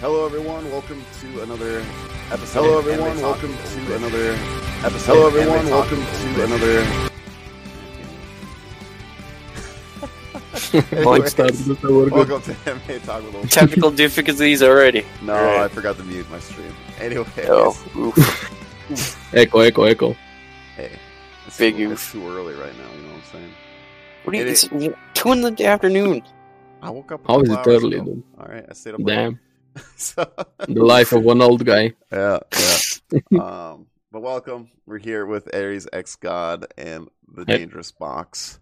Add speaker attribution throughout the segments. Speaker 1: Hello, everyone. Welcome to another
Speaker 2: episode.
Speaker 1: Hello,
Speaker 2: of
Speaker 1: everyone.
Speaker 2: Anime Talk.
Speaker 1: Welcome to another
Speaker 2: episode.
Speaker 1: Hello,
Speaker 2: of Anime
Speaker 1: everyone.
Speaker 2: Talk.
Speaker 1: Welcome to another.
Speaker 3: Mike started
Speaker 1: Anyways,
Speaker 3: this hour ago.
Speaker 1: Welcome to Anime Talk with Old.
Speaker 4: Technical difficulties already.
Speaker 1: No,
Speaker 4: Alright.
Speaker 1: I forgot to mute my stream. Anyway,
Speaker 4: Oh, oof.
Speaker 3: Echo, echo, echo.
Speaker 1: hey, it's
Speaker 4: Big
Speaker 1: too,
Speaker 4: oof.
Speaker 1: it's too early right now. You know what I'm saying?
Speaker 4: What are you?
Speaker 1: It
Speaker 4: It's two in the afternoon.
Speaker 1: I woke up. a
Speaker 3: How is
Speaker 1: couple
Speaker 3: it
Speaker 1: hours
Speaker 3: early,
Speaker 1: ago.
Speaker 3: dude?
Speaker 1: All right, I stayed up. late.
Speaker 3: Damn.
Speaker 1: so
Speaker 3: The life of one old guy.
Speaker 1: yeah, yeah. um, but welcome. We're here with Aries X God and the
Speaker 3: Yep.
Speaker 1: Dangerous Box.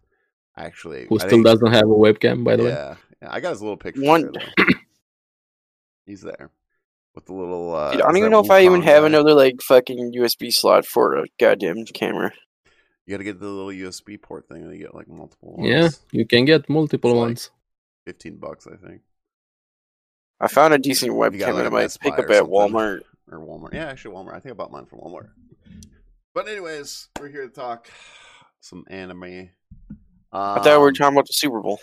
Speaker 1: Actually,
Speaker 3: Who
Speaker 1: I
Speaker 3: still
Speaker 1: didn't-
Speaker 3: doesn't have a webcam, by the way.
Speaker 1: yeah. yeah, I got his little picture.
Speaker 4: One-
Speaker 1: there, though. He's there with the little. Uh,
Speaker 4: Dude, I
Speaker 1: is
Speaker 4: don't even
Speaker 1: that
Speaker 4: know if I even
Speaker 1: Wukong
Speaker 4: have
Speaker 1: guy.
Speaker 4: another like fucking USB slot for a goddamn camera.
Speaker 1: You got to get the little USB port thing, and you get like multiple. Ones.
Speaker 3: Yeah, you can get multiple
Speaker 1: It's like-
Speaker 3: ones.
Speaker 1: fifteen bucks, I think,
Speaker 4: I found a decent
Speaker 1: got,
Speaker 4: webcam
Speaker 1: like,
Speaker 4: that I
Speaker 1: a
Speaker 4: might
Speaker 1: Best
Speaker 4: pick
Speaker 1: Buy
Speaker 4: up
Speaker 1: or
Speaker 4: at
Speaker 1: something.
Speaker 4: Walmart.
Speaker 1: or Walmart. Yeah, actually, Walmart. I think I bought mine from Walmart. But anyways, we're here to talk some anime. Um,
Speaker 4: I thought we were talking about the Super Bowl.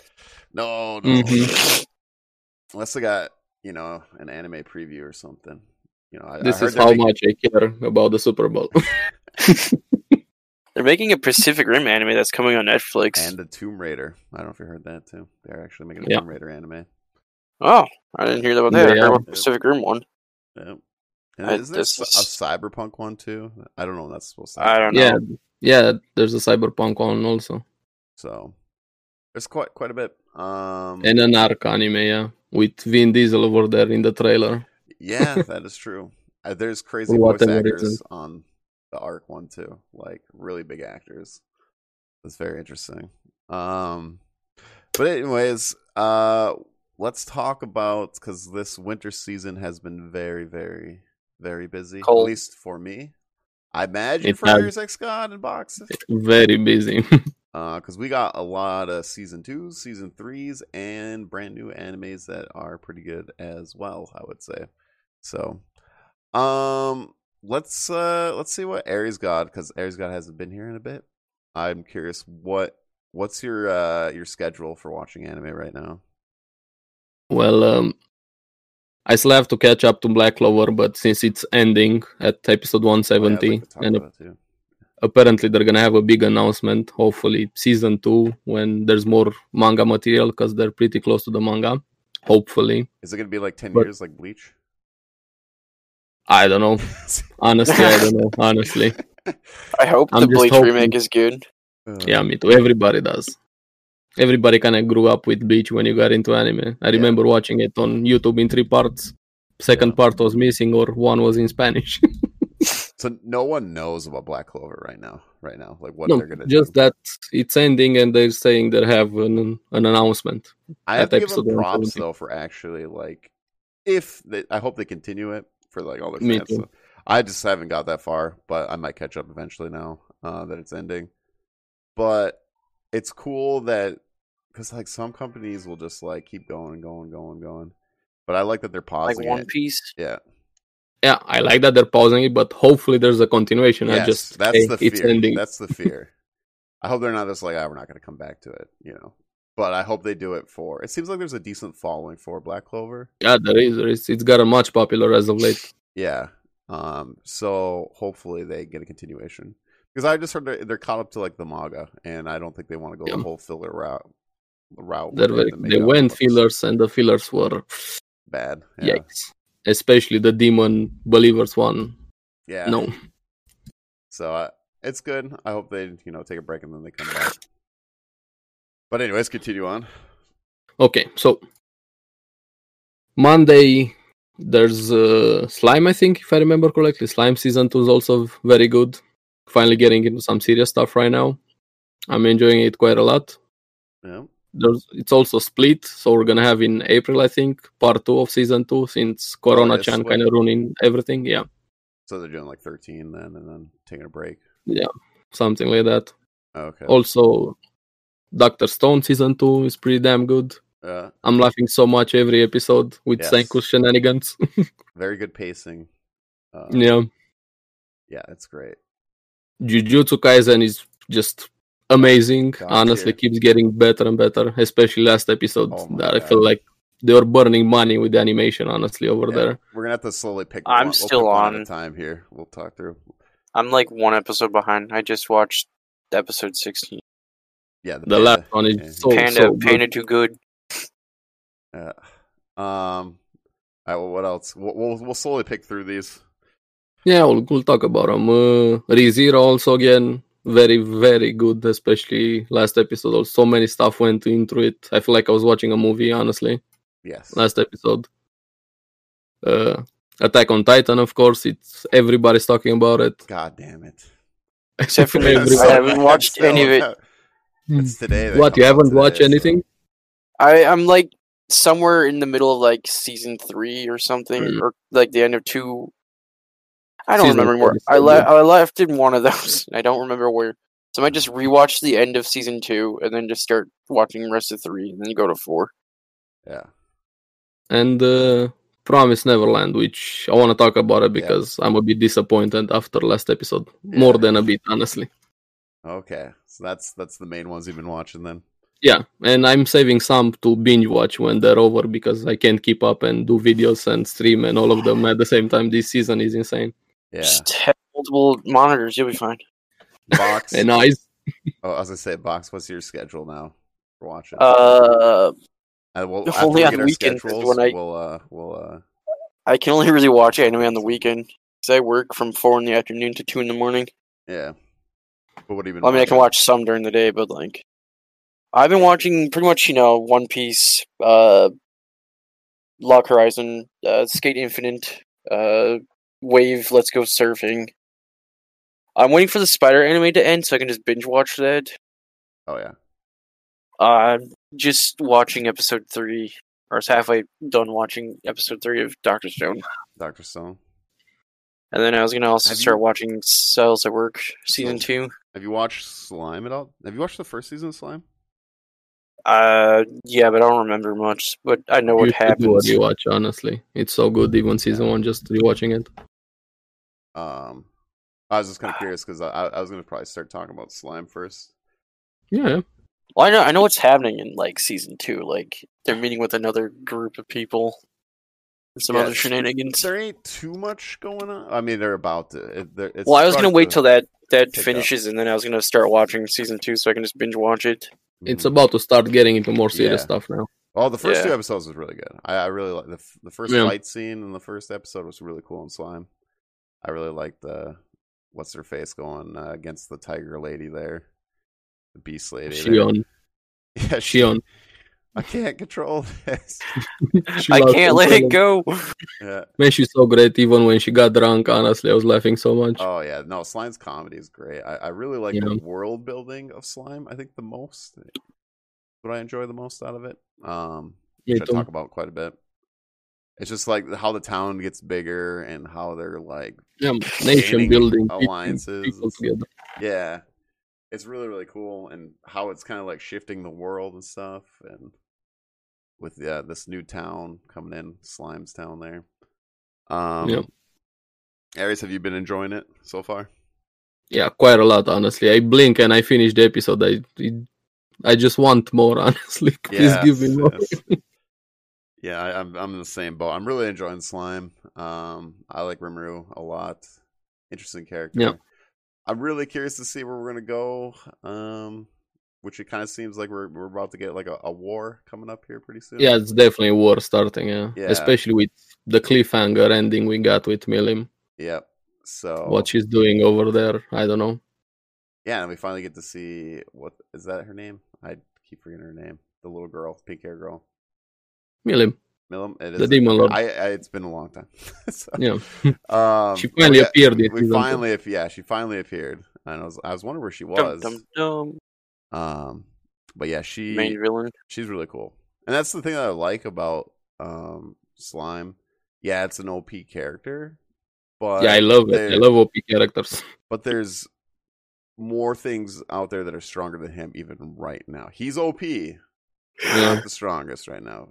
Speaker 1: No, no.
Speaker 3: Mm-hmm.
Speaker 1: Unless I got you know an anime preview or something. You know, uh, I, I
Speaker 3: This
Speaker 1: heard
Speaker 3: is
Speaker 1: they're
Speaker 3: how
Speaker 1: making-
Speaker 3: much I care about the Super Bowl.
Speaker 4: They're making a Pacific Rim anime that's coming on Netflix.
Speaker 1: And the Tomb Raider. I don't know if you heard that too. They're actually making a
Speaker 3: Yeah.
Speaker 1: Tomb Raider anime.
Speaker 4: oh, I didn't hear about that. I
Speaker 3: Yeah.
Speaker 4: heard about the Pacific Rim one.
Speaker 1: Yep. And
Speaker 4: I-
Speaker 1: is there
Speaker 4: this
Speaker 1: a
Speaker 4: is-
Speaker 1: cyberpunk one too? I don't know what that's supposed to.
Speaker 4: I don't know.
Speaker 3: yeah, yeah. There's a cyberpunk one also,
Speaker 1: So there's quite quite a bit. Um,
Speaker 3: and an arc anime, yeah, with Vin Diesel over there in the trailer.
Speaker 1: yeah, that is true. Uh, there's crazy
Speaker 3: For
Speaker 1: voice
Speaker 3: whatever
Speaker 1: actors
Speaker 3: reason.
Speaker 1: on the arc one too, like really big actors. That's very interesting. Um, but anyways, uh, let's talk about because this winter season has been very, very, very busy. At
Speaker 4: Cold.
Speaker 1: least for me. I imagine
Speaker 3: It
Speaker 1: for
Speaker 3: has.
Speaker 1: Aries X God and Box.
Speaker 3: Very busy.
Speaker 1: because Uh, we got a lot of season twos, season threes, and brand new animes that are pretty good as well. I would say. So, um, let's uh let's see what Aries God because Aries God hasn't been here in a bit. I'm curious what what's your uh your schedule for watching anime right now?
Speaker 3: well, um, I still have to catch up to Black Clover, but since it's ending at episode
Speaker 1: Oh, yeah, I'd
Speaker 3: 170,
Speaker 1: like to talk
Speaker 3: and
Speaker 1: about that too.
Speaker 3: apparently they're gonna have a big announcement hopefully season two when there's more manga material because they're pretty close to the manga hopefully
Speaker 1: Is it gonna be like ten
Speaker 3: But-
Speaker 1: years like Bleach?
Speaker 3: i don't know honestly i don't know honestly
Speaker 4: I hope
Speaker 3: I'm
Speaker 4: the
Speaker 3: just
Speaker 4: Bleach
Speaker 3: hoping-
Speaker 4: remake is good.
Speaker 1: Uh,
Speaker 3: yeah me too everybody does everybody kind of grew up with bleach when you got into anime i
Speaker 1: Yeah.
Speaker 3: remember watching it on youtube in three parts second
Speaker 1: Yeah.
Speaker 3: part was missing or one was in spanish
Speaker 1: So no one knows about Black Clover right now. Right now, like what
Speaker 3: No,
Speaker 1: they're gonna do.
Speaker 3: just that it's ending and they're saying they have an, an announcement
Speaker 1: I
Speaker 3: at
Speaker 1: have to give
Speaker 3: episode
Speaker 1: them props
Speaker 3: 170.
Speaker 1: though for actually like if they, I hope they continue it for like all their
Speaker 3: Me
Speaker 1: fans.
Speaker 3: too.
Speaker 1: So, I just haven't got that far, but I might catch up eventually now uh, that it's ending. But it's cool that because like some companies will just like keep going, going, going, going. But I like that they're
Speaker 4: Like
Speaker 1: pausing
Speaker 4: One
Speaker 1: it.
Speaker 4: Piece.
Speaker 1: Yeah,
Speaker 3: yeah, I like that they're pausing it, but hopefully there's a continuation. I
Speaker 1: yes,
Speaker 3: just
Speaker 1: that's
Speaker 3: hey,
Speaker 1: the fear.
Speaker 3: it's ending.
Speaker 1: That's the fear. I hope they're not just like, ah, we're not going to come back to it, you know. But I hope they do it for. It seems like there's a decent following for Black Clover.
Speaker 3: Yeah, there is. There is. It's gotten much popular as of late.
Speaker 1: Yeah. Um. So hopefully they get a continuation because I just heard they're, they're caught up to like the manga, and I don't think they want to go the
Speaker 3: Yeah.
Speaker 1: whole filler route. Route.
Speaker 3: They're
Speaker 1: where
Speaker 3: very,
Speaker 1: have to make
Speaker 3: they
Speaker 1: up
Speaker 3: went
Speaker 1: what's
Speaker 3: fillers, and the fillers were
Speaker 1: Bad. Yeah.
Speaker 3: yikes. Especially the demon believers one.
Speaker 1: Yeah.
Speaker 3: No,
Speaker 1: So uh, it's good. I hope they you know take a break and then they come back. But anyways, continue on.
Speaker 3: okay. So Monday there's uh, slime. I think if I remember correctly, slime season two is also very good. Finally getting into some serious stuff right now. I'm enjoying it quite a lot.
Speaker 1: Yeah.
Speaker 3: there's it's also split so we're gonna have in april i think part two of season two
Speaker 1: Oh,
Speaker 3: since corona
Speaker 1: is
Speaker 3: chan
Speaker 1: split.
Speaker 3: kind of ruining everything yeah
Speaker 1: So they're doing like thirteen then, and then taking a break.
Speaker 3: something like that
Speaker 1: Okay.
Speaker 3: also dr stone season two is pretty damn good
Speaker 1: Uh,
Speaker 3: i'm laughing so much every episode with
Speaker 1: Yes.
Speaker 3: Senku's shenanigans
Speaker 1: very good pacing. Uh,
Speaker 3: yeah
Speaker 1: Yeah, it's great.
Speaker 3: jujutsu kaisen is just amazing
Speaker 1: God
Speaker 3: honestly
Speaker 1: tier.
Speaker 3: keeps getting better and better especially last episode
Speaker 1: Oh my
Speaker 3: that i
Speaker 1: God.
Speaker 3: felt like they were burning money with the animation, honestly, over
Speaker 1: Yeah.
Speaker 3: there.
Speaker 1: We're gonna have to slowly pick.
Speaker 4: I'm
Speaker 1: one- we'll
Speaker 4: still
Speaker 1: pick one at
Speaker 4: on-
Speaker 1: a time here. We'll talk through.
Speaker 4: I'm like one episode behind. I just watched episode 16.
Speaker 1: Yeah,
Speaker 3: The
Speaker 1: panda.
Speaker 3: last one is
Speaker 1: Yeah.
Speaker 3: so
Speaker 4: Panda,
Speaker 3: so good.
Speaker 4: Panda too good.
Speaker 1: Yeah. Um. All right, well, what else? We'll, we'll we'll slowly pick through these.
Speaker 3: Yeah, we'll, we'll talk about them. Uh, ReZero also again very very good, especially last episode. So many stuff went into it. I feel like I was watching a movie, honestly.
Speaker 1: Yes.
Speaker 3: last episode. Uh, Attack on Titan, of course, it's everybody's talking about it.
Speaker 1: God damn it!
Speaker 4: Except for me,
Speaker 3: Everybody-
Speaker 4: I haven't watched
Speaker 1: Still,
Speaker 4: any of it.
Speaker 1: It's today. that
Speaker 3: Hmm. What you
Speaker 1: comes out
Speaker 3: haven't
Speaker 1: today,
Speaker 3: watched
Speaker 1: so-
Speaker 3: anything?
Speaker 4: I, I'm like somewhere in the middle of like season three or something,
Speaker 3: Mm.
Speaker 4: or like the end of two. I don't
Speaker 3: Season
Speaker 4: remember anymore.
Speaker 3: four is
Speaker 4: I,
Speaker 3: so
Speaker 4: le-
Speaker 3: good.
Speaker 4: I left in one of those. And I don't remember where. So I might just rewatch the end of season two and then just start watching the rest of three and then go to four.
Speaker 1: Yeah.
Speaker 3: And uh, Promise Neverland, which I want to talk about it
Speaker 1: Yeah.
Speaker 3: because I'm a bit disappointed after last episode,
Speaker 1: Yeah.
Speaker 3: more than a bit, honestly.
Speaker 1: Okay, so that's that's the main ones you've been watching then.
Speaker 3: Yeah, and I'm saving some to binge watch when they're over because I can't keep up and do videos and stream and all of them at the same time. This season is insane.
Speaker 1: Yeah.
Speaker 4: Just have multiple monitors, you'll be fine.
Speaker 1: Box.
Speaker 3: And I
Speaker 1: oh, I was gonna say, box. What's your schedule now for watching?
Speaker 4: Uh,
Speaker 1: Uh, well, after
Speaker 4: Only
Speaker 1: we
Speaker 4: on
Speaker 1: get our
Speaker 4: weekends is
Speaker 1: schedules,
Speaker 4: when I-
Speaker 1: we'll uh, we'll uh,
Speaker 4: I can only really watch anime on the weekend because I work from four in the afternoon to two in the morning.
Speaker 1: yeah. But what have you been?
Speaker 4: Well, I mean, I can
Speaker 1: watching?
Speaker 4: watch some during the day, but like, I've been watching pretty much, you know, One Piece, uh, Lock Horizon, uh, Skate Infinite, uh, Wave, Let's Go Surfing. I'm waiting for the Spider anime to end so I can just binge watch that.
Speaker 1: Oh yeah.
Speaker 4: I'm just watching episode three, or I was halfway done watching episode three of Doctor Stone,
Speaker 1: Doctor Stone.
Speaker 4: and then I was gonna also
Speaker 1: Have you-
Speaker 4: start watching Cells at Work season
Speaker 1: So-
Speaker 4: two.
Speaker 1: Have you watched Slime at all? Have you watched the first season of Slime?
Speaker 4: Uh, yeah, but I don't remember much, but I know
Speaker 3: you
Speaker 4: what
Speaker 3: should do
Speaker 4: happens.
Speaker 3: a rewatch, honestly. It's so good, even season one, just rewatching it.
Speaker 1: Um, I was just kind of curious because I, I I was gonna probably start talking about Slime first.
Speaker 3: Yeah.
Speaker 4: Well, I know I know what's happening in like season two. Like they're meeting with another group of people, and some other
Speaker 1: Yes.
Speaker 4: shenanigans.
Speaker 1: There ain't too much going on. I mean, they're about to. It, they're- it's
Speaker 4: Well, I was gonna
Speaker 1: starting
Speaker 4: wait
Speaker 1: to-
Speaker 4: till that that
Speaker 1: pick up.
Speaker 4: finishes, and then I was gonna start watching season two so I can just binge watch it.
Speaker 3: It's about to start getting into more serious
Speaker 1: Yeah.
Speaker 3: stuff now.
Speaker 1: Well, the first
Speaker 4: Yeah.
Speaker 1: two episodes was really good. I, I really like the f- the first
Speaker 3: Yeah.
Speaker 1: fight scene in the first episode was really cool in slime. I really liked the what's her face going uh, against the tiger lady there, the beast lady. there.
Speaker 3: Shion.
Speaker 1: yeah, she.
Speaker 3: Shion.
Speaker 1: I can't control this.
Speaker 3: She
Speaker 4: I
Speaker 3: loves
Speaker 4: can't let
Speaker 3: controlling.
Speaker 4: it go.
Speaker 1: yeah.
Speaker 3: Man, she's so great. Even when she got drunk, honestly, I was laughing so much.
Speaker 1: Oh yeah, no, slime's comedy is great. I, I really like the
Speaker 3: Yeah.
Speaker 1: world building of slime. I think the most what I enjoy the most out of it. Um,
Speaker 3: Me
Speaker 1: which I
Speaker 3: too.
Speaker 1: talk about quite a bit. It's just like how the town gets bigger and how they're like
Speaker 3: yeah, nation
Speaker 1: gaining
Speaker 3: building, keeping
Speaker 1: alliances.
Speaker 3: people together.
Speaker 1: Yeah. It's really, really cool and how it's kind of like shifting the world and stuff. And with uh, this new town coming in, Slimes Town there. Um,
Speaker 3: Yeah.
Speaker 1: Aries, have you been enjoying it so far?
Speaker 3: Yeah, quite a lot, honestly. I blink and I finish the episode. I it- I just want more, honestly. Please give me more.
Speaker 1: yes. yeah, I, I'm I'm in the same boat. I'm really enjoying Slime. Um, I like Rimuru a lot. Interesting character.
Speaker 3: Yeah.
Speaker 1: I'm really curious to see where we're gonna go. Um, which it kind of seems like we're we're about to get like a, a war coming up here pretty soon.
Speaker 3: Yeah, it's definitely worth starting, yeah.
Speaker 1: Yeah.
Speaker 3: Especially with the cliffhanger ending we got with Milim.
Speaker 1: Yep. So
Speaker 3: What she's doing over there, I don't know.
Speaker 1: yeah, and we finally get to see what is that her name? I keep forgetting her name. The little girl, pink hair girl.
Speaker 3: Milim,
Speaker 1: Milam. It is
Speaker 3: the demon lord.
Speaker 1: I, I it's been a long time. so,
Speaker 3: Yeah.
Speaker 1: Um,
Speaker 3: She finally
Speaker 1: yeah,
Speaker 3: appeared in
Speaker 1: We
Speaker 3: season two.
Speaker 1: finally, if yeah, she finally appeared, and I was I was wondering where she
Speaker 4: Dum,
Speaker 1: was.
Speaker 4: dum, dum.
Speaker 1: Um, but yeah, she
Speaker 4: Main villain.
Speaker 1: she's really cool, and that's the thing that I like about um slime. Yeah, it's an OP character, but
Speaker 3: Yeah, I love it. I
Speaker 1: there-
Speaker 3: love OP characters.
Speaker 1: but there's more things out there that are stronger than him even right now. He's OP,
Speaker 3: Yeah.
Speaker 1: not the strongest right now.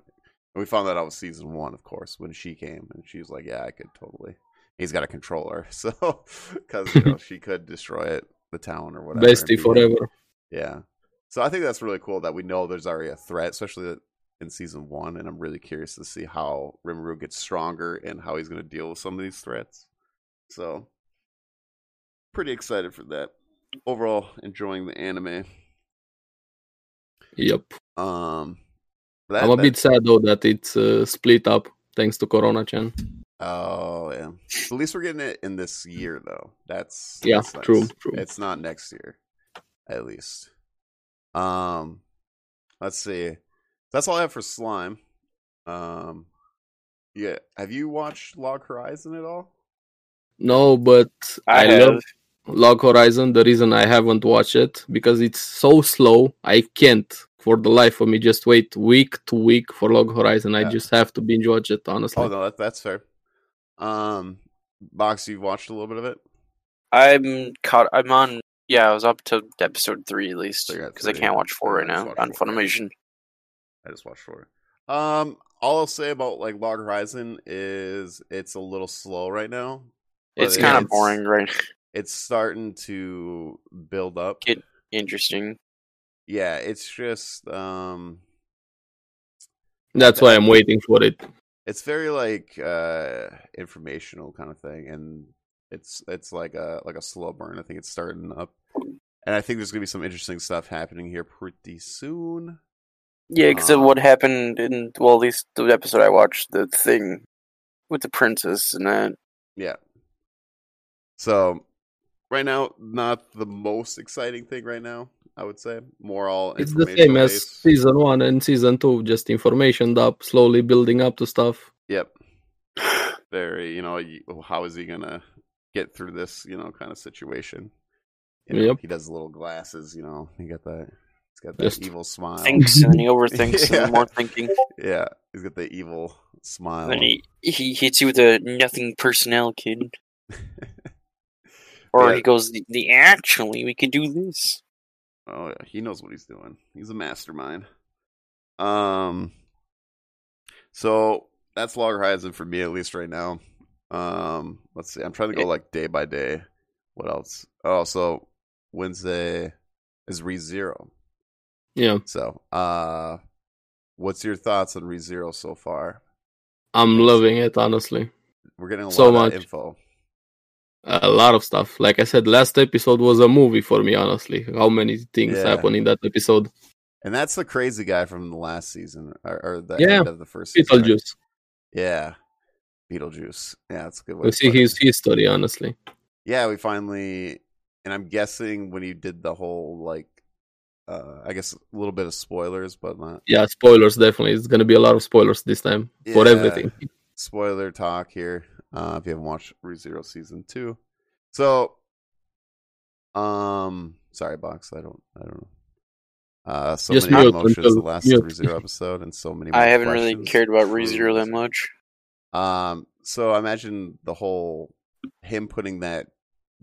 Speaker 1: And we found that out with season one, of course, when she came and she was like, "Yeah, I could totally." He's got a controller, so because you know she could destroy it, the town or whatever. and
Speaker 3: Bestie
Speaker 1: beat him.
Speaker 3: forever.
Speaker 1: Yeah. So I think that's really cool that we know there's already a threat, especially in season one, and I'm really curious to see how Rimuru gets stronger and how he's going to deal with some of these threats. So, pretty excited for that. Overall, enjoying the anime.
Speaker 3: Yep.
Speaker 1: Um, that-
Speaker 3: I'm a
Speaker 1: that-
Speaker 3: bit sad though that it's uh, split up thanks to Corona Chan.
Speaker 1: Oh yeah. At least we're getting it in this year though. That's
Speaker 3: Yeah,
Speaker 1: that's nice.
Speaker 3: true, true.
Speaker 1: It's not next year, at least. Um, let's see. That's all I have for slime. Um, yeah. Have you watched Log Horizon at all?
Speaker 3: No, but I,
Speaker 4: I, have.
Speaker 3: love Log Horizon. The reason I haven't watched it because it's so slow. I can't for the life of me just wait week to week for Log Horizon. I
Speaker 1: Yeah.
Speaker 3: just have to binge watch it honestly.
Speaker 1: Oh no, that, that's fair. Um, box, you've watched a little bit of it.
Speaker 4: I'm caught. I'm on. Yeah, I was up to episode three at least
Speaker 1: So you're at
Speaker 4: because I
Speaker 1: three.
Speaker 4: can't watch four right
Speaker 1: Yeah, just
Speaker 4: now
Speaker 1: watch
Speaker 4: on
Speaker 1: four.
Speaker 4: Funimation.
Speaker 1: I just watched for it. Um, all I'll say about like Log Horizon is it's a little slow right now. but
Speaker 4: It's
Speaker 1: it-
Speaker 4: kind of boring, right?
Speaker 1: it's starting to build up.
Speaker 4: It- Interesting.
Speaker 1: yeah, it's just um
Speaker 3: That's why I'm waiting for it.
Speaker 1: it's very like uh informational kind of thing and it's it's like a like a slow burn. I think it's starting up. And I think there's going to be some interesting stuff happening here pretty soon.
Speaker 4: Yeah, because
Speaker 1: Um,
Speaker 4: what happened in well, at least the episode I watched, the thing with the princess and that.
Speaker 1: Yeah. So right now not the most exciting thing right now, I would say. More all
Speaker 3: It's the same as
Speaker 1: based.
Speaker 3: season one and season two, just information up, slowly building up to stuff.
Speaker 1: Yep. Very, you know, y- oh, how is he gonna get through this, you know, kind of situation? You know,
Speaker 3: Yep.
Speaker 1: He does little glasses, you know. He got that. He's got that
Speaker 3: Just
Speaker 1: evil smile.
Speaker 4: Thinks and then he overthinks and
Speaker 1: Yeah.
Speaker 4: then more thinking.
Speaker 1: Yeah, he's got the evil smile.
Speaker 4: And then he, he hits you with a nothing personnel kid. Or
Speaker 1: Yeah.
Speaker 4: he goes, the, the actually, we could do this.
Speaker 1: Oh, yeah, he knows what he's doing. He's a mastermind. Um, so that's Log Horizon for me at least right now. Um, let's see. I'm trying to go
Speaker 4: Yeah.
Speaker 1: like day by day. What else? Oh, so Wednesday is Re Zero.
Speaker 3: Yeah,
Speaker 1: So, uh, what's your thoughts on ReZero so far?
Speaker 3: I'm loving it honestly.
Speaker 1: We're getting a lot
Speaker 3: So
Speaker 1: of
Speaker 3: much.
Speaker 1: info.
Speaker 3: a lot of stuff. Like I said, last episode was a movie for me, honestly. How many things
Speaker 1: Yeah.
Speaker 3: happened in that episode?
Speaker 1: And that's the crazy guy from the last season or, or the
Speaker 3: Yeah.
Speaker 1: end of the first season. right?
Speaker 3: Beetlejuice.
Speaker 1: Yeah. Beetlejuice. Yeah, that's a good way.
Speaker 3: We
Speaker 1: to
Speaker 3: see
Speaker 1: put it.
Speaker 3: his history, honestly.
Speaker 1: Yeah, we finally and I'm guessing when he did the whole like uh I guess a little bit of spoilers, but not
Speaker 3: Yeah, spoilers definitely. It's gonna be a lot of spoilers this time for
Speaker 1: Yeah.
Speaker 3: everything.
Speaker 1: spoiler talk here uh, if you haven't watched ReZero season two. So, um, sorry, box. I don't, I don't know. Uh, so
Speaker 3: Just
Speaker 1: many
Speaker 3: mute
Speaker 1: emotions
Speaker 3: until-
Speaker 1: the last
Speaker 3: mute.
Speaker 1: ReZero episode, and so many. More
Speaker 4: I haven't really
Speaker 1: questions.
Speaker 4: cared about ReZero that
Speaker 1: True.
Speaker 4: much.
Speaker 1: Um, so I imagine the whole him putting that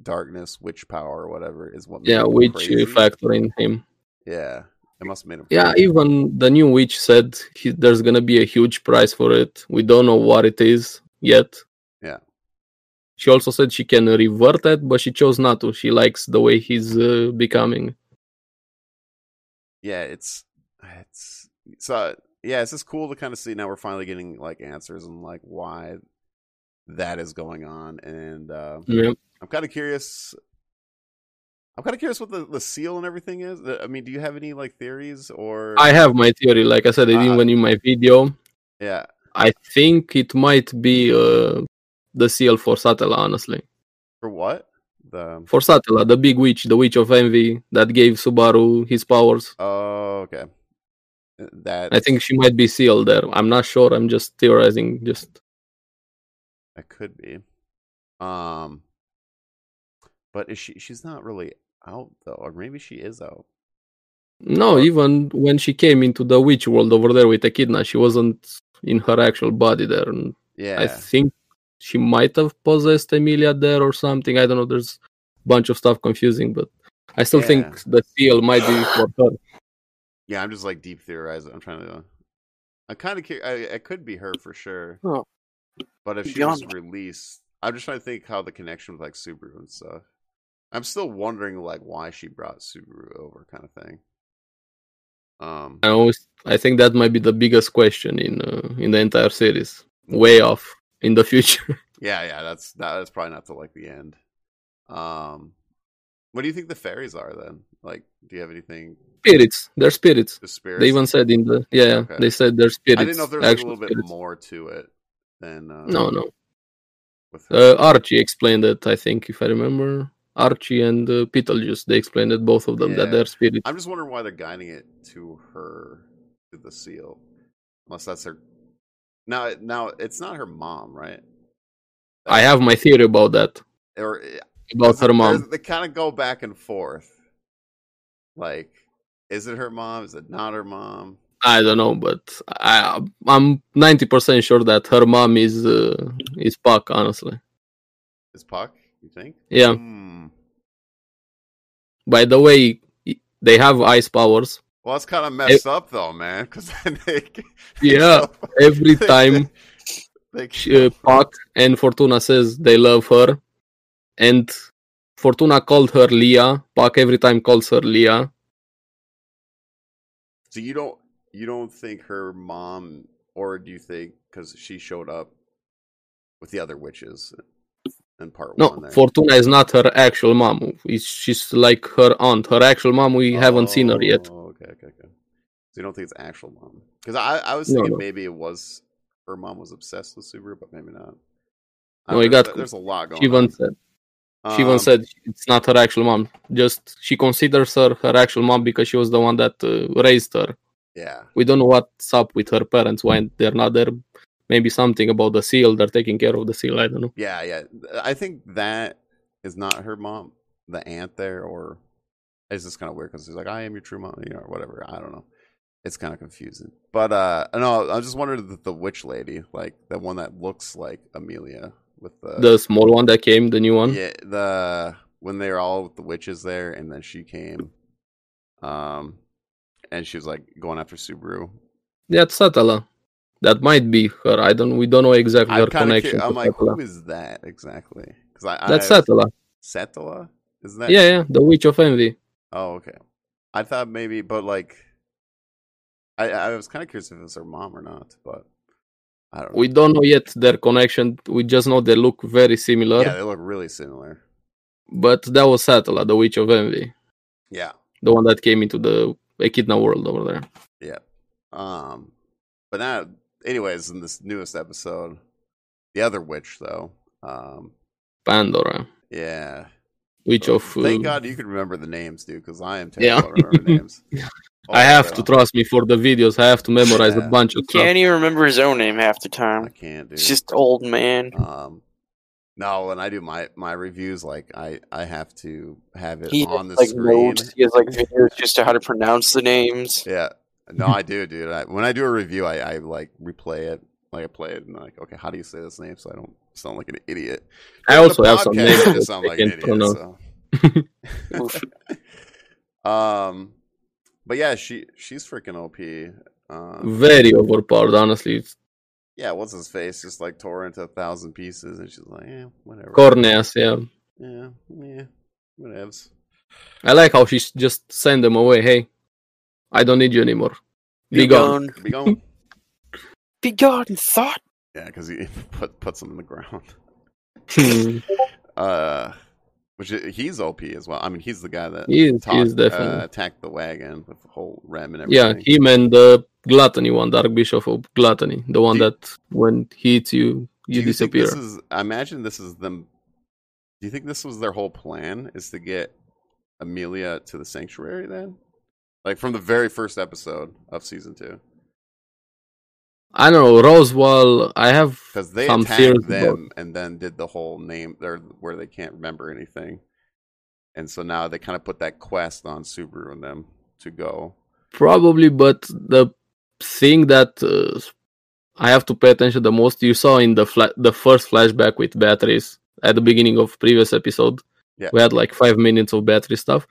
Speaker 1: darkness, witch power, or whatever, is what. made
Speaker 3: Yeah,
Speaker 1: him
Speaker 3: which
Speaker 1: crazy.
Speaker 3: uh, factor in him.
Speaker 1: Yeah, it must have made him.
Speaker 3: Yeah,
Speaker 1: crazy.
Speaker 3: even the new witch said he, there's gonna be a huge price for it. We don't know what it is yet.
Speaker 1: Yeah.
Speaker 3: She also said she can revert it, but she chose not to. She likes the way he's uh, becoming.
Speaker 1: yeah, it's it's so yeah, it's just cool to kind of see now we're finally getting like answers and like why that is going on, and uh,
Speaker 3: Yeah.
Speaker 1: I'm kind of curious. I'm kind of curious what the, the seal and everything is. The- I mean, do you have any like theories or
Speaker 3: I have my theory. Like I said, I
Speaker 1: Uh,
Speaker 3: didn't win in my video.
Speaker 1: yeah
Speaker 3: I think it might be uh, the seal for Satella, honestly.
Speaker 1: for what the
Speaker 3: For Satella, the big witch, the witch of envy that gave Subaru his powers.
Speaker 1: oh okay Uh, that
Speaker 3: I think she might be sealed there. I'm not sure. I'm just theorizing. Just
Speaker 1: that could be um but is she she's not really out though or maybe she is out
Speaker 3: no. Even when she came into the witch world over there with Echidna, she wasn't in her actual body there. And
Speaker 1: yeah
Speaker 3: I think she might have possessed Emilia there or something. I don't know. There's a bunch of stuff confusing, but I still
Speaker 1: Yeah.
Speaker 3: think the seal might be for her.
Speaker 1: Yeah, I'm just like deep theorizing. I'm trying to. I kind of. I, I could be her for sure.
Speaker 4: Oh.
Speaker 1: But if she was
Speaker 4: Beyond-
Speaker 1: released, I'm just trying to think how the connection with like Subaru and stuff. I'm still wondering like why she brought Subaru over, kind of thing. Um,
Speaker 3: I always I think that might be the biggest question in uh, in the entire series. Way off in the future.
Speaker 1: yeah, yeah, that's that's probably not till like the end. Um, what do you think the fairies are then? Like, do you have anything?
Speaker 3: spirits, they're spirits.
Speaker 1: The spirits.
Speaker 3: They even said in the yeah,
Speaker 1: Okay.
Speaker 3: they said they're spirits.
Speaker 1: I didn't know if there was like, a
Speaker 3: actual
Speaker 1: little bit
Speaker 3: spirits.
Speaker 1: more to it than uh,
Speaker 3: No, no.
Speaker 1: With
Speaker 3: Uh, Archie explained it. I think if I remember, Archie and uh, Beetlejuice they explained it both of them
Speaker 1: Yeah.
Speaker 3: that they're spirits.
Speaker 1: I'm just wondering why they're guiding it to her, to the seal, unless that's her. Now, now it's not her mom, right?
Speaker 3: I have my theory about that
Speaker 1: Or eh,
Speaker 3: about her mom.
Speaker 1: They kind of go back and forth. Like, is it her mom? Is it not her mom?
Speaker 3: I don't know, but I I'm ninety percent sure that her mom is uh, is Puck. Honestly,
Speaker 1: Is Puck? You think?
Speaker 3: yeah.
Speaker 1: Hmm.
Speaker 3: By the way, they have ice powers.
Speaker 1: Well, that's kind of messed up though, man. Because they
Speaker 3: Yeah, every time
Speaker 1: they,
Speaker 3: she- uh, Puck and Fortuna says they love her, and Fortuna called her Leah. Puck every time calls her Leah.
Speaker 1: So you don't you don't think her mom, or do you think because she showed up with the other witches in part one?
Speaker 3: No,
Speaker 1: there?
Speaker 3: Fortuna is not her actual mom. It's, she's like her aunt. Her actual mom, we haven't seen her yet.
Speaker 1: Oh, Okay, okay, okay. So you don't think it's actual mom? Because I I was
Speaker 3: No,
Speaker 1: thinking
Speaker 3: no.
Speaker 1: maybe it was her mom was obsessed with Subaru, but maybe not.
Speaker 3: No, you
Speaker 1: there's,
Speaker 3: got-
Speaker 1: there's a lot going.
Speaker 3: She even
Speaker 1: on.
Speaker 3: said she even
Speaker 1: Oh, Um,
Speaker 3: said it's not her actual mom. Just she considers her her actual mom because she was the one that uh, raised her.
Speaker 1: yeah,
Speaker 3: We don't know what's up with her parents. Why they're not there? Maybe something about the seal. They're taking care of the seal. I don't know.
Speaker 1: yeah, yeah. I think that is not her mom, the aunt there, or it's just kind of weird because she's like, "I am your true mom," you know, or whatever. I don't know. It's kind of confusing, but uh, no, I just wondered the, the witch lady, like the one that looks like Amelia with the
Speaker 3: The small one that came, the new one.
Speaker 1: Yeah, the when they were all with the witches there, and then she came, um, and she was like going after Subaru.
Speaker 3: That's Satala. That might be her. I don't. We don't know exactly
Speaker 1: I'm
Speaker 3: her
Speaker 1: kind of
Speaker 3: connection.
Speaker 1: curious.
Speaker 3: to
Speaker 1: I'm like,
Speaker 3: Satala.
Speaker 1: who is that exactly? Because I, I
Speaker 3: That's Satala.
Speaker 1: Satala. Is that?
Speaker 3: Yeah, yeah. The Witch of Envy.
Speaker 1: Oh, okay. I thought maybe, but like, I I was kind of curious if it was her mom or not, but I don't. know.
Speaker 3: We don't know yet their connection. We just know they look very similar.
Speaker 1: Yeah, they look really similar.
Speaker 3: But that was Satala, the Witch of Envy,
Speaker 1: Yeah.
Speaker 3: the one that came into the Echidna world over there.
Speaker 1: Um, but now, anyways, in this newest episode, the other witch though, um,
Speaker 3: Pandora,
Speaker 1: yeah.
Speaker 3: Witch of. Uh,
Speaker 1: Thank God you can remember the names, dude, because I am
Speaker 3: Yeah.
Speaker 1: terrible at remembering names. Oh,
Speaker 3: I have to
Speaker 1: try.
Speaker 3: trust me for the videos. I have to memorize
Speaker 1: Yeah.
Speaker 3: a bunch of stuff.
Speaker 4: Can't even remember his own name half
Speaker 1: I
Speaker 4: the time.
Speaker 1: can't, dude.
Speaker 4: It's just old man.
Speaker 1: um, no, when I do my my reviews, like I I have to have it
Speaker 4: He
Speaker 1: on the
Speaker 4: has, like
Speaker 1: screen.
Speaker 4: notes. He has like videos just to how to pronounce the names.
Speaker 1: Yeah, no, I do, dude. I, when I do a review, I, I like replay it. Like I play it and I'm like, okay, how do you say this name so I don't sound like an idiot?
Speaker 3: I
Speaker 1: On the
Speaker 3: also have some
Speaker 1: podcast,
Speaker 3: names
Speaker 1: I
Speaker 3: that
Speaker 1: sound
Speaker 3: I
Speaker 1: like an
Speaker 3: can't
Speaker 1: idiot. So.
Speaker 4: Oof.
Speaker 1: um, but yeah, she she's freaking OP. Um,
Speaker 3: Very overpowered, honestly. It's
Speaker 1: yeah, what's his face just like tore into a thousand pieces, and she's like, yeah, whatever.
Speaker 3: Corneas, yeah.
Speaker 1: Yeah, yeah, whatevs.
Speaker 3: I like how she s- just sent them away. Hey, I don't need you anymore. Be gone.
Speaker 1: Be gone.
Speaker 4: Be gone, thought.
Speaker 1: yeah, because he put puts him in the ground.
Speaker 3: Hmm.
Speaker 1: Uh, which i- he's OP as well. I mean, he's the guy that
Speaker 3: he is, he
Speaker 1: talked-
Speaker 3: is definitely.
Speaker 1: uh, attacked the wagon with the whole rem and
Speaker 3: yeah,
Speaker 1: everything.
Speaker 3: him and the gluttony one, Dark Bishop of Gluttony, the one
Speaker 1: Do you-
Speaker 3: that when he hits you, you
Speaker 1: Do think
Speaker 3: disappear.
Speaker 1: this is? I imagine this is them. Do you think this was their whole plan? Is to get Amelia to the sanctuary then, like from the very first episode of season two,
Speaker 3: I don't know, Roswell. I have
Speaker 1: because they
Speaker 3: some theories
Speaker 1: attacked
Speaker 3: about.
Speaker 1: them and then did the whole name there where they can't remember anything, and so now they kind of put that quest on Subaru and them to go.
Speaker 3: Probably, but the thing that uh, I have to pay attention the most, you saw in the fla- the first flashback with batteries at the beginning of previous episode.
Speaker 1: Yeah.
Speaker 3: We had like five minutes of battery stuff.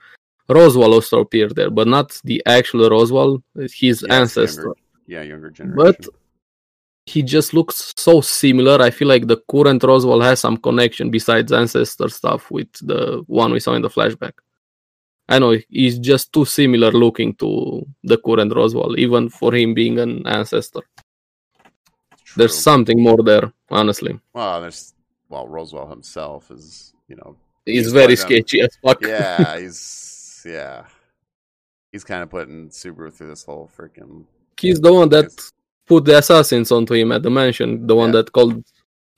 Speaker 3: Roswell also appeared there, but not the actual Roswell, his
Speaker 1: Yeah, it's
Speaker 3: ancestor.
Speaker 1: younger- yeah, younger generation.
Speaker 3: he just looks so similar. I feel like the current Roswell has some connection besides ancestor stuff with the one we saw in the flashback. I know he's just too similar looking to the current Roswell, even for him being an ancestor. There's
Speaker 1: True.
Speaker 3: something more there, honestly.
Speaker 1: Well, there's well, Roswell himself is you know
Speaker 3: He's,
Speaker 1: He's
Speaker 3: very
Speaker 1: like, um,
Speaker 3: sketchy as fuck.
Speaker 1: yeah he's yeah he's kind of putting Subaru through this whole freaking
Speaker 3: He's the one that put the assassins onto him at the mansion, the one
Speaker 1: Yeah.
Speaker 3: that called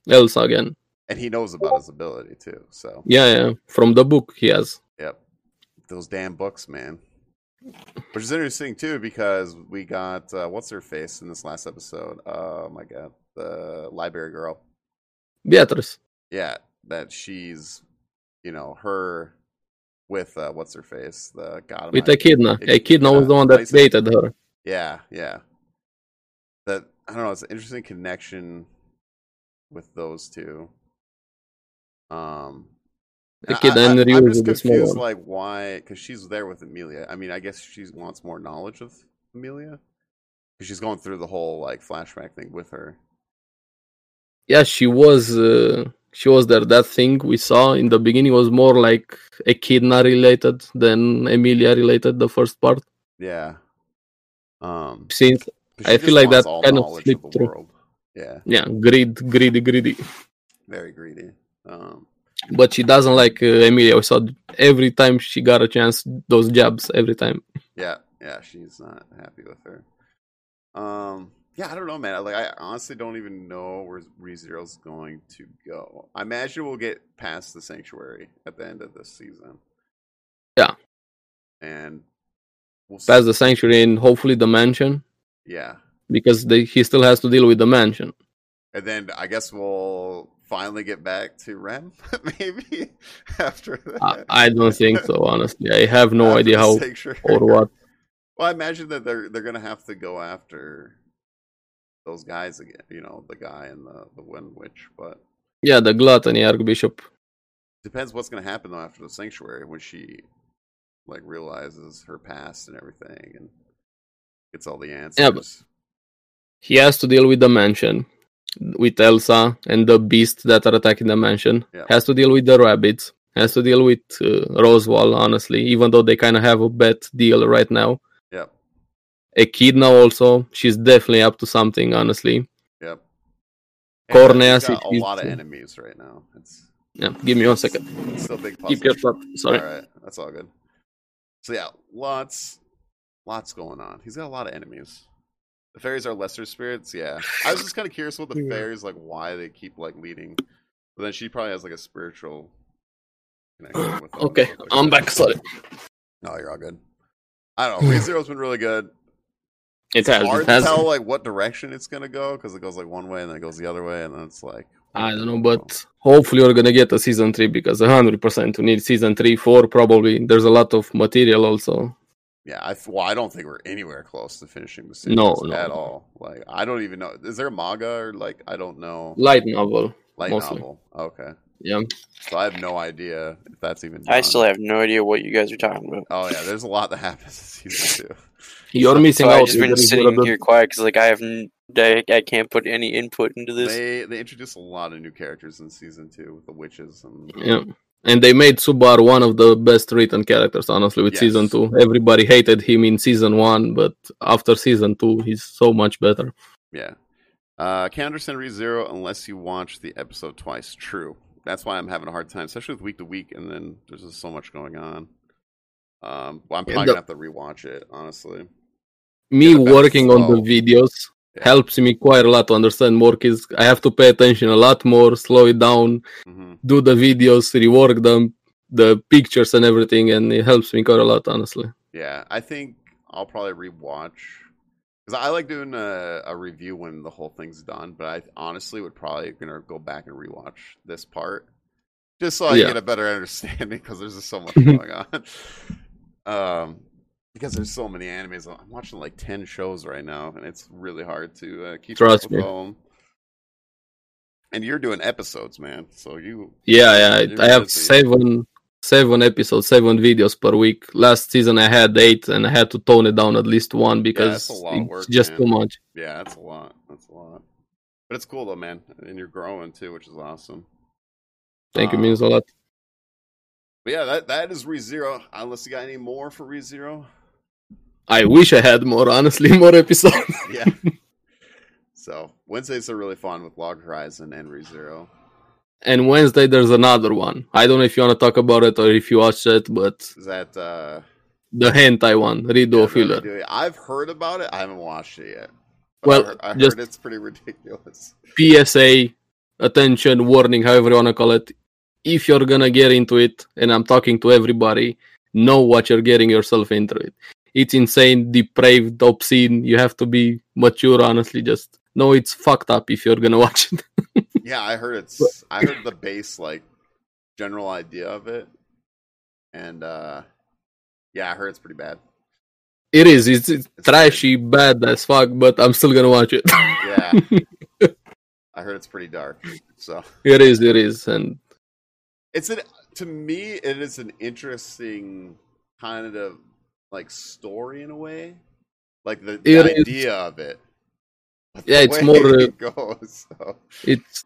Speaker 3: Elsa again.
Speaker 1: and he knows about his ability too. So
Speaker 3: Yeah, yeah, from the book he has.
Speaker 1: yep, those damn books, man. Which is interesting too because we got uh, what's her face in this last episode. Oh my god, the library girl.
Speaker 3: Beatrice.
Speaker 1: Yeah, that she's you know her with uh, what's her face the Oh god
Speaker 3: With
Speaker 1: Almighty.
Speaker 3: Echidna.
Speaker 1: Echidna,
Speaker 3: Echidna was the one that
Speaker 1: Isis.
Speaker 3: dated her.
Speaker 1: Yeah, yeah. That I don't know. It's an interesting connection with those two. Um, and
Speaker 3: Echidna and Ryu
Speaker 1: I'm
Speaker 3: is
Speaker 1: just
Speaker 3: the small
Speaker 1: confused,
Speaker 3: one.
Speaker 1: like why? Because she's there with Amelia. I mean, I guess she wants more knowledge of Amelia. 'Cause She's going through the whole like flashback thing with her.
Speaker 3: yeah she was uh, she was there that thing we saw in the beginning was more like echidna related than emilia related the first part
Speaker 1: Yeah. Um,
Speaker 3: since
Speaker 1: but
Speaker 3: I
Speaker 1: she
Speaker 3: feel
Speaker 1: just
Speaker 3: like
Speaker 1: wants
Speaker 3: that
Speaker 1: all
Speaker 3: kind of
Speaker 1: knowledge
Speaker 3: slipped
Speaker 1: the
Speaker 3: through.
Speaker 1: world. Yeah,
Speaker 3: yeah greed greedy greedy
Speaker 1: very greedy. Um,
Speaker 3: but she doesn't like uh, emilia we saw every time she got a chance those jabs every time
Speaker 1: Yeah, yeah, she's not happy with her. Um, yeah, I don't know, man. I- Like, I honestly don't even know where ReZero's going to go. I imagine we'll get past the sanctuary at the end of this season.
Speaker 3: Yeah.
Speaker 1: and we'll see.
Speaker 3: past the sanctuary and hopefully the mansion
Speaker 1: yeah,
Speaker 3: because they, he still has to deal with the mansion
Speaker 1: and then I guess we'll finally get back to Rem, maybe after that.
Speaker 3: I, I don't think so honestly i have no
Speaker 1: After
Speaker 3: idea
Speaker 1: the
Speaker 3: how
Speaker 1: sanctuary.
Speaker 3: or what
Speaker 1: Well, I imagine that they're they're gonna have to go after those guys again. You know, the guy and the the wind witch. But
Speaker 3: yeah the gluttony archbishop
Speaker 1: depends what's gonna happen though after the sanctuary when she like realizes her past and everything and gets all the answers.
Speaker 3: but- he has to deal with the mansion with Elsa and the beasts that are attacking the mansion.
Speaker 1: Yeah.
Speaker 3: Has to deal with the rabbits. Has to deal with uh, Roswell, honestly, even though they kind of have a bad deal right now.
Speaker 1: Yep.
Speaker 3: Echidna also, she's definitely up to something, honestly.
Speaker 1: Yep. uh,
Speaker 3: Corneas,
Speaker 1: she's got a
Speaker 3: it is-
Speaker 1: lot of enemies right now. It's,
Speaker 3: Yeah, give me one second.
Speaker 1: it's still a big puzzle.
Speaker 3: Keep your thought. Sorry.
Speaker 1: All right, that's all good. So yeah, lots, lots going on. He's got a lot of enemies. The fairies are lesser spirits. Yeah, I was just kind of curious what the
Speaker 3: Yeah.
Speaker 1: fairies like, why they keep like leading. But then she probably has like a spiritual connection with. Them
Speaker 3: Okay, I'm back. Sorry.
Speaker 1: No, you're all good. I don't know. ReZero's been really good.
Speaker 3: It has.
Speaker 1: Hard
Speaker 3: It
Speaker 1: to
Speaker 3: has.
Speaker 1: tell like what direction it's gonna go because it goes like one way and then it goes the other way and then it's like
Speaker 3: I don't know, but hopefully we're gonna get a season three because 100% we need season three, four probably. There's a lot of material also.
Speaker 1: Yeah, I f- well, I don't think we're anywhere close to finishing the series
Speaker 3: No, no.
Speaker 1: at all. Like, I don't even know. Is there a manga or like I don't know
Speaker 3: Light novel.
Speaker 1: light
Speaker 3: mostly.
Speaker 1: novel? Okay,
Speaker 3: Yeah.
Speaker 1: so I have no idea if that's even.
Speaker 4: I
Speaker 1: done.
Speaker 4: still have no idea what you guys are talking about.
Speaker 1: Oh yeah, there's a lot that happens in season two.
Speaker 3: You're
Speaker 1: So-
Speaker 3: missing
Speaker 4: So I
Speaker 3: out.
Speaker 4: just been
Speaker 3: There is
Speaker 4: sitting
Speaker 3: not a-
Speaker 4: here quiet because like I have n- I, I can't put any input into this.
Speaker 1: They they introduced a lot of new characters in season two with the witches and
Speaker 3: Yeah. And they made Subaru one of the best written characters, honestly, with season
Speaker 1: Yes.
Speaker 3: two. Everybody hated him in season one, but after season two, he's so much better.
Speaker 1: yeah. Uh, can't understand ReZero unless you watch the episode twice. True. That's why I'm having a hard time, especially with week to week, and then there's just so much going on. Um, well, I'm probably
Speaker 3: the-
Speaker 1: gonna have to rewatch it, honestly.
Speaker 3: Me
Speaker 1: Yeah, the best
Speaker 3: working on the
Speaker 1: slow.
Speaker 3: videos
Speaker 1: Yeah.
Speaker 3: helps me quite a lot to understand more kids. I have to pay attention a lot more, slow it down,
Speaker 1: hmm
Speaker 3: do the videos, rework them, the pictures and everything, and it helps me quite a lot, honestly.
Speaker 1: Yeah, I think I'll probably rewatch because I like doing a, a review when the whole thing's done. But I honestly would probably gonna go back and rewatch this part just so I
Speaker 3: Yeah.
Speaker 1: get a better understanding because there's just so much going on. Um, because there's so many animes, I'm watching like ten shows right now, and it's really hard to uh, keep
Speaker 3: Trust
Speaker 1: up
Speaker 3: me.
Speaker 1: with all 'em. And you're doing episodes, man. So you,
Speaker 3: Yeah, yeah.
Speaker 1: You're
Speaker 3: I, I have
Speaker 1: busy.
Speaker 3: seven seven episodes, seven videos per week. Last season I had eight and I had to tone it down at least one because
Speaker 1: a lot of
Speaker 3: it's
Speaker 1: work,
Speaker 3: just
Speaker 1: man.
Speaker 3: too much.
Speaker 1: yeah, that's a lot. That's a lot. But it's cool though, man, and you're growing too, which is awesome.
Speaker 3: Thank you,
Speaker 1: Um,
Speaker 3: means a lot.
Speaker 1: But yeah, that that is ReZero. Unless you got any more for ReZero.
Speaker 3: I wish I had more, honestly, more episodes.
Speaker 1: Yeah. so Wednesdays are really fun with Log Horizon and ReZero.
Speaker 3: and Wednesday there's another one. I don't know if you want to talk about it or if you watched it, but
Speaker 1: Is that uh
Speaker 3: the hentai one, Rido
Speaker 1: yeah,
Speaker 3: filler.
Speaker 1: do it. I've heard about it. I haven't watched it yet.
Speaker 3: Well,
Speaker 1: I heard, I
Speaker 3: just-
Speaker 1: heard it's pretty ridiculous.
Speaker 3: PSA, attention, warning, however you want to call it. If you're gonna get into it, and I'm talking to everybody, know what you're getting yourself into it. It's insane, depraved, obscene. You have to be mature, honestly. Just know it's fucked up if you're gonna watch it.
Speaker 1: Yeah, I heard it's I heard the base like general idea of it. And uh yeah, I heard it's pretty bad.
Speaker 3: It is. It's, it's trashy, bad as fuck, but I'm still gonna watch it.
Speaker 1: Yeah. I heard it's pretty dark. So
Speaker 3: it is. It is. And
Speaker 1: it's an to me it is an interesting kind of like story in a way like the, the
Speaker 3: It is-
Speaker 1: idea of it But the
Speaker 3: Yeah, it's
Speaker 1: way
Speaker 3: more, uh,
Speaker 1: it goes so,
Speaker 3: it's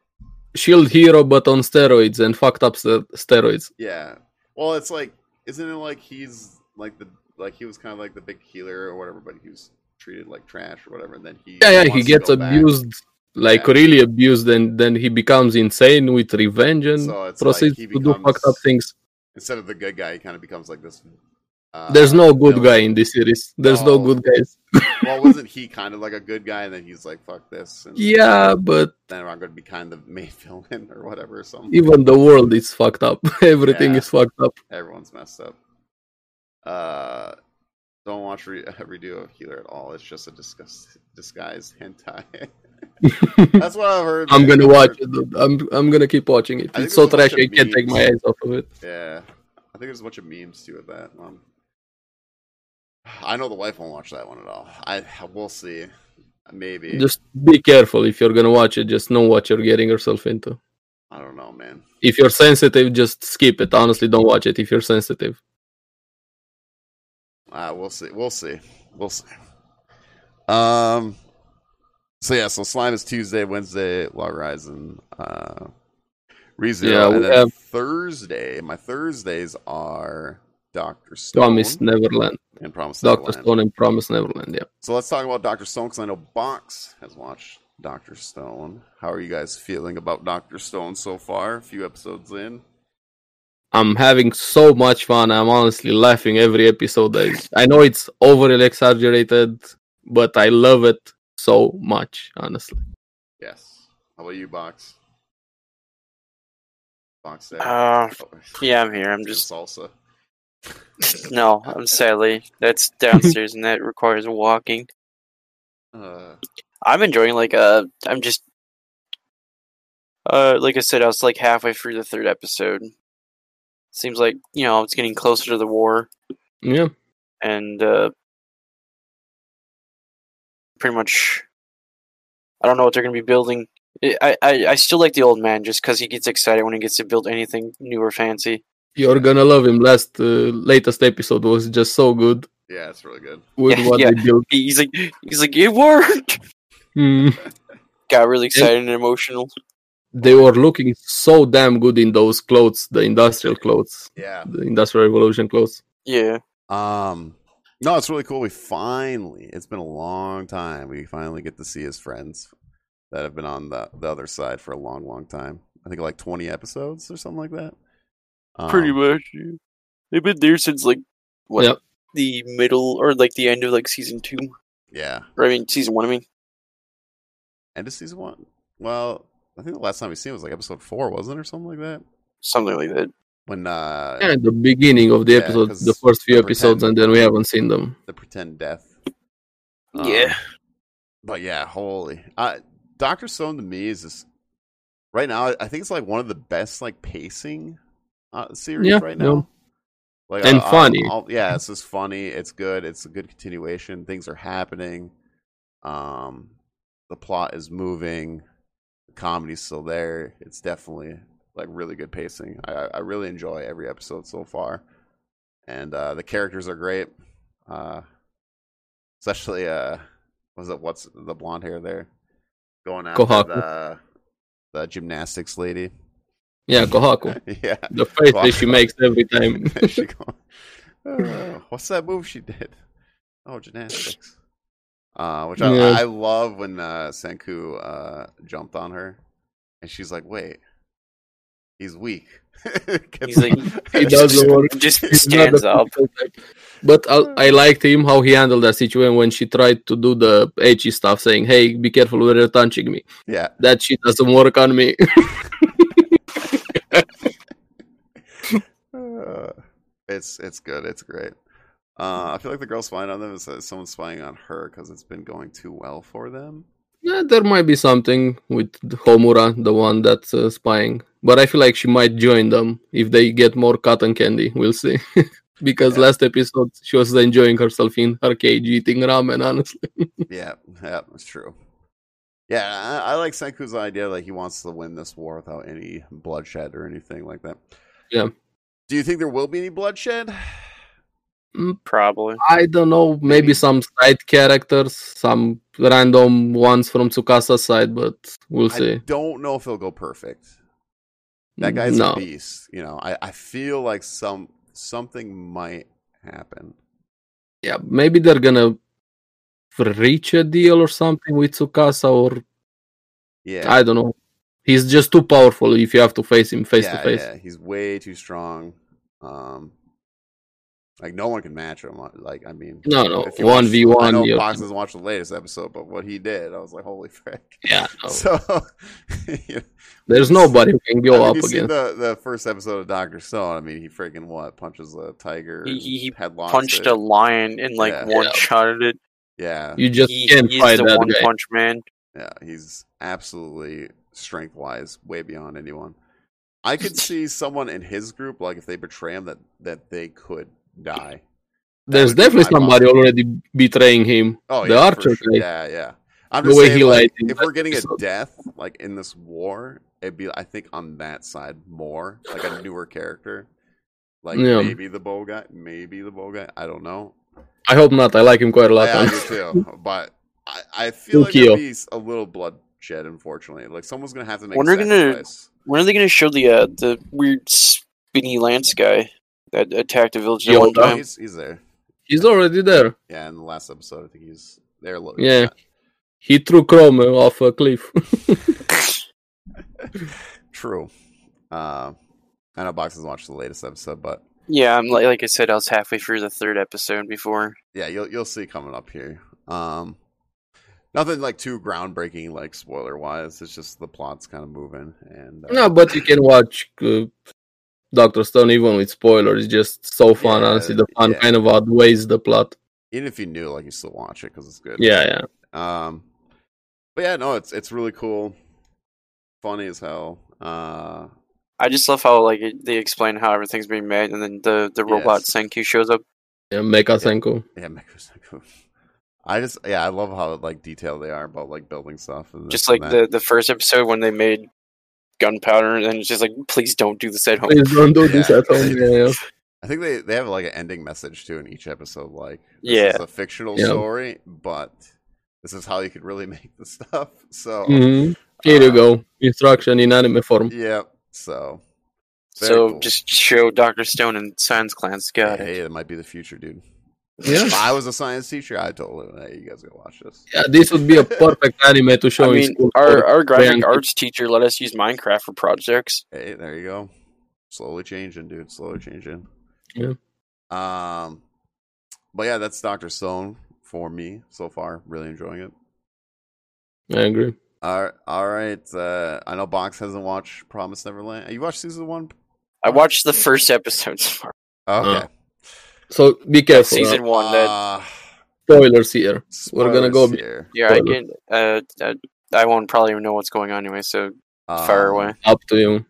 Speaker 3: Shield Hero, but on steroids and fucked up ster- steroids.
Speaker 1: yeah well it's like isn't it like he's like the like he was kind of like the big healer or whatever but he was treated like trash or whatever and then he
Speaker 3: yeah yeah he
Speaker 1: wants to
Speaker 3: gets
Speaker 1: go back.
Speaker 3: abused like
Speaker 1: Yeah.
Speaker 3: really abused and then he becomes insane with revenge and
Speaker 1: so it's like
Speaker 3: proceeds
Speaker 1: he
Speaker 3: to do fucked up
Speaker 1: becomes
Speaker 3: things
Speaker 1: instead of the good guy he kind of becomes like this uh,
Speaker 3: there's no good
Speaker 1: villain.
Speaker 3: guy in this series there's no,
Speaker 1: No.
Speaker 3: good guys
Speaker 1: well wasn't he kind of like a good guy and then he's like fuck this and
Speaker 3: yeah but
Speaker 1: then I'm going to be kind of the main villain or whatever. or Something
Speaker 3: even the world is fucked up everything
Speaker 1: Yeah.
Speaker 3: is fucked up
Speaker 1: everyone's messed up. Uh, don't watch re- redo of Healer at all. It's just a disgust- disguised hentai. That's what I've heard.
Speaker 3: i'm
Speaker 1: man.
Speaker 3: gonna
Speaker 1: I've
Speaker 3: watch it
Speaker 1: heard-
Speaker 3: dude. i'm, I'm gonna keep watching it
Speaker 1: I think
Speaker 3: it's so
Speaker 1: there's a bunch
Speaker 3: trashy i
Speaker 1: of
Speaker 3: can't take my
Speaker 1: memes.
Speaker 3: eyes off of it
Speaker 1: Yeah, I think there's a bunch of memes too of that. Um, I know the wife won't watch that one at all. I we'll see. Maybe
Speaker 3: just be careful if you're gonna watch it just know what you're getting yourself into
Speaker 1: I don't know, man.
Speaker 3: if you're sensitive just skip it honestly don't watch it if you're sensitive
Speaker 1: Uh, we'll see. We'll see. We'll see. Um. So yeah, so slime is Tuesday, Wednesday, log horizon, uh, rezero,
Speaker 3: Yeah, we
Speaker 1: and then
Speaker 3: have-
Speaker 1: Thursday. My Thursdays are Doctor Stone
Speaker 3: promise neverland
Speaker 1: and Promise
Speaker 3: Doctor
Speaker 1: Neverland.
Speaker 3: Stone and Promise Neverland. Yeah,
Speaker 1: So let's talk about Doctor Stone because I know Box has watched Doctor Stone. How are you guys feeling about Doctor Stone so far? A few episodes in.
Speaker 3: I'm having so much fun. I'm honestly laughing every episode. I, I know it's overly exaggerated, but I love it so much. Honestly,
Speaker 1: Yes. How about you, Box? Box there. Oh,
Speaker 4: Uh, yeah, I'm here. I'm
Speaker 1: Just
Speaker 4: just
Speaker 1: salsa.
Speaker 4: no. I'm sadly that's downstairs, and that requires walking.
Speaker 1: Uh,
Speaker 4: I'm enjoying like uh I'm just uh like I said, I was like halfway through the third episode. Seems like, you know, it's getting closer to the war
Speaker 3: yeah,
Speaker 4: and uh pretty much I don't know what they're going to be building. I, I- I I still like the old man just cuz he gets excited when he gets to build anything new or fancy.
Speaker 3: you're gonna love him. Last uh, latest episode was just so good
Speaker 1: yeah, it's really good.
Speaker 3: with
Speaker 4: Yeah,
Speaker 3: what
Speaker 4: yeah.
Speaker 3: they built.
Speaker 4: He- He's like he's like it worked.
Speaker 3: Mm.
Speaker 4: Got really excited and emotional.
Speaker 3: They were looking so damn good in those clothes, the industrial clothes,
Speaker 1: Yeah.
Speaker 3: the industrial revolution clothes.
Speaker 4: Yeah.
Speaker 1: Um. No, it's really cool. We finally, it's been a long time. We finally get to see his friends that have been on the, the other side for a long, long time. I think like 20 episodes or something like that. Um,
Speaker 4: Pretty much. Yeah. They've been there since like what
Speaker 3: Yep.
Speaker 4: the middle or like the end of like season two.
Speaker 1: Yeah.
Speaker 4: Or I mean season one. I mean
Speaker 1: End of season one. Well, I think the last time we seen it was like episode four, wasn't it, or something like that?
Speaker 4: something like that.
Speaker 1: When uh
Speaker 3: Yeah, the beginning of the
Speaker 1: Yeah,
Speaker 3: episode,
Speaker 1: 'cause
Speaker 3: the first few
Speaker 1: I
Speaker 3: episodes,
Speaker 1: pretend-
Speaker 3: and then we haven't seen them.
Speaker 1: the pretend death. Uh,
Speaker 4: Yeah.
Speaker 1: Um, But yeah, holy. Uh, Doctor Stone to me is just right now. I think it's like one of the best like pacing uh, series
Speaker 3: Yeah,
Speaker 1: right
Speaker 3: yeah.
Speaker 1: now. Like
Speaker 3: And funny.
Speaker 1: yeah, it's just funny. It's good. It's a good continuation. Things are happening. Um, the plot is moving. The comedy's still there. It's definitely like really good pacing. I I I really enjoy every episode so far, and uh, the characters are great. Uh, especially uh, was it what's the blonde hair there going after
Speaker 3: Kohaku.
Speaker 1: the the gymnastics lady?
Speaker 3: Yeah, Kohaku.
Speaker 1: yeah.
Speaker 3: The face that she makes every time.
Speaker 1: She go- Uh, what's that move she did? Oh, gymnastics. Uh, which I,
Speaker 3: Yeah.
Speaker 1: I love when uh, Senku uh, jumped on her, and she's like, "Wait, he's weak."
Speaker 4: He's like-
Speaker 3: He
Speaker 4: It
Speaker 3: doesn't work.
Speaker 4: Just
Speaker 3: He's not the
Speaker 4: stands up.
Speaker 3: physical type. But I, I liked him how he handled that situation when she tried to do the edgy stuff, saying, "Hey, be careful where you're touching me.
Speaker 1: yeah,
Speaker 3: That shit doesn't work on me."
Speaker 1: Uh, it's it's good. It's great.
Speaker 3: Hmm.
Speaker 1: Uh, I feel like the girl spying on them is uh, someone spying on her because it's been going too well for them.
Speaker 3: yeah, there might be something with the Homura, the one that's uh, spying. But I feel like she might join them if they get more cotton candy. We'll see. because
Speaker 1: Yeah.
Speaker 3: last episode she was enjoying herself in her cage eating ramen. Honestly,
Speaker 1: yeah, yeah, it's true. Yeah, I, I like Senku's idea that he wants to win this war without any bloodshed or anything like that.
Speaker 3: Yeah.
Speaker 1: Do you think there will be any bloodshed?
Speaker 4: Probably.
Speaker 3: I don't know. Maybe some side characters, some random ones from Tsukasa's side, but we'll
Speaker 1: I
Speaker 3: see. Mm,
Speaker 1: don't know if it'll go perfect. That guy's a beast. You know, I, I feel like some something might happen.
Speaker 3: yeah, maybe they're gonna reach a deal or something with Tsukasa, or
Speaker 1: Yeah.
Speaker 3: I don't know. He's just too powerful if you have to face him face to face.
Speaker 1: Yeah, he's way too strong. Um, like no one can match him. uh, Like I mean,
Speaker 3: No, no,
Speaker 1: if you
Speaker 3: one
Speaker 1: watch-
Speaker 3: v
Speaker 1: I
Speaker 3: one.
Speaker 1: know
Speaker 3: you're-
Speaker 1: Fox doesn't watch the latest episode, but what he did, I was like, holy frick.
Speaker 3: Yeah, no.
Speaker 1: So yeah.
Speaker 3: there's nobody who can
Speaker 1: I
Speaker 3: go
Speaker 1: mean,
Speaker 3: up
Speaker 1: you see
Speaker 3: against.
Speaker 1: the the first episode of Doctor Stone. I mean, he freaking what punches a tiger.
Speaker 4: He-
Speaker 1: and
Speaker 4: he- he
Speaker 1: headlocks
Speaker 4: Punched
Speaker 1: it.
Speaker 4: a lion and like
Speaker 1: Yeah.
Speaker 4: one shot at it.
Speaker 1: yeah,
Speaker 3: You just
Speaker 4: He,
Speaker 3: can't
Speaker 4: he's
Speaker 3: fight
Speaker 4: the
Speaker 3: that
Speaker 4: one
Speaker 3: guy.
Speaker 4: punch man.
Speaker 1: Yeah, he's absolutely strength wise way beyond anyone. I could see someone in his group, like if they betray him, that that they could die. That
Speaker 3: There's
Speaker 1: would be
Speaker 3: definitely
Speaker 1: my
Speaker 3: somebody
Speaker 1: monster.
Speaker 3: already betraying him.
Speaker 1: Oh,
Speaker 3: the
Speaker 1: yeah, for
Speaker 3: archer
Speaker 1: sure.
Speaker 3: guy.
Speaker 1: Yeah, yeah. I'm
Speaker 3: The
Speaker 1: just
Speaker 3: way
Speaker 1: saying,
Speaker 3: he
Speaker 1: like,
Speaker 3: lied in
Speaker 1: if
Speaker 3: that
Speaker 1: we're getting a
Speaker 3: episode.
Speaker 1: death like in this war, it'd be I think on that side more like a newer character, like
Speaker 3: Yeah.
Speaker 1: maybe the bow guy, maybe the bow guy. I don't know.
Speaker 3: I hope not. I like him quite a lot.
Speaker 1: Yeah, I do
Speaker 3: honestly.
Speaker 1: too, but I, I feel like
Speaker 3: Ukio.
Speaker 1: there'd be a little bloodshed. Unfortunately, like someone's gonna have to make.
Speaker 4: When
Speaker 1: a
Speaker 4: are we gonna-
Speaker 1: sacrifice.
Speaker 4: When are they gonna show the uh, the weird spinny lance guy that attacked a village um, at
Speaker 3: Yo,
Speaker 4: one
Speaker 3: that-
Speaker 1: No,
Speaker 4: time?
Speaker 1: he's, he's there.
Speaker 3: He's already there.
Speaker 1: Yeah, in the last episode, I think he's there. lo-
Speaker 3: Yeah. He threw Chrome off a cliff.
Speaker 1: true. Uh, I know Box has watched the latest episode, but
Speaker 4: Yeah, I'm like, like I said, I was halfway through the third episode before.
Speaker 1: yeah, you'll you'll see coming up here. Um, nothing like too groundbreaking, like spoiler wise. It's just the plot's kind of moving, and uh,
Speaker 3: No, but you can watch uh, Doctor Stone even with spoilers. It's just so fun.
Speaker 1: Yeah,
Speaker 3: honestly, the fun
Speaker 1: yeah.
Speaker 3: kind of outweighs the plot.
Speaker 1: even if you knew, like you still watch it because it's good.
Speaker 3: Yeah, yeah.
Speaker 1: Um, but yeah, no, it's it's really cool, funny as hell. Uh,
Speaker 4: I just love how like it, they explain how everything's being made, and then the the robot
Speaker 1: Yes.
Speaker 4: Senku shows up.
Speaker 3: yeah Mecha Senku.
Speaker 1: yeah, Mechasenko. I just yeah, I love how like detailed they are about like building stuff. And this
Speaker 4: Just like
Speaker 1: and that.
Speaker 4: the the first episode when they made gunpowder, and it's just like, please don't do this at home.
Speaker 3: Please don't do this
Speaker 1: Yeah.
Speaker 3: at home. Yeah, yeah.
Speaker 1: I think they, they have like an ending message too in each episode. Like,
Speaker 4: Yeah.
Speaker 1: this is a fictional
Speaker 3: Yeah.
Speaker 1: story, but this is how you could really make the stuff. So,
Speaker 3: Mhm. Here you
Speaker 1: uh,
Speaker 3: go. Instruction in anime form.
Speaker 1: yeah. So, very
Speaker 4: So
Speaker 1: cool.
Speaker 4: just show Doctor Stone and Science Clans. Got
Speaker 1: hey,
Speaker 4: it.
Speaker 1: that might be the future, dude.
Speaker 3: Yeah.
Speaker 1: If I was a science teacher, I told him, hey, you guys gotta watch this.
Speaker 3: Yeah, this would be a perfect anime to show
Speaker 4: I
Speaker 3: in
Speaker 4: mean,
Speaker 3: school.
Speaker 4: our
Speaker 3: for-
Speaker 4: our graphic
Speaker 3: Yeah.
Speaker 4: arts teacher let us use Minecraft for projects.
Speaker 1: Hey, there you go. Slowly changing, dude. Slowly changing.
Speaker 3: Yeah.
Speaker 1: Um, but yeah, that's Doctor Stone for me so far. Really enjoying it.
Speaker 3: I agree.
Speaker 1: All all right. Uh, I know Box hasn't watched Promise Neverland. You watched season one?
Speaker 4: I watched the first episode. so far.
Speaker 1: Okay.
Speaker 3: So be careful.
Speaker 4: season
Speaker 3: uh,
Speaker 4: one. That
Speaker 1: Uh,
Speaker 3: spoilers here. We're gonna go
Speaker 1: spoilers
Speaker 3: be-
Speaker 1: here.
Speaker 4: yeah, I
Speaker 3: spoiler.
Speaker 4: can. Uh, uh, I won't probably even know what's going on anyway. So far
Speaker 1: Um,
Speaker 4: away.
Speaker 3: Up to you.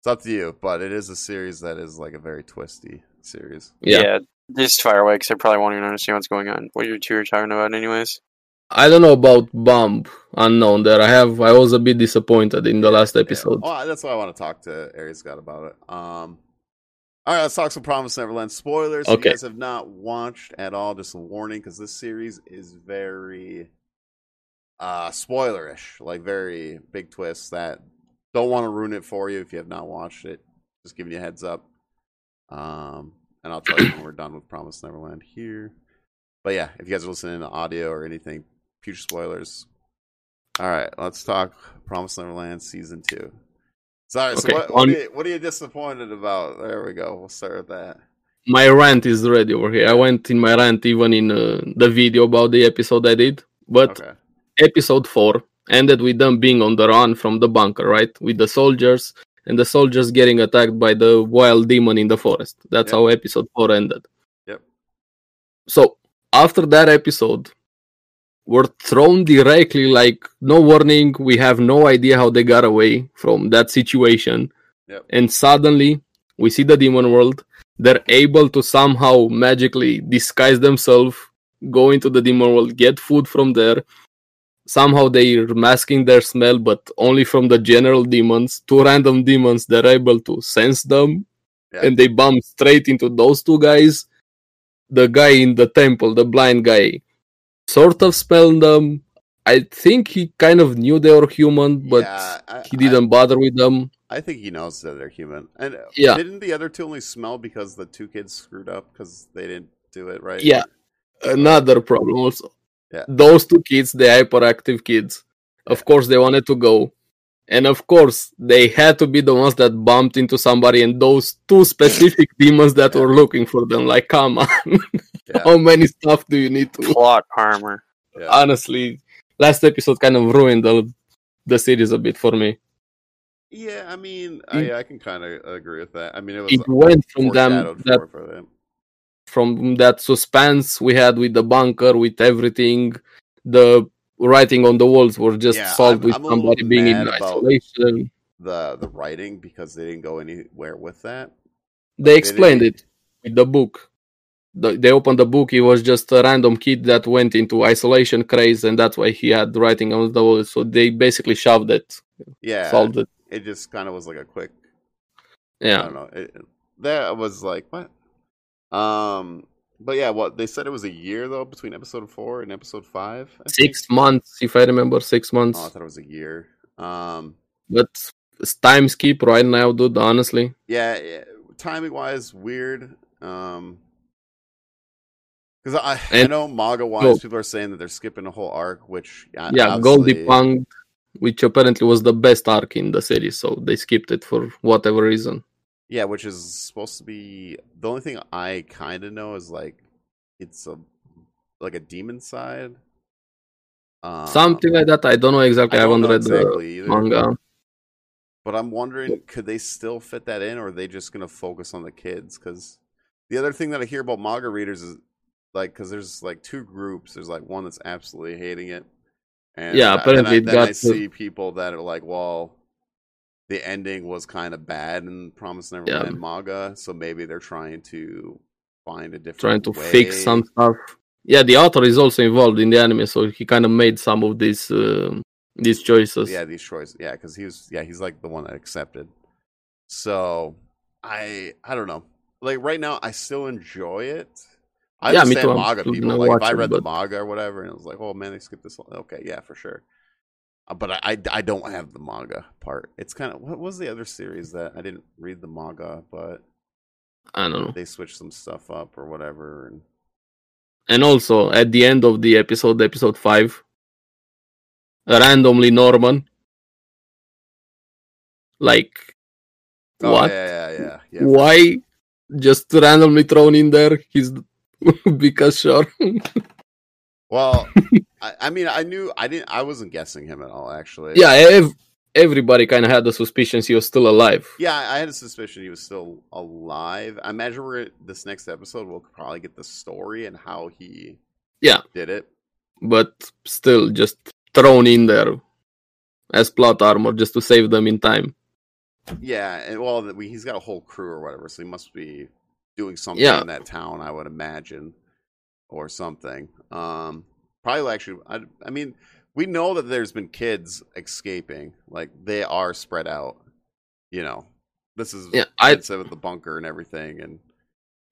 Speaker 1: It's up to you, but it is a series that is like a very twisty series.
Speaker 3: Yeah.
Speaker 4: Yeah. just fire away because I probably won't even understand what's going on. What you two are talking about, anyways.
Speaker 3: I don't know about Bomb Unknown there. I have I was a bit disappointed in the last episode.
Speaker 1: Yeah. Oh, that's why I want to talk to Aries God about it. Um, all right, let's talk some Promise Neverland spoilers. If
Speaker 3: Okay.
Speaker 1: you guys have not watched at all, just a warning because this series is very uh spoilerish, like very big twists that Don't want to ruin it for you if you have not watched it. Just giving you a heads up. Um, and I'll tell you when we're done with Promise Neverland here. But yeah, if you guys are listening to audio or anything, future spoilers. All right, let's talk Promise Neverland season two. Sorry, so
Speaker 3: Okay,
Speaker 1: what, what,
Speaker 3: on-
Speaker 1: are you, what are you disappointed about? There we go. We'll start with that.
Speaker 3: my rant is ready over here. I went in my rant even in uh, the video about the episode I did. But
Speaker 1: Okay.
Speaker 3: episode four ended with them being on the run from the bunker, right? With the soldiers and the soldiers getting attacked by the wild demon in the forest. That's
Speaker 1: Yep.
Speaker 3: how episode four ended.
Speaker 1: Yep.
Speaker 3: So after that episode, we're thrown directly like no warning. We have no idea how they got away from that situation.
Speaker 1: Yep.
Speaker 3: And suddenly we see the demon world. They're able to somehow magically disguise themselves, go into the demon world, get food from there, somehow they're masking their smell, but only from the general demons. Two random demons that are able to sense them,
Speaker 1: Yeah.
Speaker 3: and they bump straight into those two guys. The guy in the temple, the blind guy, sort of spelled them. I think he kind of knew they were human, but
Speaker 1: Yeah, I-
Speaker 3: he didn't bother with them.
Speaker 1: I think he knows that they're human. And uh,
Speaker 3: Yeah.
Speaker 1: didn't the other two only smell because the two kids screwed up because they didn't do it right?
Speaker 3: Yeah. uh, Another problem also.
Speaker 1: Yeah.
Speaker 3: Those two kids, the hyperactive kids, of course they wanted to go. And of course they had to be the ones that bumped into somebody and those two specific demons that were looking for them. Like, come on.
Speaker 1: Yeah.
Speaker 3: How many stuff do you need to
Speaker 4: Plot armor.
Speaker 1: Yeah.
Speaker 3: honestly last episode kind of ruined the the series a bit for me.
Speaker 1: Yeah, I mean, I, I can kind of agree with that. I mean, it was
Speaker 3: It went from them
Speaker 1: foreshadowed
Speaker 3: that
Speaker 1: for, for them.
Speaker 3: from that suspense we had with the bunker, with everything, the writing on the walls were just
Speaker 1: Yeah,
Speaker 3: solved
Speaker 1: I'm-
Speaker 3: with
Speaker 1: I'm a
Speaker 3: somebody
Speaker 1: little
Speaker 3: being in
Speaker 1: mad about-
Speaker 3: isolation.
Speaker 1: The the writing because they didn't go anywhere with that.
Speaker 3: They
Speaker 1: did
Speaker 3: explained
Speaker 1: it-
Speaker 3: it with the book. The, they opened the book. It was just a random kid that went into isolation craze, and that's why he had writing on the wall. So they basically shoved it,
Speaker 1: Yeah,
Speaker 3: solved it.
Speaker 1: it just kind of was like a quick. I
Speaker 3: Yeah,
Speaker 1: don't know. It, that was like what. Um, but yeah, what they said it was a year though between episode four and episode five. I think.
Speaker 3: six months, if I remember, six months.
Speaker 1: Oh, I thought it was a year. Um,
Speaker 3: but it's time skip right now, dude. Honestly,
Speaker 1: yeah, yeah timing wise, weird. Um, because I, I
Speaker 3: And-
Speaker 1: know manga wise,
Speaker 3: Gold.
Speaker 1: people are saying that they're skipping a whole arc, which uh,
Speaker 3: yeah, Goldie
Speaker 1: obviously-
Speaker 3: Pang, which apparently was the best arc in the series, so they skipped it for whatever reason.
Speaker 1: Yeah, which is supposed to be the only thing I kind of know is like it's a like a demon side. Um,
Speaker 3: Something like that. I don't know
Speaker 1: I
Speaker 3: exactly. I,
Speaker 1: don't
Speaker 3: haven't
Speaker 1: know
Speaker 3: read
Speaker 1: exactly either,
Speaker 3: the manga.
Speaker 1: but I'm wondering could they still fit that in, or are they just gonna focus on the kids? Because the other thing that I hear about manga readers is like because there's like two groups. There's like one that's absolutely hating it, and I-
Speaker 3: Yeah,
Speaker 1: and
Speaker 3: apparently
Speaker 1: I,
Speaker 3: it
Speaker 1: then
Speaker 3: got
Speaker 1: I
Speaker 3: to-
Speaker 1: see people that are like, well. The ending was kind of bad in Promise
Speaker 3: Yeah.
Speaker 1: Neverland manga, so maybe they're trying to find a different
Speaker 3: Trying to fix
Speaker 1: way.
Speaker 3: some stuff. Yeah, the author is also involved in the anime, so he kind of made some of these um these choices.
Speaker 1: Yeah, these choices. Yeah, because he was. Yeah, he's like the one that accepted. So I I don't know. Like right now, I still enjoy it. I
Speaker 3: Yeah, me
Speaker 1: understand
Speaker 3: too, I'm
Speaker 1: manga
Speaker 3: still
Speaker 1: people.
Speaker 3: gonna
Speaker 1: Like if
Speaker 3: watch
Speaker 1: I
Speaker 3: it,
Speaker 1: read the
Speaker 3: but-
Speaker 1: manga or whatever, and it was like, oh man, they skipped this. One. Okay, yeah, for sure. Uh, But I, I I don't have the manga part. It's kind of what was the other series that I didn't read the manga, but
Speaker 3: I don't know.
Speaker 1: they switched some stuff up or whatever. And
Speaker 3: And also at the end of the episode, episode five, randomly Norman, like
Speaker 1: oh
Speaker 3: what?
Speaker 1: yeah yeah yeah yeah.
Speaker 3: why just randomly thrown in there he's because sure
Speaker 1: Well, I, I mean, I knew I didn't. I wasn't guessing him at all. Actually,
Speaker 3: yeah ev- everybody kind of had the suspicions he was still alive
Speaker 1: Yeah, I I had a suspicion he was still alive. I imagine we're this next episode we'll probably get the story and how he
Speaker 3: Yeah.
Speaker 1: did it.
Speaker 3: but still just thrown in there as plot armor just to save them in time
Speaker 1: Yeah, and well, that we, he's got a whole crew or whatever, so he must be doing something
Speaker 3: Yeah.
Speaker 1: in that town, I would imagine, or something. Um, probably actually. I, I mean, we know that there's been kids escaping, like they are spread out. You know, this is
Speaker 3: yeah i
Speaker 1: I'd say with the bunker and everything, and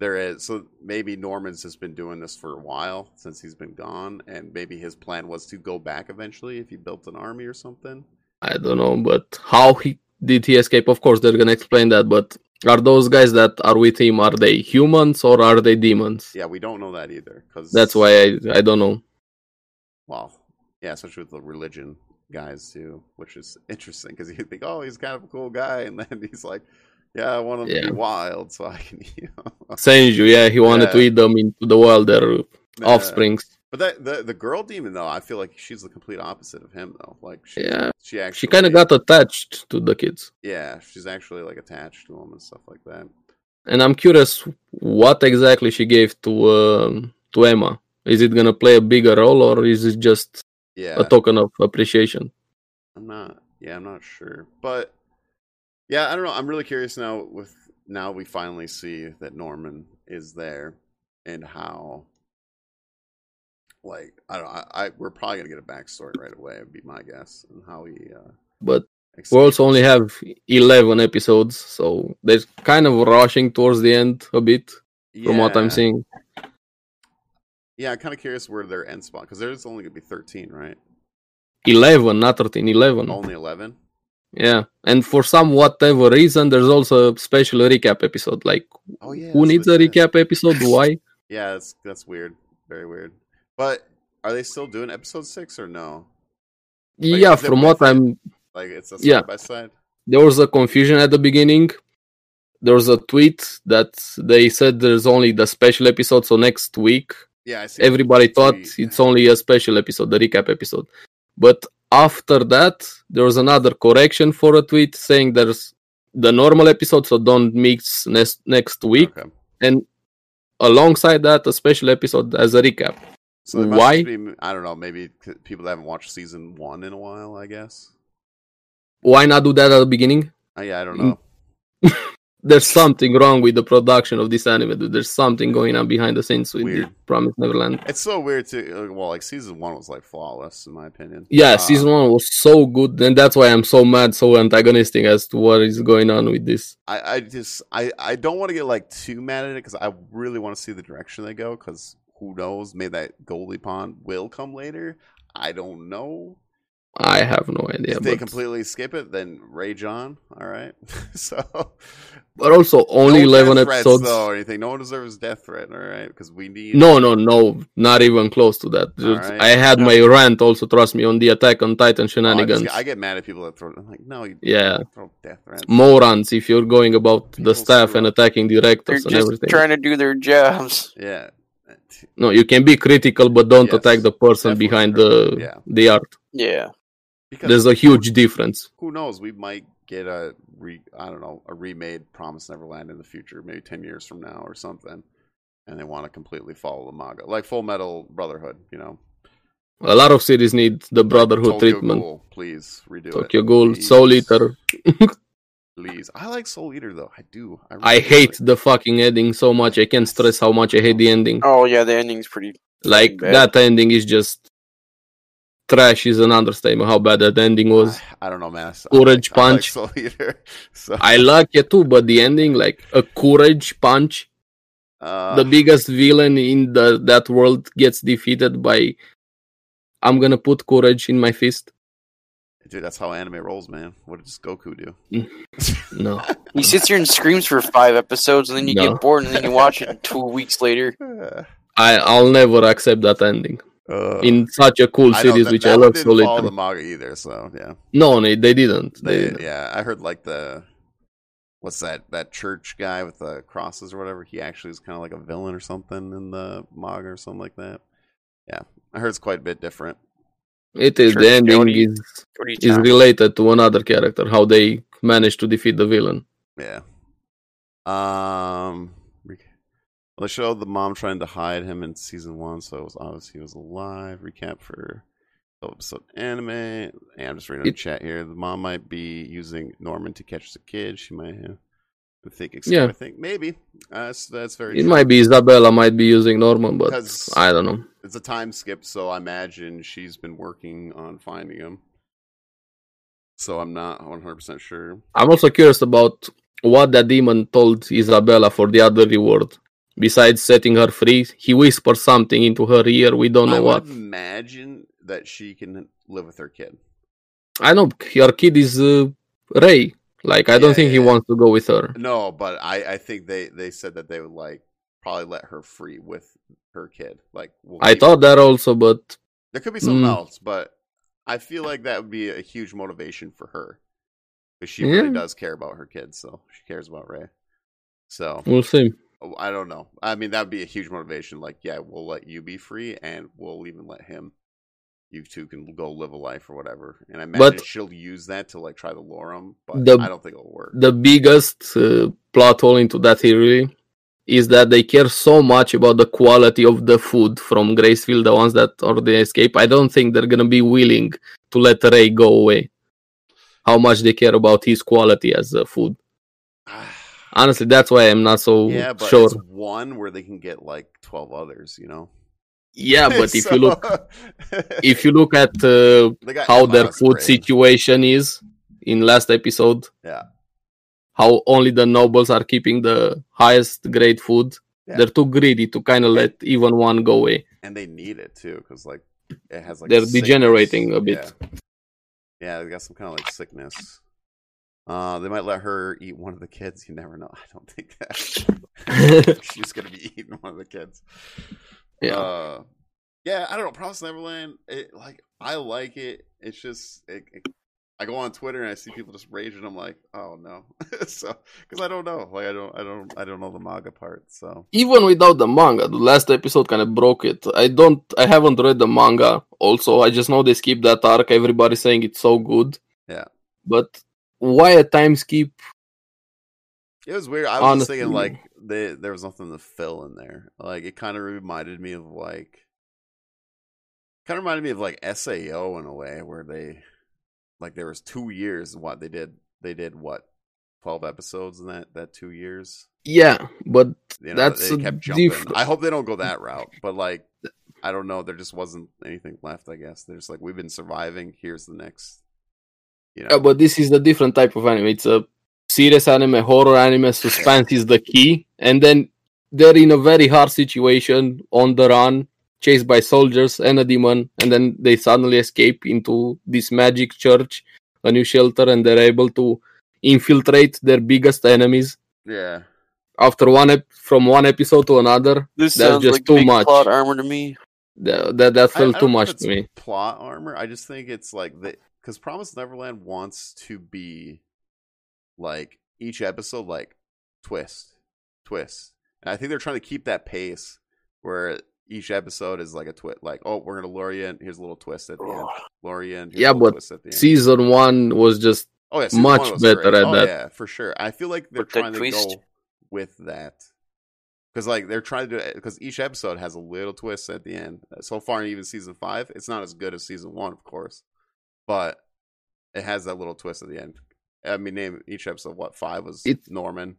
Speaker 1: there is so maybe Norman's just been doing this for a while since he's been gone, and maybe his plan was to go back eventually if he built an army or something.
Speaker 3: i don't know but how he did he escape? Of course, they're gonna explain that. But are those guys that are with him are they humans or are they demons?
Speaker 1: Yeah, we don't know that either. Cause
Speaker 3: That's why I I don't know.
Speaker 1: Well, yeah, especially with the religion guys too, which is interesting because you think, oh, he's kind of a cool guy, and then he's like, yeah, I want him to
Speaker 3: Yeah.
Speaker 1: be wild so I can, you know.
Speaker 3: Senju, yeah, he wanted to
Speaker 1: Uh, Yeah.
Speaker 3: eat them into the wild. Their
Speaker 1: Yeah.
Speaker 3: offsprings.
Speaker 1: But that the the girl demon though, I feel like she's the complete opposite of him though. Like she,
Speaker 3: Yeah,
Speaker 1: she actually
Speaker 3: she kind of got attached to the kids.
Speaker 1: yeah, she's actually like attached to him and stuff like that.
Speaker 3: and I'm curious what exactly she gave to um, to Emma. Is it gonna play a bigger role, or is it just
Speaker 1: Yeah,
Speaker 3: a token of appreciation?
Speaker 1: I'm not. Yeah, I'm not sure, but yeah, I don't know. I'm really curious now. With now we finally see that Norman is there, and how. Like I don't. I, I we're probably gonna get a backstory right away. Would be my guess, and how he. Uh,
Speaker 3: But we
Speaker 1: accepted-
Speaker 3: also only have eleven episodes, so they're kind of rushing towards the end a bit, from what
Speaker 1: Yeah.
Speaker 3: I'm seeing.
Speaker 1: Yeah, I'm kind of curious where their end spot because there's only gonna be 13, right?
Speaker 3: Eleven, not thirteen. Eleven.
Speaker 1: Only 11.
Speaker 3: Yeah, and for some whatever reason, there's also a special recap episode. Like,
Speaker 1: Oh yeah.
Speaker 3: who
Speaker 1: that's
Speaker 3: needs a
Speaker 1: what it is.
Speaker 3: recap episode? Why?
Speaker 1: Yeah, that's that's weird. Very weird. But are they still doing episode six or no? Like,
Speaker 3: yeah,
Speaker 1: is it
Speaker 3: from what
Speaker 1: worth it?
Speaker 3: I'm
Speaker 1: Like it's a side
Speaker 3: Yeah.
Speaker 1: by side.
Speaker 3: there was a confusion at the beginning. There was a tweet that they said there's only the special episode, so next week
Speaker 1: Yeah, I see. what
Speaker 3: everybody
Speaker 1: you
Speaker 3: thought
Speaker 1: mean.
Speaker 3: it's only a special episode, the recap episode. But after that, there was another correction for a tweet saying there's the normal episode, so don't mix next next week.
Speaker 1: Okay.
Speaker 3: And alongside that, a special episode as a recap.
Speaker 1: So there must
Speaker 3: Why?
Speaker 1: Be, I don't know. Maybe c- people that haven't watched season one in a while. I guess.
Speaker 3: Why not do that at the beginning?
Speaker 1: Uh, yeah, I don't
Speaker 3: Mm.
Speaker 1: know.
Speaker 3: There's something wrong with the production of this anime. Dude. There's something going on behind the scenes with the
Speaker 1: Weird.
Speaker 3: Promised Neverland.
Speaker 1: It's so weird too. uh, Well, like season one was like flawless in my opinion.
Speaker 3: Yeah,
Speaker 1: Uh,
Speaker 3: season one was so good, and that's why I'm so mad, so antagonistic as to what is going on with this.
Speaker 1: I, I just I, I don't want to get like too mad at it because I really want to see the direction they go because who knows maybe that goalie pond will come later I don't know
Speaker 3: I have no idea.
Speaker 1: if they
Speaker 3: But,
Speaker 1: completely skip it then rage on all right so
Speaker 3: but also, only
Speaker 1: no death
Speaker 3: 11
Speaker 1: threats,
Speaker 3: episodes.
Speaker 1: though, or anything no one deserves death threat all right because we need Oh,
Speaker 3: No, no, no, not even close to that.
Speaker 1: All
Speaker 3: Just-
Speaker 1: right.
Speaker 3: I had
Speaker 1: No.
Speaker 3: my rant also, trust me, on the Attack on Titan
Speaker 1: Oh, I,
Speaker 3: shenanigans.
Speaker 1: just, I get mad at people that throw I'm like no you
Speaker 3: Yeah.
Speaker 1: don't throw death threats
Speaker 3: Morons, if you're going about
Speaker 1: People
Speaker 3: the staff
Speaker 1: screw
Speaker 3: and
Speaker 1: up.
Speaker 3: attacking
Speaker 4: They're
Speaker 3: directors and
Speaker 4: just
Speaker 3: everything.
Speaker 4: trying to do their jobs.
Speaker 1: yeah
Speaker 3: No, you can be critical, but don't
Speaker 1: Yes,
Speaker 3: attack the person
Speaker 1: definitely
Speaker 3: behind
Speaker 1: critical,
Speaker 3: the
Speaker 1: yeah.
Speaker 3: the art.
Speaker 4: Yeah.
Speaker 1: because
Speaker 3: There's a huge difference.
Speaker 1: who knows we might get a re i don't know a remade promise neverland in the future maybe 10 years from now or something and they want to completely follow the manga like full metal brotherhood you know
Speaker 3: A lot of series need the brotherhood
Speaker 1: Tokyo
Speaker 3: treatment.
Speaker 1: Ghoul, please redo
Speaker 3: Tokyo
Speaker 1: it
Speaker 3: Ghoul,
Speaker 1: Please.
Speaker 3: Soul Eater.
Speaker 1: please i like soul eater though i do i,
Speaker 3: I
Speaker 1: really
Speaker 3: hate
Speaker 1: like-
Speaker 3: the fucking ending so much. I can't stress how much I hate the ending.
Speaker 4: Oh yeah, the ending's pretty.
Speaker 3: Like
Speaker 4: bad.
Speaker 3: that ending is just trash. Is an understatement how bad that ending was.
Speaker 1: I, I don't know man I- I
Speaker 3: Courage
Speaker 1: like- I like
Speaker 3: punch.
Speaker 1: soul eater so
Speaker 3: I like it too, but the ending, like a courage punch,
Speaker 1: uh,
Speaker 3: the biggest villain in the that world gets defeated by. I'm gonna put courage in my fist.
Speaker 1: dude that's how anime rolls man what does goku do
Speaker 3: Mm. No,
Speaker 4: He sits here and screams for five episodes, and then you
Speaker 3: No.
Speaker 4: get bored, and then you watch it two weeks later.
Speaker 3: I I'll never accept that ending
Speaker 1: Uh,
Speaker 3: in such a
Speaker 1: I
Speaker 3: cool
Speaker 1: know
Speaker 3: series,
Speaker 1: that-
Speaker 3: which
Speaker 1: that
Speaker 3: I
Speaker 1: one
Speaker 3: love
Speaker 1: didn't
Speaker 3: so
Speaker 1: follow
Speaker 3: little.
Speaker 1: the manga either so yeah
Speaker 3: No, no, they didn't. They
Speaker 1: They,
Speaker 3: didn't.
Speaker 1: yeah, I heard like the what's that that church guy with the crosses or whatever. He actually is kind of like a villain or something in the manga or something like that. Yeah, I heard it's quite a bit different.
Speaker 3: It is
Speaker 4: Sure,
Speaker 3: the
Speaker 4: yeah,
Speaker 3: ending
Speaker 4: what do you-
Speaker 3: is
Speaker 4: What are you
Speaker 3: is
Speaker 4: talking-
Speaker 3: related to another character, how they managed to defeat the villain.
Speaker 1: Yeah. Um, re- well, they showed the mom trying to hide him in season one, so it was obvious he was alive. Recap for twelve episode anime. And I'm just reading the
Speaker 3: It-
Speaker 1: chat here. The mom might be using Norman to catch the kid. She might have. I think.
Speaker 3: Yeah.
Speaker 1: I think maybe. Uh, that's that's very.
Speaker 3: It
Speaker 1: true.
Speaker 3: might be Isabella, might be using Norman, but
Speaker 1: Because-
Speaker 3: I don't know.
Speaker 1: it's a time skip, so I imagine she's been working on finding him. So I'm not 100% sure.
Speaker 3: I'm also curious about what the demon told Isabella for the other reward. Besides setting her free, he whispers something into her ear. We don't
Speaker 1: I
Speaker 3: know
Speaker 1: would
Speaker 3: what.
Speaker 1: imagine that she can live with her kid.
Speaker 3: I know her kid is uh, Ray. Like I don't
Speaker 1: Yeah,
Speaker 3: think he
Speaker 1: yeah, yeah.
Speaker 3: wants to go with her.
Speaker 1: No, but I, I think they, they said that they would like probably let her free with her kid. Like we'll
Speaker 3: I
Speaker 1: keep-
Speaker 3: thought that also, but
Speaker 1: there could be something
Speaker 3: Mm.
Speaker 1: else, but I feel like that would be a huge motivation for her because she really
Speaker 3: Yeah.
Speaker 1: does care about her kids. So she cares about Ray. So
Speaker 3: we'll see.
Speaker 1: Oh, I don't know. I mean, that'd be a huge motivation. Like, yeah, we'll let you be free, and we'll even let him. You two can go live a life or whatever. And I imagine
Speaker 3: But-
Speaker 1: she'll use that to like try to lure him, but
Speaker 3: The-
Speaker 1: I don't think it'll work.
Speaker 3: The biggest uh, plot hole into that theory is that they care so much about the quality of the food from Gracefield, the ones that are the escape. I don't think they're gonna be willing to let Ray go away. How much they care about his quality as a food.
Speaker 1: Ah.
Speaker 3: Honestly, that's why I'm not so
Speaker 1: yeah, but
Speaker 3: sure.
Speaker 1: it's one where they can get like twelve others. You know.
Speaker 3: Yeah, but if
Speaker 1: So-
Speaker 3: you look if you look at uh,
Speaker 1: They got
Speaker 3: how their
Speaker 1: Klaus
Speaker 3: food
Speaker 1: Gray.
Speaker 3: situation is in last episode.
Speaker 1: Yeah.
Speaker 3: How only the nobles are keeping the highest grade food.
Speaker 1: Yeah.
Speaker 3: They're too greedy to kind of let even one go away.
Speaker 1: and they need it too because like it has like
Speaker 3: They're
Speaker 1: sickness.
Speaker 3: degenerating a bit.
Speaker 1: Yeah. yeah, they got some kind of like sickness. Uh, they might let her eat one of the kids. You never know. I don't think that she's gonna be eating one of the kids.
Speaker 3: Yeah.
Speaker 1: Uh, yeah, I don't know. Promise Neverland. It like I like it. It's just it, it- I go on Twitter and I see people just raging. I'm like, oh no. so because I don't know. Like I don't I don't I don't know the manga part. So
Speaker 3: even without the manga, the last episode kind of broke it. I don't, I haven't read the manga. Also, I just know they skipped that arc. Everybody's saying it's so good.
Speaker 1: Yeah.
Speaker 3: But why a time skip?
Speaker 1: It was weird. I was just thinking
Speaker 3: Honestly.
Speaker 1: like they, there was nothing to fill in there. Like it kind of reminded me of like kind of reminded me of like SAO in a way where they like there was 2 years and what they did they did what 12 episodes in that that 2 years.
Speaker 3: Yeah, but
Speaker 1: You know,
Speaker 3: That's
Speaker 1: they
Speaker 3: a
Speaker 1: kept jumping.
Speaker 3: diff-
Speaker 1: I hope they don't go that route, but like I don't know, there just wasn't anything left, I guess. They're just like we've been surviving, here's the next you know.
Speaker 3: Yeah, Uh, but this is a different type of anime. It's a serious anime, horror anime. Suspense is the key, and then they're in a very hard situation on the run, chased by soldiers and a demon, and then they suddenly escape into this magic church, a new shelter, and they're able to infiltrate their biggest enemies.
Speaker 1: yeah.
Speaker 3: After one ep- from one episode to another,
Speaker 4: This
Speaker 3: That's
Speaker 4: sounds
Speaker 3: just
Speaker 4: like
Speaker 3: too
Speaker 4: big
Speaker 3: much.
Speaker 4: plot armor to me.
Speaker 3: that that, that
Speaker 1: I-
Speaker 3: felt
Speaker 1: I
Speaker 3: too
Speaker 1: don't know if
Speaker 3: much
Speaker 1: it's
Speaker 3: to me.
Speaker 1: Plot armor. I just think it's like the because Promise Neverland wants to be like each episode, like twist, twist, and I think they're trying to keep that pace where each episode is like a twist. Like, oh, we're gonna lure you in. Here's a little twist at the end. Lure you in. Here's
Speaker 3: Yeah,
Speaker 1: a little
Speaker 3: but
Speaker 1: twist at the end.
Speaker 3: Season one was just
Speaker 1: oh yeah, season
Speaker 3: much
Speaker 1: one was
Speaker 3: better
Speaker 1: great.
Speaker 3: at
Speaker 1: oh,
Speaker 3: that.
Speaker 1: Yeah, for sure. I feel like they're
Speaker 4: With that
Speaker 1: trying to
Speaker 4: twist.
Speaker 1: go with that. Because like they're trying to do because each episode has a little twist at the end. Uh, So far, even season five, it's not as good as season one, of course, but it has that little twist at the end. I mean, name each episode. What five was
Speaker 3: It-
Speaker 1: Norman.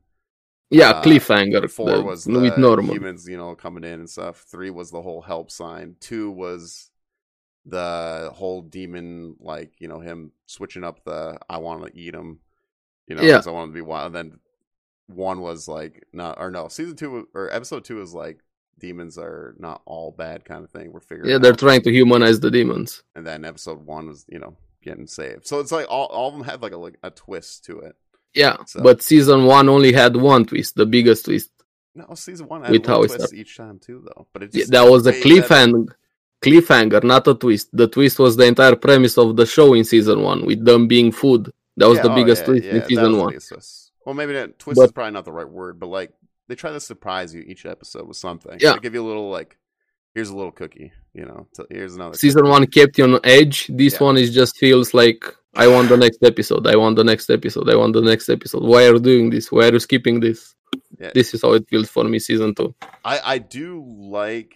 Speaker 3: yeah
Speaker 1: Uh,
Speaker 3: cliffhanger.
Speaker 1: Four
Speaker 3: the-
Speaker 1: was the
Speaker 3: with normal.
Speaker 1: humans, you know, coming in and stuff. Three was the whole help sign. Two was the whole demon, like you know, him switching up the I want to eat him, you know,
Speaker 3: Yeah.
Speaker 1: 'cause I want him to be wild. And then one was like not or no season two wa- or episode two is like demons are not all bad kind of thing. We're figuring
Speaker 3: Yeah,
Speaker 1: it
Speaker 3: they're
Speaker 1: out.
Speaker 3: trying to humanize the demons.
Speaker 1: and then episode one was you know getting saved. So it's like all all of them have like a like a twist to it.
Speaker 3: Yeah,
Speaker 1: So-
Speaker 3: but season one only had one twist, the biggest twist.
Speaker 1: No, season one had
Speaker 3: With how
Speaker 1: one
Speaker 3: it's
Speaker 1: twist each time too, though. But it
Speaker 3: Yeah,
Speaker 1: just
Speaker 3: that was a
Speaker 1: way better.
Speaker 3: cliffhanger, cliffhanger, not a twist. The twist was the entire premise of the show in season one, with them being food. That was
Speaker 1: Yeah,
Speaker 3: the
Speaker 1: oh,
Speaker 3: biggest
Speaker 1: yeah,
Speaker 3: twist
Speaker 1: yeah,
Speaker 3: in
Speaker 1: that was
Speaker 3: season
Speaker 1: the
Speaker 3: one.
Speaker 1: biggest twist. Well, maybe that twist is
Speaker 3: But-
Speaker 1: probably not the right word, but like they try to surprise you each episode with something.
Speaker 3: Yeah.
Speaker 1: They give you a little like, here's a little cookie, you know. To, here's another.
Speaker 3: Season one kept you on edge. This
Speaker 1: Yeah.
Speaker 3: one is just feels like I want the next episode. I want the next episode. I want the next episode. Why are you doing this? Why are you skipping this?
Speaker 1: Yeah.
Speaker 3: This is how it feels for me. Season two.
Speaker 1: cookie. I I do like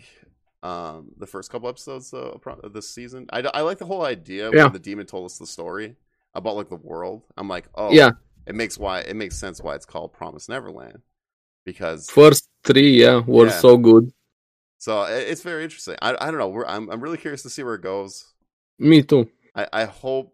Speaker 1: um the first couple episodes though of pro- of this season. I I like the whole idea
Speaker 3: Yeah.
Speaker 1: when the demon told us the story about like the world. I'm like, oh
Speaker 3: Yeah,
Speaker 1: it makes why it makes sense why it's called Promise Neverland because
Speaker 3: first three, yeah, were
Speaker 1: Yeah.
Speaker 3: so good.
Speaker 1: so it, it's very interesting. I I don't know. We're, I'm I'm really curious to see where it goes.
Speaker 3: Me too.
Speaker 1: I, I hope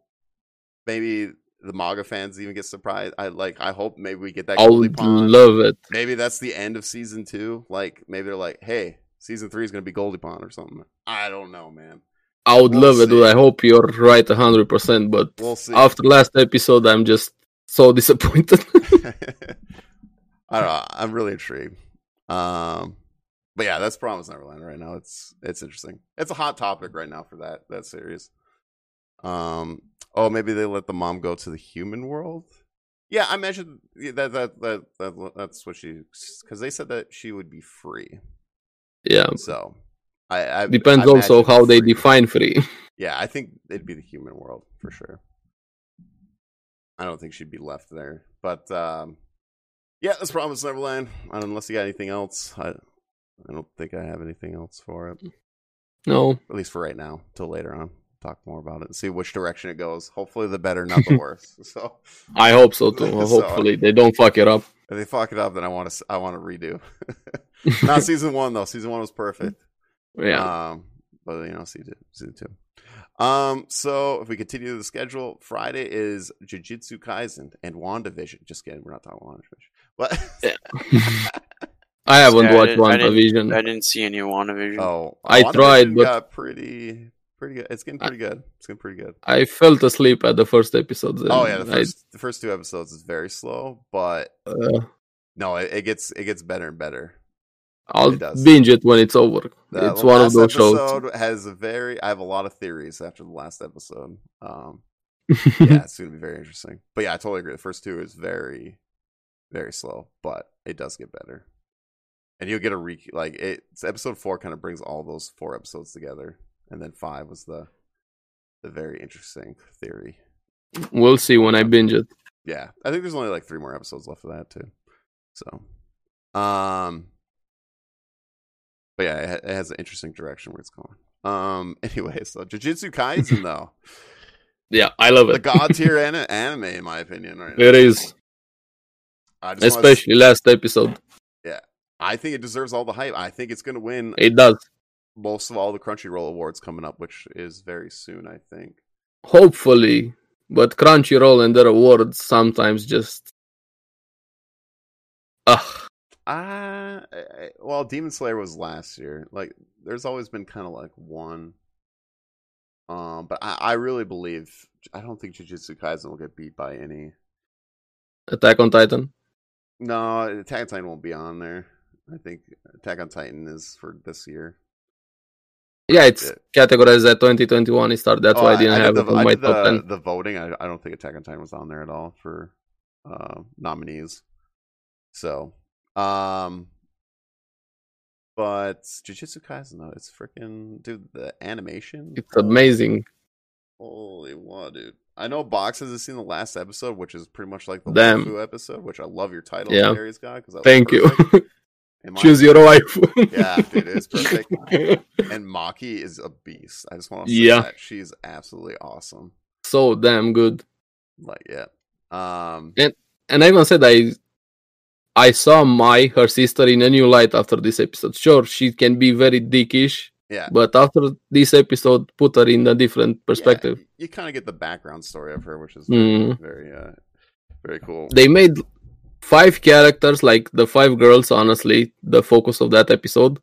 Speaker 1: maybe the manga fans even get surprised. I like. I hope maybe we get that.
Speaker 3: I
Speaker 1: Goldie
Speaker 3: would
Speaker 1: Pond.
Speaker 3: love it.
Speaker 1: maybe that's the end of season two. Like maybe they're like, hey, season three is gonna be Goldie Pond or something. I don't know, man.
Speaker 3: I would
Speaker 1: We'll
Speaker 3: love it, dude.
Speaker 1: see.
Speaker 3: I hope you're right 100%, but
Speaker 1: We'll see.
Speaker 3: after last episode, I'm just so disappointed.
Speaker 1: I don't know. I'm really intrigued. Um, but yeah, that's Promise Neverland right now. It's it's interesting. It's a hot topic right now for that that series. Um, oh, maybe they let the mom go to the human world. Yeah, I imagine that that that, that that's what she because they said that she would be free.
Speaker 3: yeah,
Speaker 1: So, I, I
Speaker 3: depends
Speaker 1: I
Speaker 3: also
Speaker 1: imagine
Speaker 3: how they
Speaker 1: free-
Speaker 3: define free.
Speaker 1: Yeah, I think it'd be the human world for sure. I don't think she'd be left there, but um, yeah, that's Promise Neverland. I don't- Unless you got anything else, I I don't think I have anything else for it.
Speaker 3: No,
Speaker 1: At least for right now, till later on, talk more about it and see which direction it goes. Hopefully, the better, not the worse. So
Speaker 3: I hope so too.
Speaker 1: So-
Speaker 3: Hopefully they don't fuck it up.
Speaker 1: if they fuck it up, then I want to I want to redo. not season one though. Season one was perfect.
Speaker 3: Yeah,
Speaker 1: Um, but you know, season season two. Um, so if we continue the schedule, Friday is Jujutsu Kaisen and WandaVision. Just kidding, we're not talking WandaVision. But
Speaker 3: Yeah. I haven't
Speaker 4: Yeah, I
Speaker 3: watched
Speaker 4: didn't- I didn't-
Speaker 3: WandaVision.
Speaker 4: I didn't see any WandaVision.
Speaker 1: oh,
Speaker 3: I tried,
Speaker 1: WandaVision
Speaker 3: but-
Speaker 1: got pretty pretty good. It's getting pretty good. It's getting pretty good.
Speaker 3: I fell asleep at the first episode.
Speaker 1: Oh
Speaker 3: and
Speaker 1: yeah, the
Speaker 3: Uh, I-
Speaker 1: first the first two episodes is very slow, but
Speaker 3: uh,
Speaker 1: no, it, it gets it gets better and better.
Speaker 3: I'll
Speaker 1: It does.
Speaker 3: binge it when it's over.
Speaker 1: The
Speaker 3: it's one of
Speaker 1: last
Speaker 3: those shows.
Speaker 1: episode has a very. I have a lot of theories after the last episode. Um, yeah, it's going to be very interesting. But yeah, I totally agree. The first two is very, very slow, but it does get better. And you'll get a re like it. it's Episode four kind of brings all those four episodes together, and then five was the, the very interesting theory.
Speaker 3: we'll see when I binge it.
Speaker 1: Yeah, I think there's only like three more episodes left of that too. So, um, but yeah, it, ha- it has an interesting direction where it's going. Um, anyway, so Jujutsu Kaisen though,
Speaker 3: Yeah, I love
Speaker 1: the
Speaker 3: it.
Speaker 1: god tier an- anime in my opinion, right?
Speaker 3: It is,
Speaker 1: I just wanna s-
Speaker 3: especially last episode.
Speaker 1: I think it deserves all the hype. I think it's going to win
Speaker 3: It does.
Speaker 1: most of all the Crunchyroll awards coming up, which is very soon, I think.
Speaker 3: Hopefully, but Crunchyroll and their awards sometimes just. Ugh.
Speaker 1: Ah, uh, well, Demon Slayer was last year. Like, there's always been kind of like one. Um, but I, I really believe I don't think Jujutsu Kaisen will get beat by any.
Speaker 3: Attack on Titan.
Speaker 1: No, Attack on Titan won't be on there. I think Attack on Titan is for this year.
Speaker 3: Yeah, it's
Speaker 1: Yeah.
Speaker 3: categorized at 2021 start. That's
Speaker 1: Oh,
Speaker 3: why I didn't have
Speaker 1: did
Speaker 3: it
Speaker 1: the,
Speaker 3: on
Speaker 1: I
Speaker 3: my
Speaker 1: did
Speaker 3: top
Speaker 1: the,
Speaker 3: 10.
Speaker 1: the voting. I, I don't think Attack on Titan was on there at all for uh, nominees. So, um, but Jujutsu Kaisen though, it's freaking dude. The animation,
Speaker 3: It's amazing.
Speaker 1: Holy wow, dude! I know Box hasn't seen the last episode, which is pretty much like the
Speaker 3: Damn.
Speaker 1: waifu episode, which I love your title,
Speaker 3: Yeah.
Speaker 1: series guy. Because
Speaker 3: Thank you. Choose your wife.
Speaker 1: Yeah, dude, it's perfect. and Maki is a beast. I just want to say
Speaker 3: Yeah.
Speaker 1: that she's absolutely awesome.
Speaker 3: so damn good.
Speaker 1: Like, yeah. Um,
Speaker 3: Yeah. and I even said I I saw Mai, her sister, in a new light after this episode. Sure, she can be very dickish,
Speaker 1: yeah.
Speaker 3: but after this episode, put her in a different perspective.
Speaker 1: Yeah, you kind of get the background story of her, which is
Speaker 3: Mm.
Speaker 1: very, uh, very cool.
Speaker 3: They made five characters, like the five girls. Honestly, the focus of that episode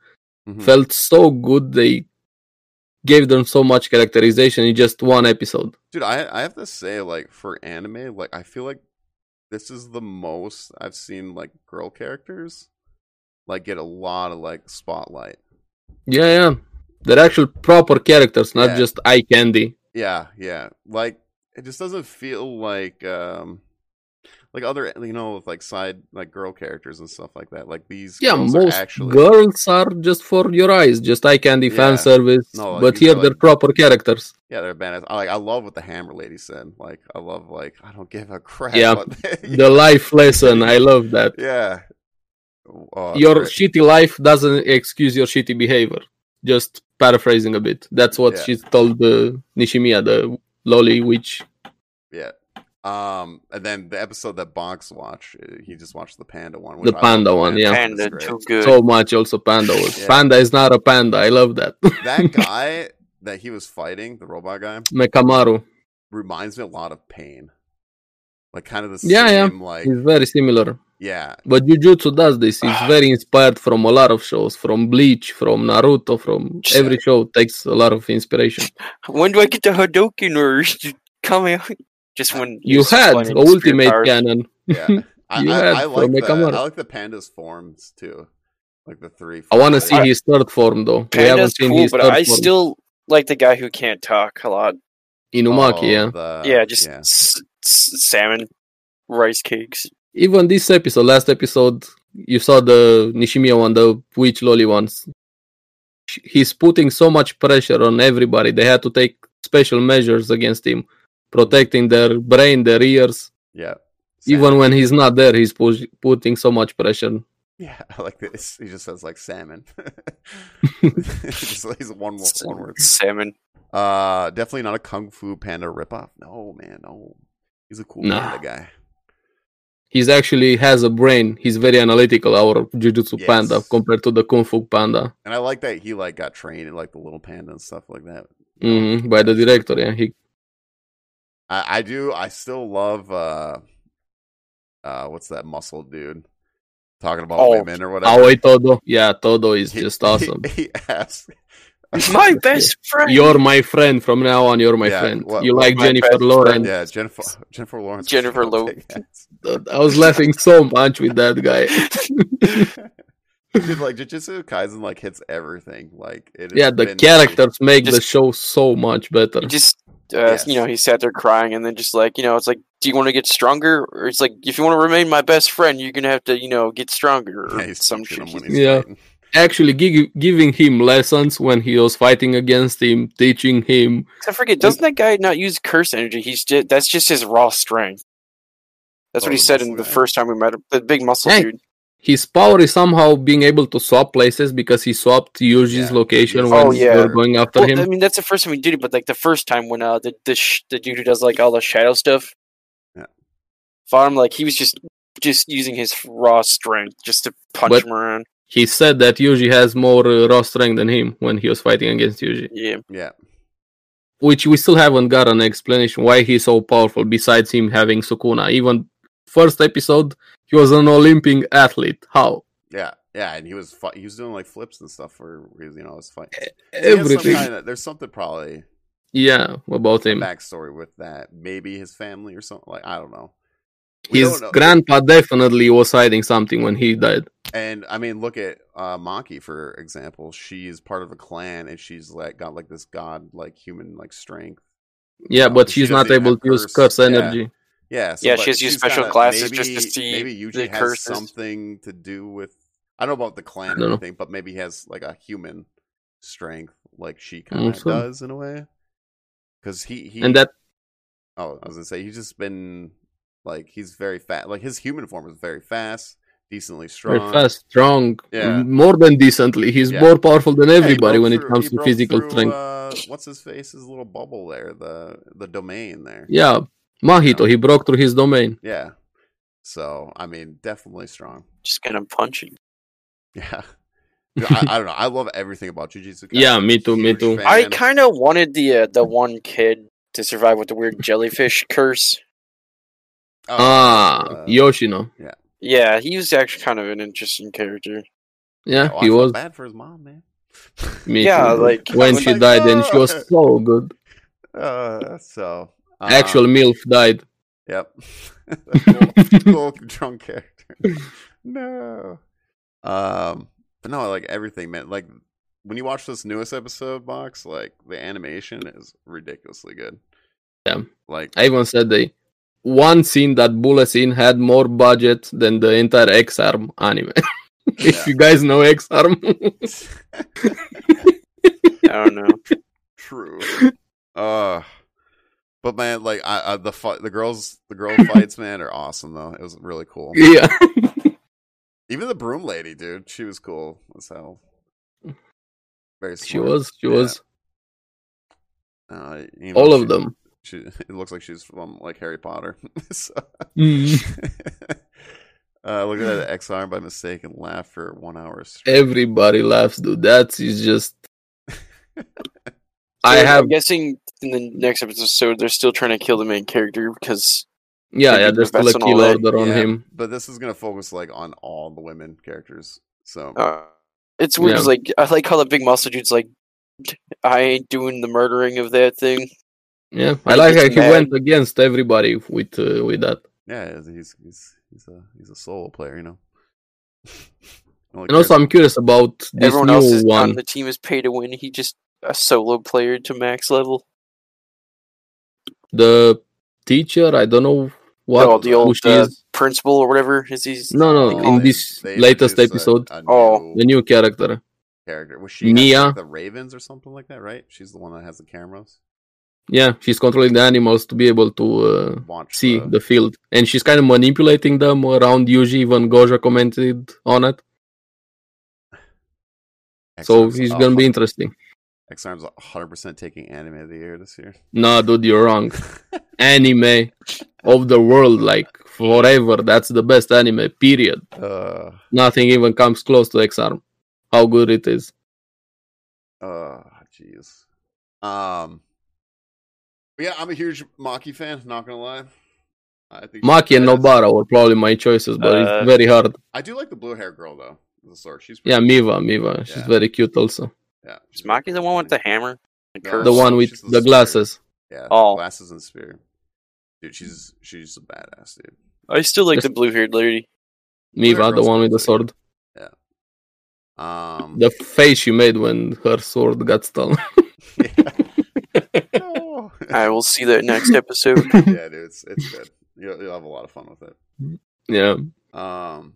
Speaker 1: Mhm.
Speaker 3: felt so good. They gave them so much characterization in just one episode.
Speaker 1: Dude, I I have to say, like for anime, like I feel like this is the most I've seen like girl characters like get a lot of like spotlight.
Speaker 3: Yeah, yeah. They're actual proper characters, not
Speaker 1: Yeah.
Speaker 3: just eye candy.
Speaker 1: Yeah, yeah. Like it just doesn't feel like um like other you know with like side like girl characters and stuff like that. Like these
Speaker 3: Yeah,
Speaker 1: girls
Speaker 3: most
Speaker 1: are actually
Speaker 3: girls are just for your eyes, just eye candy
Speaker 1: Yeah.
Speaker 3: fan service.
Speaker 1: No, like,
Speaker 3: but
Speaker 1: these
Speaker 3: here
Speaker 1: are,
Speaker 3: they're
Speaker 1: like-
Speaker 3: proper characters.
Speaker 1: yeah they're badass. I, like I love what the Hammer Lady said. Like I love like I don't give a crap.
Speaker 3: Yeah.
Speaker 1: what they-
Speaker 3: The life lesson, I love that.
Speaker 1: yeah. Oh,
Speaker 3: your
Speaker 1: great.
Speaker 3: shitty life doesn't excuse your shitty behavior. Just paraphrasing a bit. That's what
Speaker 1: Yeah.
Speaker 3: she told the Nishimiya, the lolly witch.
Speaker 1: Yeah. Um, and then the episode that Bonks watched, uh, he just watched the panda one.
Speaker 3: The panda one, yeah.
Speaker 1: And
Speaker 4: Panda too good.
Speaker 3: So much also panda was.
Speaker 1: Yeah.
Speaker 3: Panda is not a panda. I love that.
Speaker 1: that guy that he was fighting, the robot guy,
Speaker 3: Mekamaru.
Speaker 1: reminds me a lot of Pain. Like kind of the same,
Speaker 3: Yeah, yeah.
Speaker 1: like
Speaker 3: He's very similar.
Speaker 1: yeah,
Speaker 3: But Jujutsu does this. It's
Speaker 4: Ah.
Speaker 3: very inspired from a lot of shows, from Bleach, from Naruto, from
Speaker 4: Just-
Speaker 3: every show takes a lot of inspiration.
Speaker 4: When do I get the Hadouken or Kame? Just when
Speaker 3: You
Speaker 4: he's
Speaker 3: had
Speaker 4: explaining
Speaker 3: a
Speaker 4: his
Speaker 3: ultimate
Speaker 4: superpowers.
Speaker 3: cannon.
Speaker 1: Yeah, I,
Speaker 3: You
Speaker 1: I,
Speaker 3: had
Speaker 1: I like
Speaker 3: Formica
Speaker 1: the,
Speaker 3: Mora.
Speaker 1: I like the panda's forms too, like the three.
Speaker 3: I want to
Speaker 1: forms.
Speaker 3: see his third form though. we haven't
Speaker 4: Panda's
Speaker 3: seen
Speaker 4: cool,
Speaker 3: his
Speaker 4: but
Speaker 3: third
Speaker 4: I
Speaker 3: form.
Speaker 4: still like the guy who can't talk a lot.
Speaker 3: Inumaki.
Speaker 1: Oh,
Speaker 3: yeah.
Speaker 1: the-
Speaker 4: yeah, just
Speaker 1: yeah.
Speaker 4: S- s- salmon, rice cakes.
Speaker 3: Even this episode, last episode, you saw the Nishimiya one, the witch lolly ones. Sh- He's putting so much pressure on everybody. They had to take special measures against him, protecting their brain, their ears.
Speaker 1: yeah.
Speaker 3: Even
Speaker 1: salmon.
Speaker 3: when he's not there, he's push- putting so much pressure.
Speaker 1: yeah, I like this. He just says like salmon. just like, he's one wo- one word.
Speaker 4: Salmon.
Speaker 1: Uh, definitely not a kung fu panda ripoff. No man, no. He's a cool
Speaker 3: Nah.
Speaker 1: panda guy.
Speaker 3: He's actually has a brain. He's very analytical. Our Jujutsu
Speaker 1: Yes.
Speaker 3: Panda compared to the Kung Fu Panda
Speaker 1: And I like that he like got trained in like the little panda and stuff like that.
Speaker 3: hmm by the director. Yeah, he
Speaker 1: I, I do. I still love uh, uh, what's that muscle dude talking about
Speaker 4: Oh,
Speaker 1: women or whatever?
Speaker 3: Aoi Todo. Yeah, Todo is
Speaker 1: He-
Speaker 3: just
Speaker 1: he-
Speaker 3: awesome.
Speaker 1: He, asked,
Speaker 4: My best friend.
Speaker 3: You're my friend. From now on, you're my
Speaker 1: Yeah,
Speaker 3: friend.
Speaker 1: what-
Speaker 3: you
Speaker 1: what-
Speaker 3: like
Speaker 4: my
Speaker 3: Jennifer
Speaker 4: best
Speaker 3: Lawrence.
Speaker 1: yeah, Jennifer Jennifer Lawrence. was
Speaker 4: Jennifer
Speaker 1: gonna
Speaker 4: Lo-
Speaker 1: take that.
Speaker 3: I was laughing so much with that guy.
Speaker 1: Dude, like Jujutsu Kaisen like hits everything. Like it. has
Speaker 3: Yeah, the
Speaker 1: been-
Speaker 3: characters make the
Speaker 4: Just-
Speaker 3: show so much better.
Speaker 4: He just, uh,
Speaker 1: Yes.
Speaker 4: you know, he sat there crying, and then just like, you know, it's like, do you want to get stronger, or it's like, if you want to remain my best friend, you're gonna have to, you know, get stronger, or
Speaker 1: Yeah, he's
Speaker 4: some
Speaker 1: teaching
Speaker 4: shit.
Speaker 1: him when
Speaker 4: He's-
Speaker 1: he's
Speaker 3: Yeah.
Speaker 1: fighting.
Speaker 3: Actually, gi- giving him lessons when he was fighting against him, teaching him.
Speaker 4: I forget. Doesn't that guy not use curse energy? He's just, that's just his raw strength. That's
Speaker 1: Oh,
Speaker 4: what he
Speaker 1: the
Speaker 4: said in
Speaker 1: muscle
Speaker 4: the
Speaker 1: guy.
Speaker 4: first time we met him. The big muscle
Speaker 3: Hey.
Speaker 4: dude.
Speaker 3: His power is somehow being able to swap places because he swapped Yuji's
Speaker 1: Yeah.
Speaker 3: location
Speaker 1: Yes.
Speaker 3: when
Speaker 4: Oh, yeah.
Speaker 3: they were going after
Speaker 4: Well,
Speaker 3: him.
Speaker 4: I mean, that's the first time we did it, but like the first time when uh the the, sh- the dude who does like all the shadow stuff,
Speaker 1: Yeah.
Speaker 4: fought him like he was just just using his raw strength just to punch
Speaker 3: But-
Speaker 4: him around.
Speaker 3: he said that Yuji has more uh, raw strength than him when he was fighting against Yuji.
Speaker 4: Yeah,
Speaker 1: Yeah,
Speaker 3: which we still haven't got an explanation why he's so powerful besides him having Sukuna. Even first episode, he was an Olympic athlete. How?
Speaker 1: yeah, yeah. And he was fi- he was doing like flips and stuff for you know his fight. He has some
Speaker 3: Everything.
Speaker 1: kind of- there's something probably
Speaker 3: Yeah, about him.
Speaker 1: backstory with that. Maybe his family or something. Like I don't know. We
Speaker 3: His
Speaker 1: don't know.
Speaker 3: grandpa definitely was hiding something when he died.
Speaker 1: And I mean, look at uh, Maki for example. She's part of a clan, and she's like got like this god like human like strength.
Speaker 3: Yeah,
Speaker 1: Oh,
Speaker 3: but
Speaker 1: she
Speaker 3: she's
Speaker 1: doesn't
Speaker 3: not
Speaker 1: even
Speaker 3: able
Speaker 1: have
Speaker 3: to use
Speaker 1: curse.
Speaker 3: curse
Speaker 1: Yeah.
Speaker 3: energy.
Speaker 1: Yeah, so,
Speaker 4: Yeah,
Speaker 1: but
Speaker 4: she has to use
Speaker 1: she's
Speaker 4: special
Speaker 1: kinda-
Speaker 4: glasses
Speaker 1: maybe,
Speaker 4: just to see
Speaker 1: Maybe usually
Speaker 4: the
Speaker 1: has
Speaker 4: curses.
Speaker 1: something to do with I don't know about the clan
Speaker 3: I
Speaker 1: or
Speaker 3: don't know.
Speaker 1: anything, but maybe he has like a human strength, like she kind of
Speaker 3: Also.
Speaker 1: does in a way. Because he he
Speaker 3: And that
Speaker 1: oh I was gonna say he's just been like he's very fat. Like his human form is very fast, decently strong.
Speaker 3: very fast, strong,
Speaker 1: Yeah.
Speaker 3: more than decently. He's
Speaker 1: Yeah.
Speaker 3: more powerful than
Speaker 1: Yeah, he
Speaker 3: everybody
Speaker 1: broke
Speaker 3: when
Speaker 1: through-
Speaker 3: it comes
Speaker 1: he
Speaker 3: to
Speaker 1: broke
Speaker 3: physical
Speaker 1: through,
Speaker 3: strength.
Speaker 1: Uh, what's his face? His little bubble there, the the domain there.
Speaker 3: Yeah, Mahito, he broke through his domain.
Speaker 1: Yeah. So I mean, definitely strong.
Speaker 4: just kind of punching.
Speaker 1: Yeah. I, I don't know. I love everything about Jujutsu. Kaisen.
Speaker 3: Yeah, me too, me
Speaker 1: Huge
Speaker 3: too.
Speaker 1: fan. Oh,
Speaker 4: I kind of wanted the uh, the one kid to survive with the weird jellyfish curse.
Speaker 1: Oh,
Speaker 3: Ah,
Speaker 1: uh,
Speaker 3: Yoshino.
Speaker 4: Yeah, he was actually kind of an interesting character.
Speaker 3: Yeah,
Speaker 1: well, Oh, I
Speaker 3: he
Speaker 1: felt
Speaker 3: was.
Speaker 1: bad for his mom, man.
Speaker 3: Me
Speaker 4: Yeah,
Speaker 3: too.
Speaker 4: like
Speaker 3: when
Speaker 1: I
Speaker 3: she
Speaker 1: was like,
Speaker 3: died, and she was
Speaker 1: "No."
Speaker 3: so good.
Speaker 1: Uh, so uh,
Speaker 3: Actual MILF died.
Speaker 1: Yep. cool, cool drunk character. No. Um, but no, I like everything, man. Like when you watch this newest episode box, like the animation is ridiculously good.
Speaker 3: Yeah.
Speaker 1: Like
Speaker 3: I even said they one scene that bullet scene had more budget than the entire X Arm anime. if
Speaker 1: Yeah.
Speaker 3: you guys know X Arm,
Speaker 4: I don't know.
Speaker 1: True. Uh but man, like I, I the fu- the girls the girl fights man are awesome though. It was really cool.
Speaker 3: yeah,
Speaker 1: Even the broom lady, dude, she was cool as hell. Very smart.
Speaker 3: she was, she
Speaker 1: Yeah.
Speaker 3: was
Speaker 1: Uh, you know,
Speaker 3: all of
Speaker 1: she-
Speaker 3: them.
Speaker 1: She it looks like she's from like Harry Potter. so,
Speaker 3: Mm.
Speaker 1: uh, look at that X arm by mistake and laugh for one hour straight.
Speaker 3: Everybody laughs, dude. That is just. I
Speaker 4: So
Speaker 3: have,
Speaker 4: I'm guessing in the next episode they're still trying to kill the main character because
Speaker 3: yeah,
Speaker 4: maybe
Speaker 3: yeah.
Speaker 4: the
Speaker 3: There's still a
Speaker 4: vets and all
Speaker 3: kill
Speaker 4: that,
Speaker 3: order on
Speaker 1: Yeah,
Speaker 3: him.
Speaker 1: But this is gonna focus like on all the women characters. So
Speaker 4: uh, it's weird. 'cause, like I like how the big muscle dude's like, I ain't doing the murdering of that thing.
Speaker 3: Yeah, I like how he
Speaker 4: mad.
Speaker 3: went against everybody with uh, with that.
Speaker 1: Yeah, he's he's he's a he's a solo player, you know. Only
Speaker 3: And also,
Speaker 1: cares-
Speaker 3: I'm curious about this
Speaker 4: Everyone
Speaker 3: new
Speaker 4: else is on
Speaker 3: one.
Speaker 4: the team is pay to win. He just a solo player to max level.
Speaker 3: The teacher, I don't know what
Speaker 4: oh, the
Speaker 3: who
Speaker 4: old
Speaker 3: she
Speaker 4: uh,
Speaker 3: is.
Speaker 4: principal or whatever is he's
Speaker 3: No, no,
Speaker 4: Oh,
Speaker 3: in this
Speaker 1: they
Speaker 3: latest
Speaker 1: introduced a-
Speaker 3: episode,
Speaker 1: a
Speaker 4: Oh.
Speaker 3: the new character.
Speaker 1: character was she has, like,
Speaker 3: Mia.
Speaker 1: the Ravens or something like that, right? She's the one that has the cameras.
Speaker 3: Yeah, she's controlling the animals to be able to uh,
Speaker 1: Watch
Speaker 3: see
Speaker 1: the-
Speaker 3: the field, and she's kind of manipulating them around Yuji. Even Goja commented on it, so
Speaker 1: X-Arm's
Speaker 3: it's
Speaker 1: a
Speaker 3: gonna be
Speaker 1: hun-
Speaker 3: interesting.
Speaker 1: X-Arm's 100% taking anime of the year this year.
Speaker 3: Nah, dude, you're wrong. Anime of the world, like forever. That's the best anime. Period.
Speaker 1: uh,
Speaker 3: Nothing even comes close to X Arm. How good it is.
Speaker 1: uh, jeez. Um, but yeah, I'm a huge Maki fan. Not gonna lie. I think
Speaker 3: Maki and
Speaker 1: Yes.
Speaker 3: Nobara were probably my choices, but
Speaker 4: Uh,
Speaker 3: it's very hard.
Speaker 1: I do like the blue hair girl though. The sword. She's
Speaker 3: Yeah,
Speaker 1: pretty-
Speaker 3: Miva, Miva. She's
Speaker 1: Yeah.
Speaker 3: very cute also.
Speaker 1: Yeah,
Speaker 4: is Maki the one with the hammer? The
Speaker 1: No.
Speaker 4: curse?
Speaker 3: The one with
Speaker 1: She's a
Speaker 3: the
Speaker 1: spirit.
Speaker 3: glasses.
Speaker 1: Yeah,
Speaker 4: Oh.
Speaker 1: glasses and spear. Dude, she's she's a badass dude.
Speaker 4: I still like
Speaker 3: Just-
Speaker 4: the blue haired lady.
Speaker 3: Miva, the
Speaker 1: girl's
Speaker 3: one with the
Speaker 1: cool,
Speaker 3: sword.
Speaker 1: Um,
Speaker 3: The face she made when her sword got stolen.
Speaker 1: No.
Speaker 4: I will see that next episode.
Speaker 1: yeah, dude, it's it's good. You'll, you'll have a lot of fun with it.
Speaker 3: yeah.
Speaker 1: Um.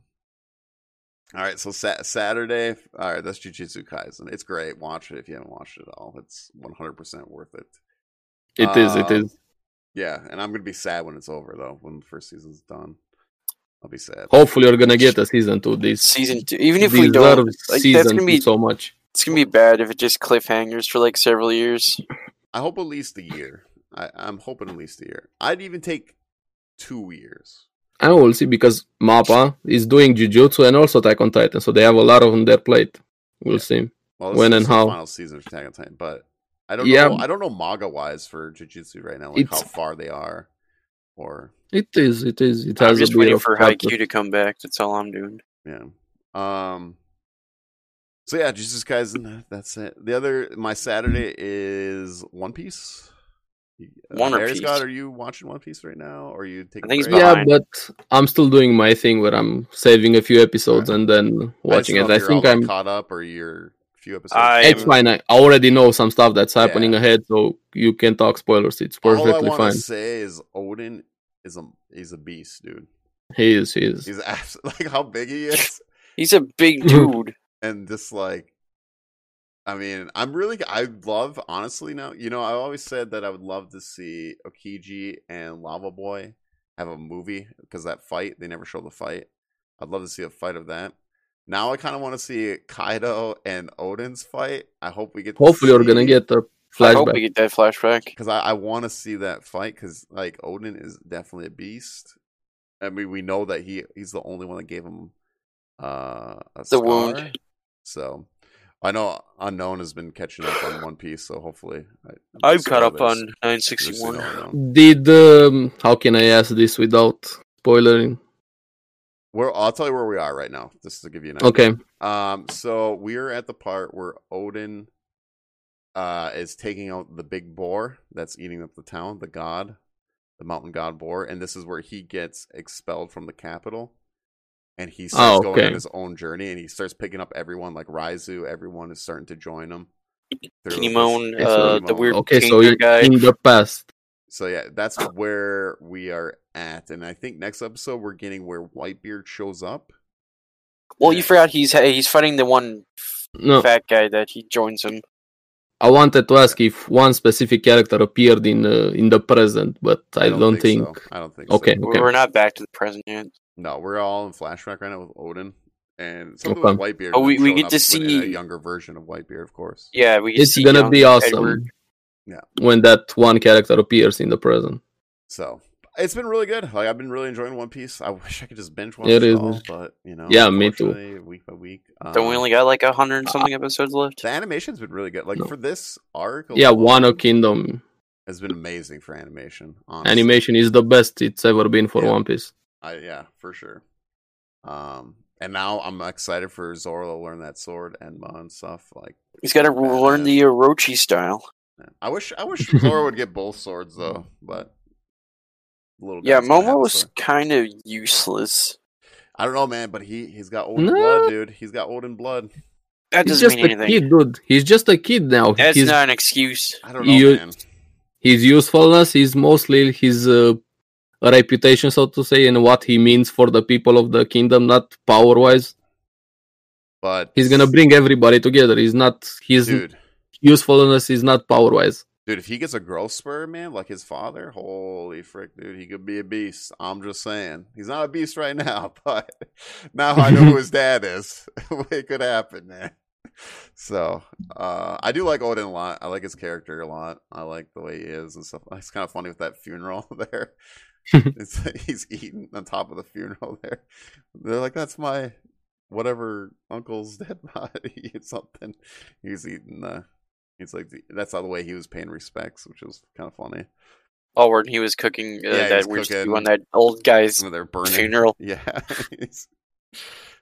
Speaker 1: All right, so sa- Saturday. All right, that's Jujutsu Kaisen. It's great. Watch it if you haven't watched it at all. It's one hundred percent worth it.
Speaker 3: it is.
Speaker 4: Uh,
Speaker 3: it
Speaker 1: Um,
Speaker 3: is.
Speaker 1: Yeah, and I'm gonna be sad when it's over though. When the first season's done, I'll be sad.
Speaker 3: Hopefully you're gonna get a season two. This
Speaker 4: Season two. Even if we don't,
Speaker 3: deserves
Speaker 4: like, that's
Speaker 3: season
Speaker 4: gonna
Speaker 3: two
Speaker 4: be-
Speaker 3: so much.
Speaker 4: it's gonna be bad if it just cliffhangers for like several years.
Speaker 1: I hope at least a year. I, I'm hoping at least a year. I'd even take two years.
Speaker 3: I will see because Mappa is doing Jujutsu and also Attack on Titan, so they have a lot on their plate. We'll see.
Speaker 1: Well, this
Speaker 3: When
Speaker 1: is
Speaker 3: and
Speaker 1: the
Speaker 3: how.
Speaker 1: final season of Attack on Titan, but I don't
Speaker 3: Yeah.
Speaker 1: know. I don't know manga wise for Jujutsu right now, like how
Speaker 3: It's-
Speaker 1: far they are, or
Speaker 3: It is. It is. It has
Speaker 4: I'm just
Speaker 3: a bit
Speaker 4: waiting
Speaker 3: of
Speaker 4: for
Speaker 3: chapter.
Speaker 4: Haikyuu to come back. That's all I'm doing.
Speaker 1: Yeah. Um. So yeah, Jesus Kaisen. That's it. The other my Saturday is One Piece.
Speaker 4: One
Speaker 1: Mary
Speaker 4: Piece.
Speaker 1: Scott, are you watching One Piece right now? Or are you taking?
Speaker 4: I think
Speaker 1: a
Speaker 4: he's
Speaker 1: break?
Speaker 3: yeah
Speaker 4: behind.
Speaker 3: but i'm still doing my thing where i'm saving a few episodes and then
Speaker 1: I just
Speaker 3: watching
Speaker 1: don't
Speaker 3: it
Speaker 1: know
Speaker 3: i
Speaker 1: if you're
Speaker 3: think
Speaker 1: all, like,
Speaker 3: i'm
Speaker 1: caught up, or you're a few episodes.
Speaker 4: I
Speaker 1: in.
Speaker 3: it's fine I, I already know some stuff that's happening
Speaker 1: Yeah.
Speaker 3: ahead so you can talk spoilers it's
Speaker 1: all I
Speaker 3: perfectly
Speaker 1: wanna
Speaker 3: fine
Speaker 1: say is Odin is a he's a beast, dude.
Speaker 3: he is he is
Speaker 1: He's abs- like how big he is,
Speaker 4: He's a big dude.
Speaker 1: and just like. I mean, I'm really. I love honestly now. You know, I always said that I would love to see Okiji and Lava Boy have a movie because that fight they never show the fight. I'd love to see a fight of that. Now I kind of want to see Kaido and Odin's fight. I hope we get. to
Speaker 3: hopefully you're
Speaker 1: see-
Speaker 3: gonna get a
Speaker 4: I hope
Speaker 3: flashback
Speaker 4: we get that flashback.
Speaker 1: because I, I want to see that fight because like Odin is definitely a beast. I mean, we know that he he's the only one that gave him uh, a
Speaker 4: The
Speaker 1: scar.
Speaker 4: wound.
Speaker 1: So I know unknown has been catching up on One Piece, so hopefully I,
Speaker 4: I've caught up
Speaker 1: spoilers.
Speaker 4: on
Speaker 1: Just so you
Speaker 4: 961.
Speaker 1: know, Unknown.
Speaker 3: did um, how can i ask this without spoiling
Speaker 1: We're, I'll tell you where we are right now, just to give you an idea.
Speaker 3: okay
Speaker 1: Um, so we're at the part where Odin uh is taking out the big boar that's eating up the town, the god, the mountain god boar, and this is where he gets expelled from the capital. And he starts
Speaker 3: Oh,
Speaker 1: going on
Speaker 3: okay.
Speaker 1: his own journey and he starts picking up everyone like Raizu, everyone is starting to join him. through this-
Speaker 4: Kinemon,
Speaker 1: Yeah,
Speaker 4: uh,
Speaker 1: so
Speaker 4: the
Speaker 1: Kinemon.
Speaker 4: weird
Speaker 3: okay so
Speaker 4: painter
Speaker 3: in,
Speaker 4: guy.
Speaker 3: in the past
Speaker 1: So yeah, that's where we are at. And I think next episode we're getting where Whitebeard shows up.
Speaker 4: Well, you forgot he's he's fighting the one
Speaker 3: no
Speaker 4: fat guy that he joins him.
Speaker 3: i wanted to ask if one specific character appeared in uh, in the present but i, don't, think,
Speaker 1: so. I don't think so.
Speaker 3: okay okay
Speaker 4: We're not back to the present yet.
Speaker 1: No, we're all in flashback right now with Odin and something
Speaker 3: Okay.
Speaker 1: with Whitebeard.
Speaker 4: Oh, we-
Speaker 1: them
Speaker 4: we
Speaker 1: showing
Speaker 4: get
Speaker 1: up
Speaker 4: to
Speaker 1: with a
Speaker 4: see-
Speaker 1: younger version of Whitebeard, of course.
Speaker 4: Yeah, we can
Speaker 3: it's
Speaker 4: see
Speaker 3: gonna
Speaker 4: young
Speaker 3: be awesome
Speaker 4: Edward.
Speaker 3: when that one character appears in the present.
Speaker 1: So it's been really good. Like I've been really enjoying One Piece. I wish I could just binge watch it,
Speaker 3: It is.
Speaker 1: all, but you know,
Speaker 3: Yeah, me too.
Speaker 1: unfortunately, Week by week. Um,
Speaker 4: Don't we only got like a hundred
Speaker 1: Uh,
Speaker 4: and something episodes left?
Speaker 1: the animation's been really good. Like
Speaker 3: No.
Speaker 1: for this arc,
Speaker 3: Yeah,
Speaker 1: alone
Speaker 3: Wano Kingdom
Speaker 1: has been amazing for animation. Honestly.
Speaker 3: animation is the best it's ever been for
Speaker 1: Yeah.
Speaker 3: One Piece.
Speaker 1: I, yeah, for sure. Um, and now I'm excited for Zoro to learn that sword and Mon stuff. Like
Speaker 4: He's got to learn the Orochi style.
Speaker 1: I wish I wish Zoro would get both swords though, but little
Speaker 4: Yeah,
Speaker 1: guy's gonna have
Speaker 4: Momo
Speaker 1: a
Speaker 4: was
Speaker 1: sword.
Speaker 4: kind of useless.
Speaker 1: I don't know, man, but he he's got old in
Speaker 3: No.
Speaker 1: blood, dude. He's got old in blood.
Speaker 4: That
Speaker 3: He's
Speaker 4: doesn't
Speaker 3: just a
Speaker 4: mean anything.
Speaker 3: kid, dude. He's just a kid now.
Speaker 4: That's
Speaker 3: his,
Speaker 4: not an excuse.
Speaker 1: I don't know,
Speaker 3: You-
Speaker 1: man.
Speaker 3: his usefulness is mostly his uh, reputation, so to say, and what he means for the people of the kingdom, not power wise.
Speaker 1: But
Speaker 3: He's gonna bring everybody together. He's not his
Speaker 1: dude.
Speaker 3: usefulness is not power wise.
Speaker 1: Dude, if he gets a growth spur, man, like his father, holy frick, dude, he could be a beast. I'm just saying. He's not a beast right now, but now I know who his dad is. it could happen, man. So, uh, I do like Odin a lot. I like his character a lot. I like the way he is and stuff. It's kind of funny with that funeral there. it's like he's eating on top of the funeral there. They're like, that's my whatever uncle's dead body or something. He's eating uh He's like, that's how the way he was paying respects, which was kind of funny.
Speaker 4: Oh, when he was cooking uh,
Speaker 1: Yeah, he
Speaker 4: that
Speaker 1: was
Speaker 4: weird
Speaker 1: cooking.
Speaker 4: stew on that old guy's
Speaker 1: When they're burning.
Speaker 4: funeral.
Speaker 1: Yeah. He's-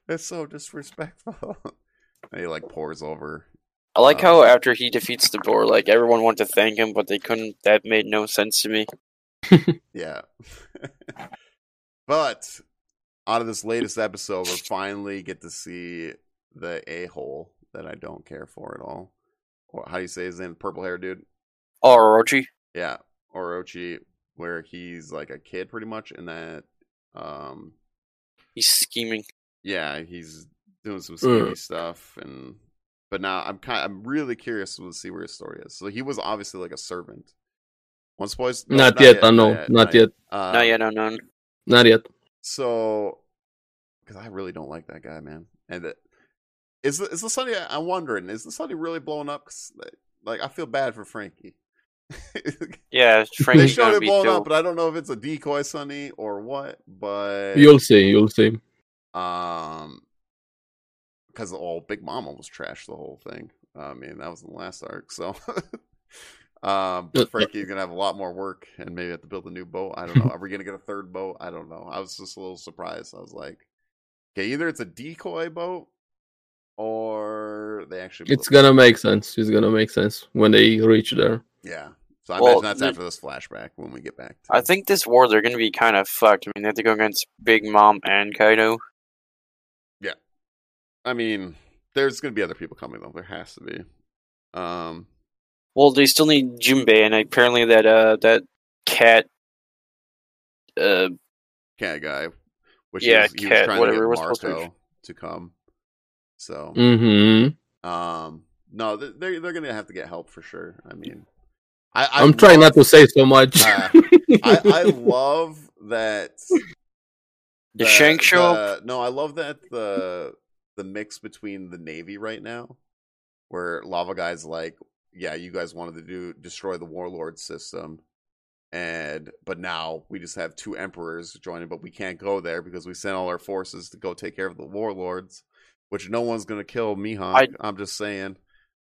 Speaker 1: that's so disrespectful. and he like pours over.
Speaker 4: I like
Speaker 1: Uh,
Speaker 4: how after he defeats the boar, like everyone wanted to thank him, but they couldn't. That made no sense to me.
Speaker 1: Yeah. but out of this latest episode, we finally get to see the a hole that I don't care for at all. Or how do you say his name? Purple hair dude.
Speaker 4: Oh, Orochi.
Speaker 1: Yeah, Orochi, where he's like a kid pretty much, and that um
Speaker 4: He's scheming.
Speaker 1: yeah, he's doing some scary stuff, and but now I'm kind, I'm really curious to see where his story is. So he was obviously like a servant. Once boys, no,
Speaker 3: not, yet, I know. Not, yet.
Speaker 1: Uh,
Speaker 4: not yet unknown.
Speaker 3: Not yet.
Speaker 1: So, because I really don't like that guy, man. And it, is the, is the Sunday? I'm wondering, is the Sunday really blowing up? 'Cause, like, I feel bad for Frankie.
Speaker 4: Yeah,
Speaker 1: they
Speaker 4: Frankie's
Speaker 1: showed
Speaker 4: gonna
Speaker 1: it
Speaker 4: be
Speaker 1: blowing up,
Speaker 4: dope.
Speaker 1: but I don't know if it's a decoy Sunny or what. But
Speaker 3: You'll see. You'll see.
Speaker 1: um, because all Big Mama was trash the whole thing. I mean, that was the last arc, so.
Speaker 4: Uh,
Speaker 1: Um, but Frankie's gonna have a lot more work, and maybe have to build a new boat. I don't know. Are we gonna get a third boat? I don't know. I was just a little surprised. I was like, okay, either it's a decoy boat, or they actually.
Speaker 3: It's gonna make sense. It's gonna make sense when they reach there.
Speaker 1: Yeah. So I
Speaker 4: Well,
Speaker 1: imagine that's
Speaker 4: the-
Speaker 1: after this flashback when we get back. To
Speaker 4: I think this war they're gonna be kind of fucked. I mean, they have to go against Big Mom and Kaido.
Speaker 1: I mean, there's gonna be other people coming though. There has to be. Um.
Speaker 4: Well, they still need Jinbei, and apparently that uh that cat. Uh,
Speaker 1: cat guy, which
Speaker 4: Yeah,
Speaker 1: is, he was
Speaker 4: cat,
Speaker 1: trying
Speaker 4: whatever
Speaker 1: to
Speaker 4: it
Speaker 1: get
Speaker 4: was supposed to be.
Speaker 1: Marco to come. So,
Speaker 3: Mm-hmm.
Speaker 1: um, no, th- they're they're gonna have to get help for sure. I mean, I, I
Speaker 3: I'm trying not to
Speaker 1: love-
Speaker 3: say so much.
Speaker 1: Ah. I, I love that
Speaker 4: The Shank show
Speaker 1: the- No, I love that the the mix between the Navy right now, where Lava Guy's like, yeah, you guys wanted to do destroy the warlord system, and but now we just have two emperors joining, but we can't go there because we sent all our forces to go take care of the warlords, which no one's gonna kill
Speaker 4: I-
Speaker 1: Mihawk. I, am just saying,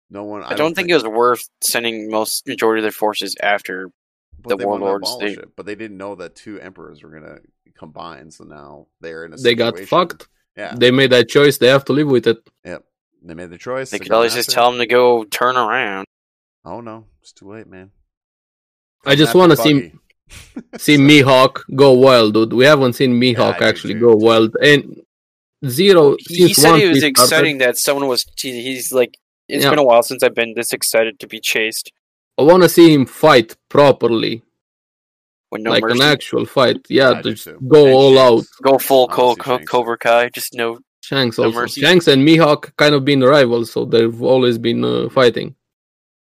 Speaker 1: no one. I,
Speaker 4: I don't think it was worth sending most majority of their forces after.
Speaker 1: but
Speaker 4: the
Speaker 1: they wanted to
Speaker 4: warlords,
Speaker 1: abolish
Speaker 4: they-
Speaker 1: it, but they didn't know that two emperors were gonna combine, so now they're in a
Speaker 3: they got
Speaker 1: situation-
Speaker 3: fucked.
Speaker 1: Yeah,
Speaker 3: They made that choice. They have to live with it.
Speaker 1: Yep. They made the choice.
Speaker 4: They
Speaker 1: to
Speaker 4: could
Speaker 1: go
Speaker 4: always just
Speaker 1: after
Speaker 4: tell
Speaker 1: it.
Speaker 4: them to go turn around.
Speaker 1: Oh no, it's too late, man.
Speaker 3: I just
Speaker 1: Happy
Speaker 3: want to see
Speaker 1: Buggy.
Speaker 3: see Mihawk go wild, dude. We haven't seen Mihawk
Speaker 1: I do
Speaker 3: actually
Speaker 1: too.
Speaker 3: go wild. And zero
Speaker 4: He, he
Speaker 3: since
Speaker 4: said
Speaker 3: One
Speaker 4: it was
Speaker 3: Piece
Speaker 4: exciting that someone was. He, he's like, it's
Speaker 3: Yeah.
Speaker 4: been a while since I've been this excited to be chased
Speaker 3: I want to see him fight properly,
Speaker 4: with no
Speaker 3: like
Speaker 4: mercy.
Speaker 3: an actual fight. Yeah,
Speaker 1: I do
Speaker 3: just
Speaker 1: too.
Speaker 3: go
Speaker 1: And
Speaker 3: all out.
Speaker 1: Shanks.
Speaker 4: Go full
Speaker 1: I
Speaker 4: co-
Speaker 1: wanna see
Speaker 4: co-
Speaker 1: Shanks.
Speaker 4: Cobra Kai. Just no.
Speaker 3: Shanks
Speaker 4: No
Speaker 3: also.
Speaker 4: mercy.
Speaker 3: Shanks and Mihawk kind of been rivals, so they've always been uh,
Speaker 1: Mm.
Speaker 3: fighting.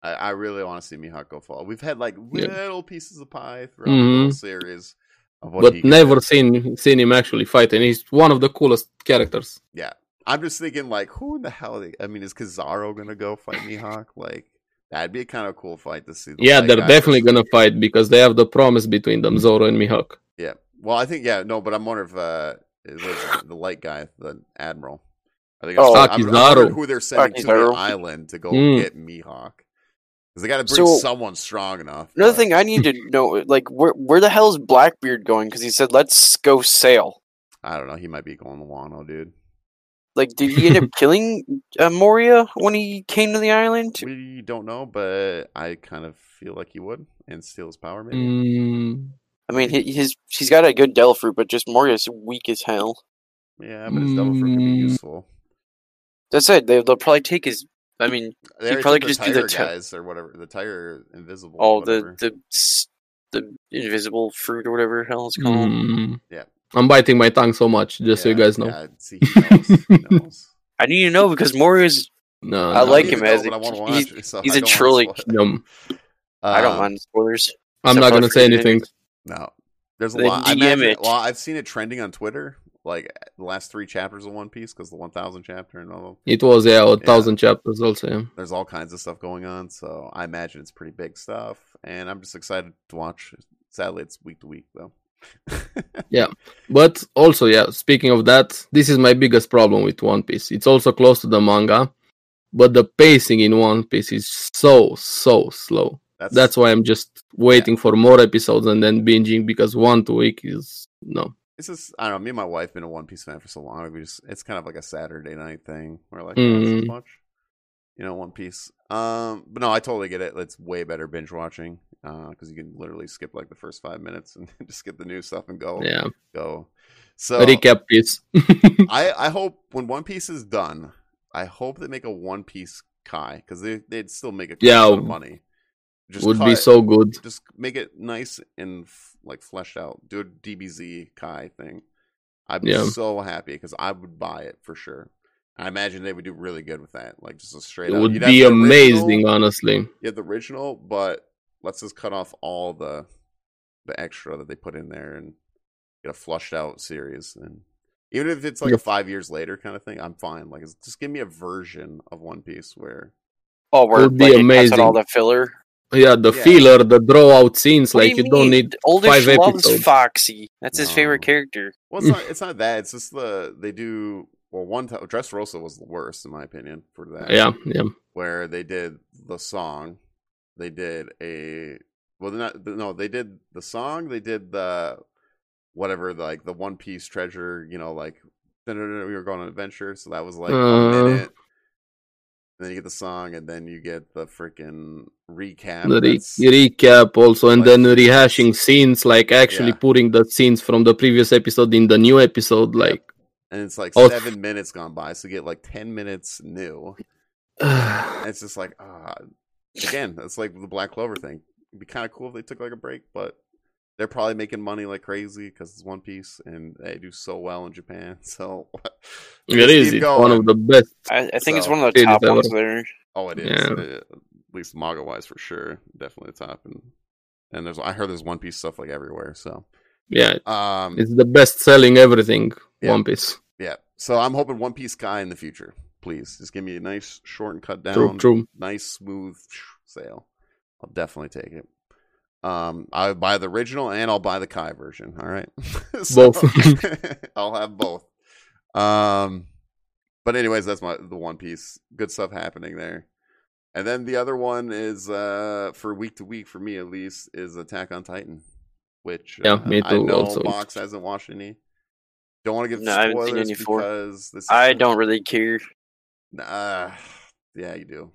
Speaker 1: I, I really want to see Mihawk go fall. We've had like
Speaker 3: Yeah.
Speaker 1: little pieces of pie throughout the
Speaker 3: Mhm.
Speaker 1: whole series, of what he
Speaker 3: but
Speaker 1: can
Speaker 3: never
Speaker 1: do.
Speaker 3: seen seen him actually fight, and he's one of the coolest characters.
Speaker 1: I'm just thinking, like, who in the hell? They, I mean, is Kizaru gonna go fight Mihawk? Like, that'd be a kind of cool fight to see. the
Speaker 3: Yeah,
Speaker 1: white
Speaker 3: they're
Speaker 1: guy
Speaker 3: definitely
Speaker 1: versus-
Speaker 3: gonna fight because they have the promise between them, Zoro and Mihawk.
Speaker 1: Yeah. Well, I think yeah. No, but I'm wondering if uh, it was the light guy, the admiral. I think
Speaker 4: Oh.
Speaker 1: I'm, I'm, I'm
Speaker 3: Akizaru.
Speaker 1: wondering who they're sending to the
Speaker 4: Akizaru.
Speaker 1: island to go
Speaker 3: Mm.
Speaker 1: get Mihawk. Because they got to bring
Speaker 4: Hmm. So-
Speaker 1: someone strong enough.
Speaker 4: Another
Speaker 1: but-
Speaker 4: thing I need to know, like, where where the hell is Blackbeard going? Because he said, "Let's go sail."
Speaker 1: I don't know. He might be going to Wano, dude.
Speaker 4: Like, did he end up killing uh, Moria when he came to the island?
Speaker 1: We don't know, but I kind of feel like he would and steal his power. Maybe
Speaker 3: Mm,
Speaker 4: I mean, hi- his he's got a good devil fruit, but just Moria's weak as hell.
Speaker 1: yeah, but his devil fruit could be
Speaker 3: Mm.
Speaker 1: useful.
Speaker 4: That's it. They, they'll probably take his. I mean,
Speaker 1: They
Speaker 4: He
Speaker 1: already
Speaker 4: probably
Speaker 1: took the
Speaker 4: could just do
Speaker 1: tiger
Speaker 4: the ti-
Speaker 1: guys or whatever. The tiger invisible.
Speaker 4: all
Speaker 1: whatever.
Speaker 4: the the s- the invisible fruit or whatever the hell it's called.
Speaker 3: mm.
Speaker 1: Yeah.
Speaker 3: I'm biting my tongue so much, just so you
Speaker 1: Yeah,
Speaker 3: guys know.
Speaker 1: yeah, see, he knows, he knows.
Speaker 4: I need to know because Moria's.
Speaker 3: No, no,
Speaker 4: I like
Speaker 1: don't
Speaker 4: him
Speaker 1: even
Speaker 4: as
Speaker 1: know,
Speaker 4: a-
Speaker 1: but I wanna
Speaker 4: he's-
Speaker 1: watch it, so
Speaker 4: he's
Speaker 1: I
Speaker 4: a
Speaker 1: don't wanna
Speaker 4: troll.
Speaker 1: spoil it.
Speaker 3: no,
Speaker 4: I don't
Speaker 1: Um,
Speaker 3: Uh,
Speaker 4: mind spoilers.
Speaker 3: I'm
Speaker 4: Except
Speaker 3: not gonna
Speaker 4: for
Speaker 3: say
Speaker 4: if it
Speaker 3: anything.
Speaker 1: No, there's a
Speaker 4: Then
Speaker 1: lot. I
Speaker 4: DM
Speaker 1: imagine,
Speaker 4: it.
Speaker 1: Well, I've seen it trending on Twitter, like the last three chapters of One Piece, because the 1,000 chapter and all.
Speaker 3: It was yeah, a
Speaker 1: Yeah.
Speaker 3: thousand chapters also. Yeah.
Speaker 1: There's all kinds of stuff going on, so I imagine it's pretty big stuff, and I'm just excited to watch. Sadly, it's week to week though.
Speaker 3: But also, yeah, speaking of that, this is my biggest problem with One Piece. It's also close to the manga, but the pacing in One Piece is so so slow. That's why I'm just waiting for more episodes and then binging because one to week is no.
Speaker 1: This is I don't know. Me and my wife been a One Piece fan for so long. We just it's kind of like a Saturday night thing. We're like, oh, this is
Speaker 3: Mm.
Speaker 1: much, you know, One Piece. Um, but no, I totally get it. It's way better binge watching because you can literally skip like the first five minutes and just get the new stuff and go
Speaker 3: Yeah,
Speaker 1: go. So
Speaker 3: recap piece.
Speaker 1: I I hope when One Piece is done, I hope they make a One Piece Kai because they they'd still make a good
Speaker 3: Yeah,
Speaker 1: amount of money. Just
Speaker 3: Would be
Speaker 1: cut-
Speaker 3: so good.
Speaker 1: just make it nice and f- like fleshed out. Do a DBZ Kai thing. I'd be
Speaker 3: Yeah.
Speaker 1: so happy because I would buy it for sure. I imagine they would do really good with that. Like just a straight.
Speaker 3: It
Speaker 1: out-
Speaker 3: would
Speaker 1: you'd have
Speaker 3: be
Speaker 1: the original-
Speaker 3: amazing, uh honestly.
Speaker 1: You have the original, but let's just cut off all the the extra that they put in there and get a flushed out series. And even if it's like
Speaker 3: Yeah.
Speaker 1: a five years later kind of thing, I'm fine. Like it's- just give me a version of One Piece where
Speaker 4: Oh, we're
Speaker 3: would be
Speaker 4: like, it cuts out all
Speaker 3: amazing.
Speaker 4: the filler.
Speaker 3: Yeah, the
Speaker 1: Yeah.
Speaker 3: filler, the draw out scenes,
Speaker 4: What
Speaker 3: like you,
Speaker 4: do
Speaker 3: don't
Speaker 4: mean?
Speaker 3: need
Speaker 4: Old
Speaker 3: five
Speaker 4: Ish loves
Speaker 3: episodes.
Speaker 4: Foxy. That's his favorite
Speaker 1: No.
Speaker 4: character.
Speaker 1: Well, it's not, it's not that. It's just the they do well. One time, Dressrosa was the worst in my opinion for that.
Speaker 3: Yeah, yeah.
Speaker 1: where they did the song, they did a well, they're not no, they did the song, they did the whatever, like the One Piece treasure, you know, like we were going on an adventure, so that was like a
Speaker 3: Uh.
Speaker 1: minute. Then you get the song, and then you get the freaking recap.
Speaker 3: The re-
Speaker 1: that's-
Speaker 3: recap also, and
Speaker 1: like-
Speaker 3: then rehashing scenes, like actually
Speaker 1: Yeah.
Speaker 3: putting the scenes from the previous episode in the new episode.
Speaker 1: Yeah.
Speaker 3: Like,
Speaker 1: and it's like
Speaker 3: Oh.
Speaker 1: seven minutes gone by, so you get like ten minutes new. And it's just like ah again it's like the black clover thing it'd be kind of cool if they took like a break but they're probably making money like crazy because it's one piece and they do so well in japan so
Speaker 3: it
Speaker 1: just
Speaker 3: is
Speaker 1: keep
Speaker 3: it's one of the best.
Speaker 4: I, I think it's
Speaker 1: So-
Speaker 4: one of the
Speaker 3: It is
Speaker 4: top
Speaker 3: ever.
Speaker 4: ones there.
Speaker 1: oh it is
Speaker 3: Yeah.
Speaker 1: Uh, at least manga wise for sure definitely the top and and there's i heard there's one piece stuff like everywhere so
Speaker 3: Yeah,
Speaker 1: um
Speaker 3: it's the best selling everything.
Speaker 1: Yeah.
Speaker 3: One Piece.
Speaker 1: yeah so i'm hoping one piece guy in the future please just give me a nice short and cut down
Speaker 3: True, true.
Speaker 1: nice smooth sale. I'll definitely take it. Um, I would buy the original and I'll buy the Kai version. All right,
Speaker 3: Both.
Speaker 1: I'll have both. Um, but anyways, that's my the One Piece. Good stuff happening there. And then the other one is uh for week to week for me at least is Attack on Titan, which
Speaker 3: Yeah,
Speaker 1: uh,
Speaker 3: me
Speaker 1: I
Speaker 3: too,
Speaker 1: know
Speaker 3: also.
Speaker 1: Box hasn't watched any. Don't want to give
Speaker 4: No, I haven't seen
Speaker 1: spoilers
Speaker 4: any for-
Speaker 1: because this. Is
Speaker 4: I don't really care.
Speaker 1: Nah, yeah, you do.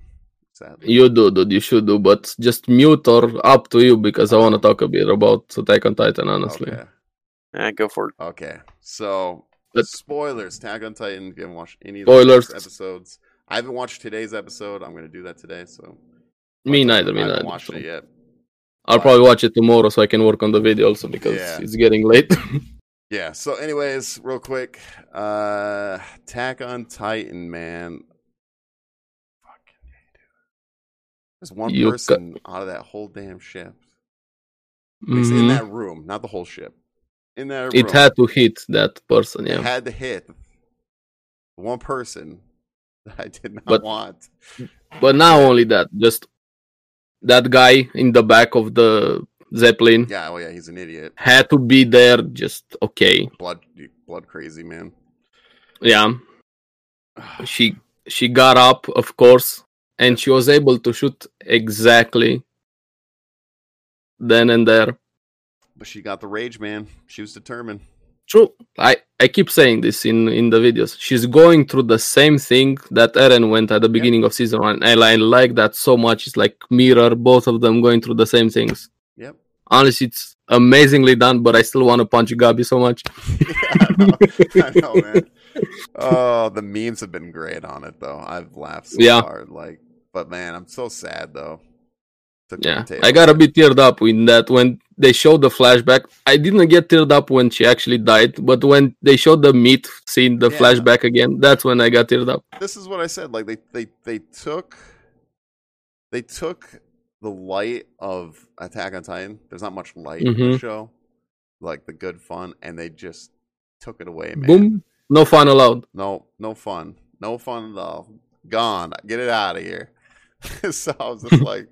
Speaker 1: Sadly,
Speaker 3: You do, dude. You should do, but just mute or up to you because I want to
Speaker 1: Um,
Speaker 3: talk a bit about Attack on Titan, honestly.
Speaker 1: Okay.
Speaker 4: Uh, go for it.
Speaker 1: Okay. So
Speaker 3: But-
Speaker 1: spoilers, Tag on Titan. If you haven't watched any of
Speaker 3: Spoilers.
Speaker 1: the past episodes, I haven't watched today's episode. I'm gonna do that today. So
Speaker 3: Me
Speaker 1: But, uh,
Speaker 3: neither, me
Speaker 1: I haven't
Speaker 3: neither.
Speaker 1: watched
Speaker 3: so.
Speaker 1: it yet.
Speaker 3: I'll
Speaker 1: but-
Speaker 3: probably watch it tomorrow so I can work on the video also because
Speaker 1: Yeah.
Speaker 3: it's getting late.
Speaker 1: Yeah. So, anyways, real quick, uh, Attack on Titan, man. Fucking hate it. There's one
Speaker 3: You
Speaker 1: person out of that whole damn ship. At least in
Speaker 3: Mhm.
Speaker 1: that room, not the whole ship. In that room,
Speaker 3: It had to hit that person,
Speaker 1: It
Speaker 3: yeah.
Speaker 1: had to hit one person that I did not
Speaker 3: But-
Speaker 1: want.
Speaker 3: But not only that, just that guy in the back of the zeppelin
Speaker 1: Yeah. Oh yeah, he's an idiot.
Speaker 3: had to be there. Just okay,
Speaker 1: blood blood crazy man
Speaker 3: yeah. She she got up, of course, and she was able to shoot exactly then and there.
Speaker 1: but she got the rage man she was determined
Speaker 3: True. I, I keep saying this in, in the videos. She's going through the same thing that Eren went at the beginning of season one. And I like that so much. It's like mirror, both of them going through the same things.
Speaker 1: Yep.
Speaker 3: Honestly, it's amazingly done, but I still want to punch Gabi so much.
Speaker 1: I know. I know, man. Oh, the memes have been great on it though. I've laughed so
Speaker 3: Yeah.
Speaker 1: hard. Like, but man, I'm so sad though. Took the
Speaker 3: Yeah,
Speaker 1: potato.
Speaker 3: I got a bit teared up in that when they showed the flashback. I didn't get teared up when she actually died, but when they showed the meat scene, the
Speaker 1: Yeah.
Speaker 3: flashback again, that's when I got teared up.
Speaker 1: This is what I said. Like they they they took they took the light of Attack on Titan. There's not much light in the
Speaker 3: Mhm.
Speaker 1: show, like the good fun, and they just took it away, man.
Speaker 3: Boom, no fun allowed.
Speaker 1: No, no fun. No fun at all. Gone. Get it out of here. so I was just like,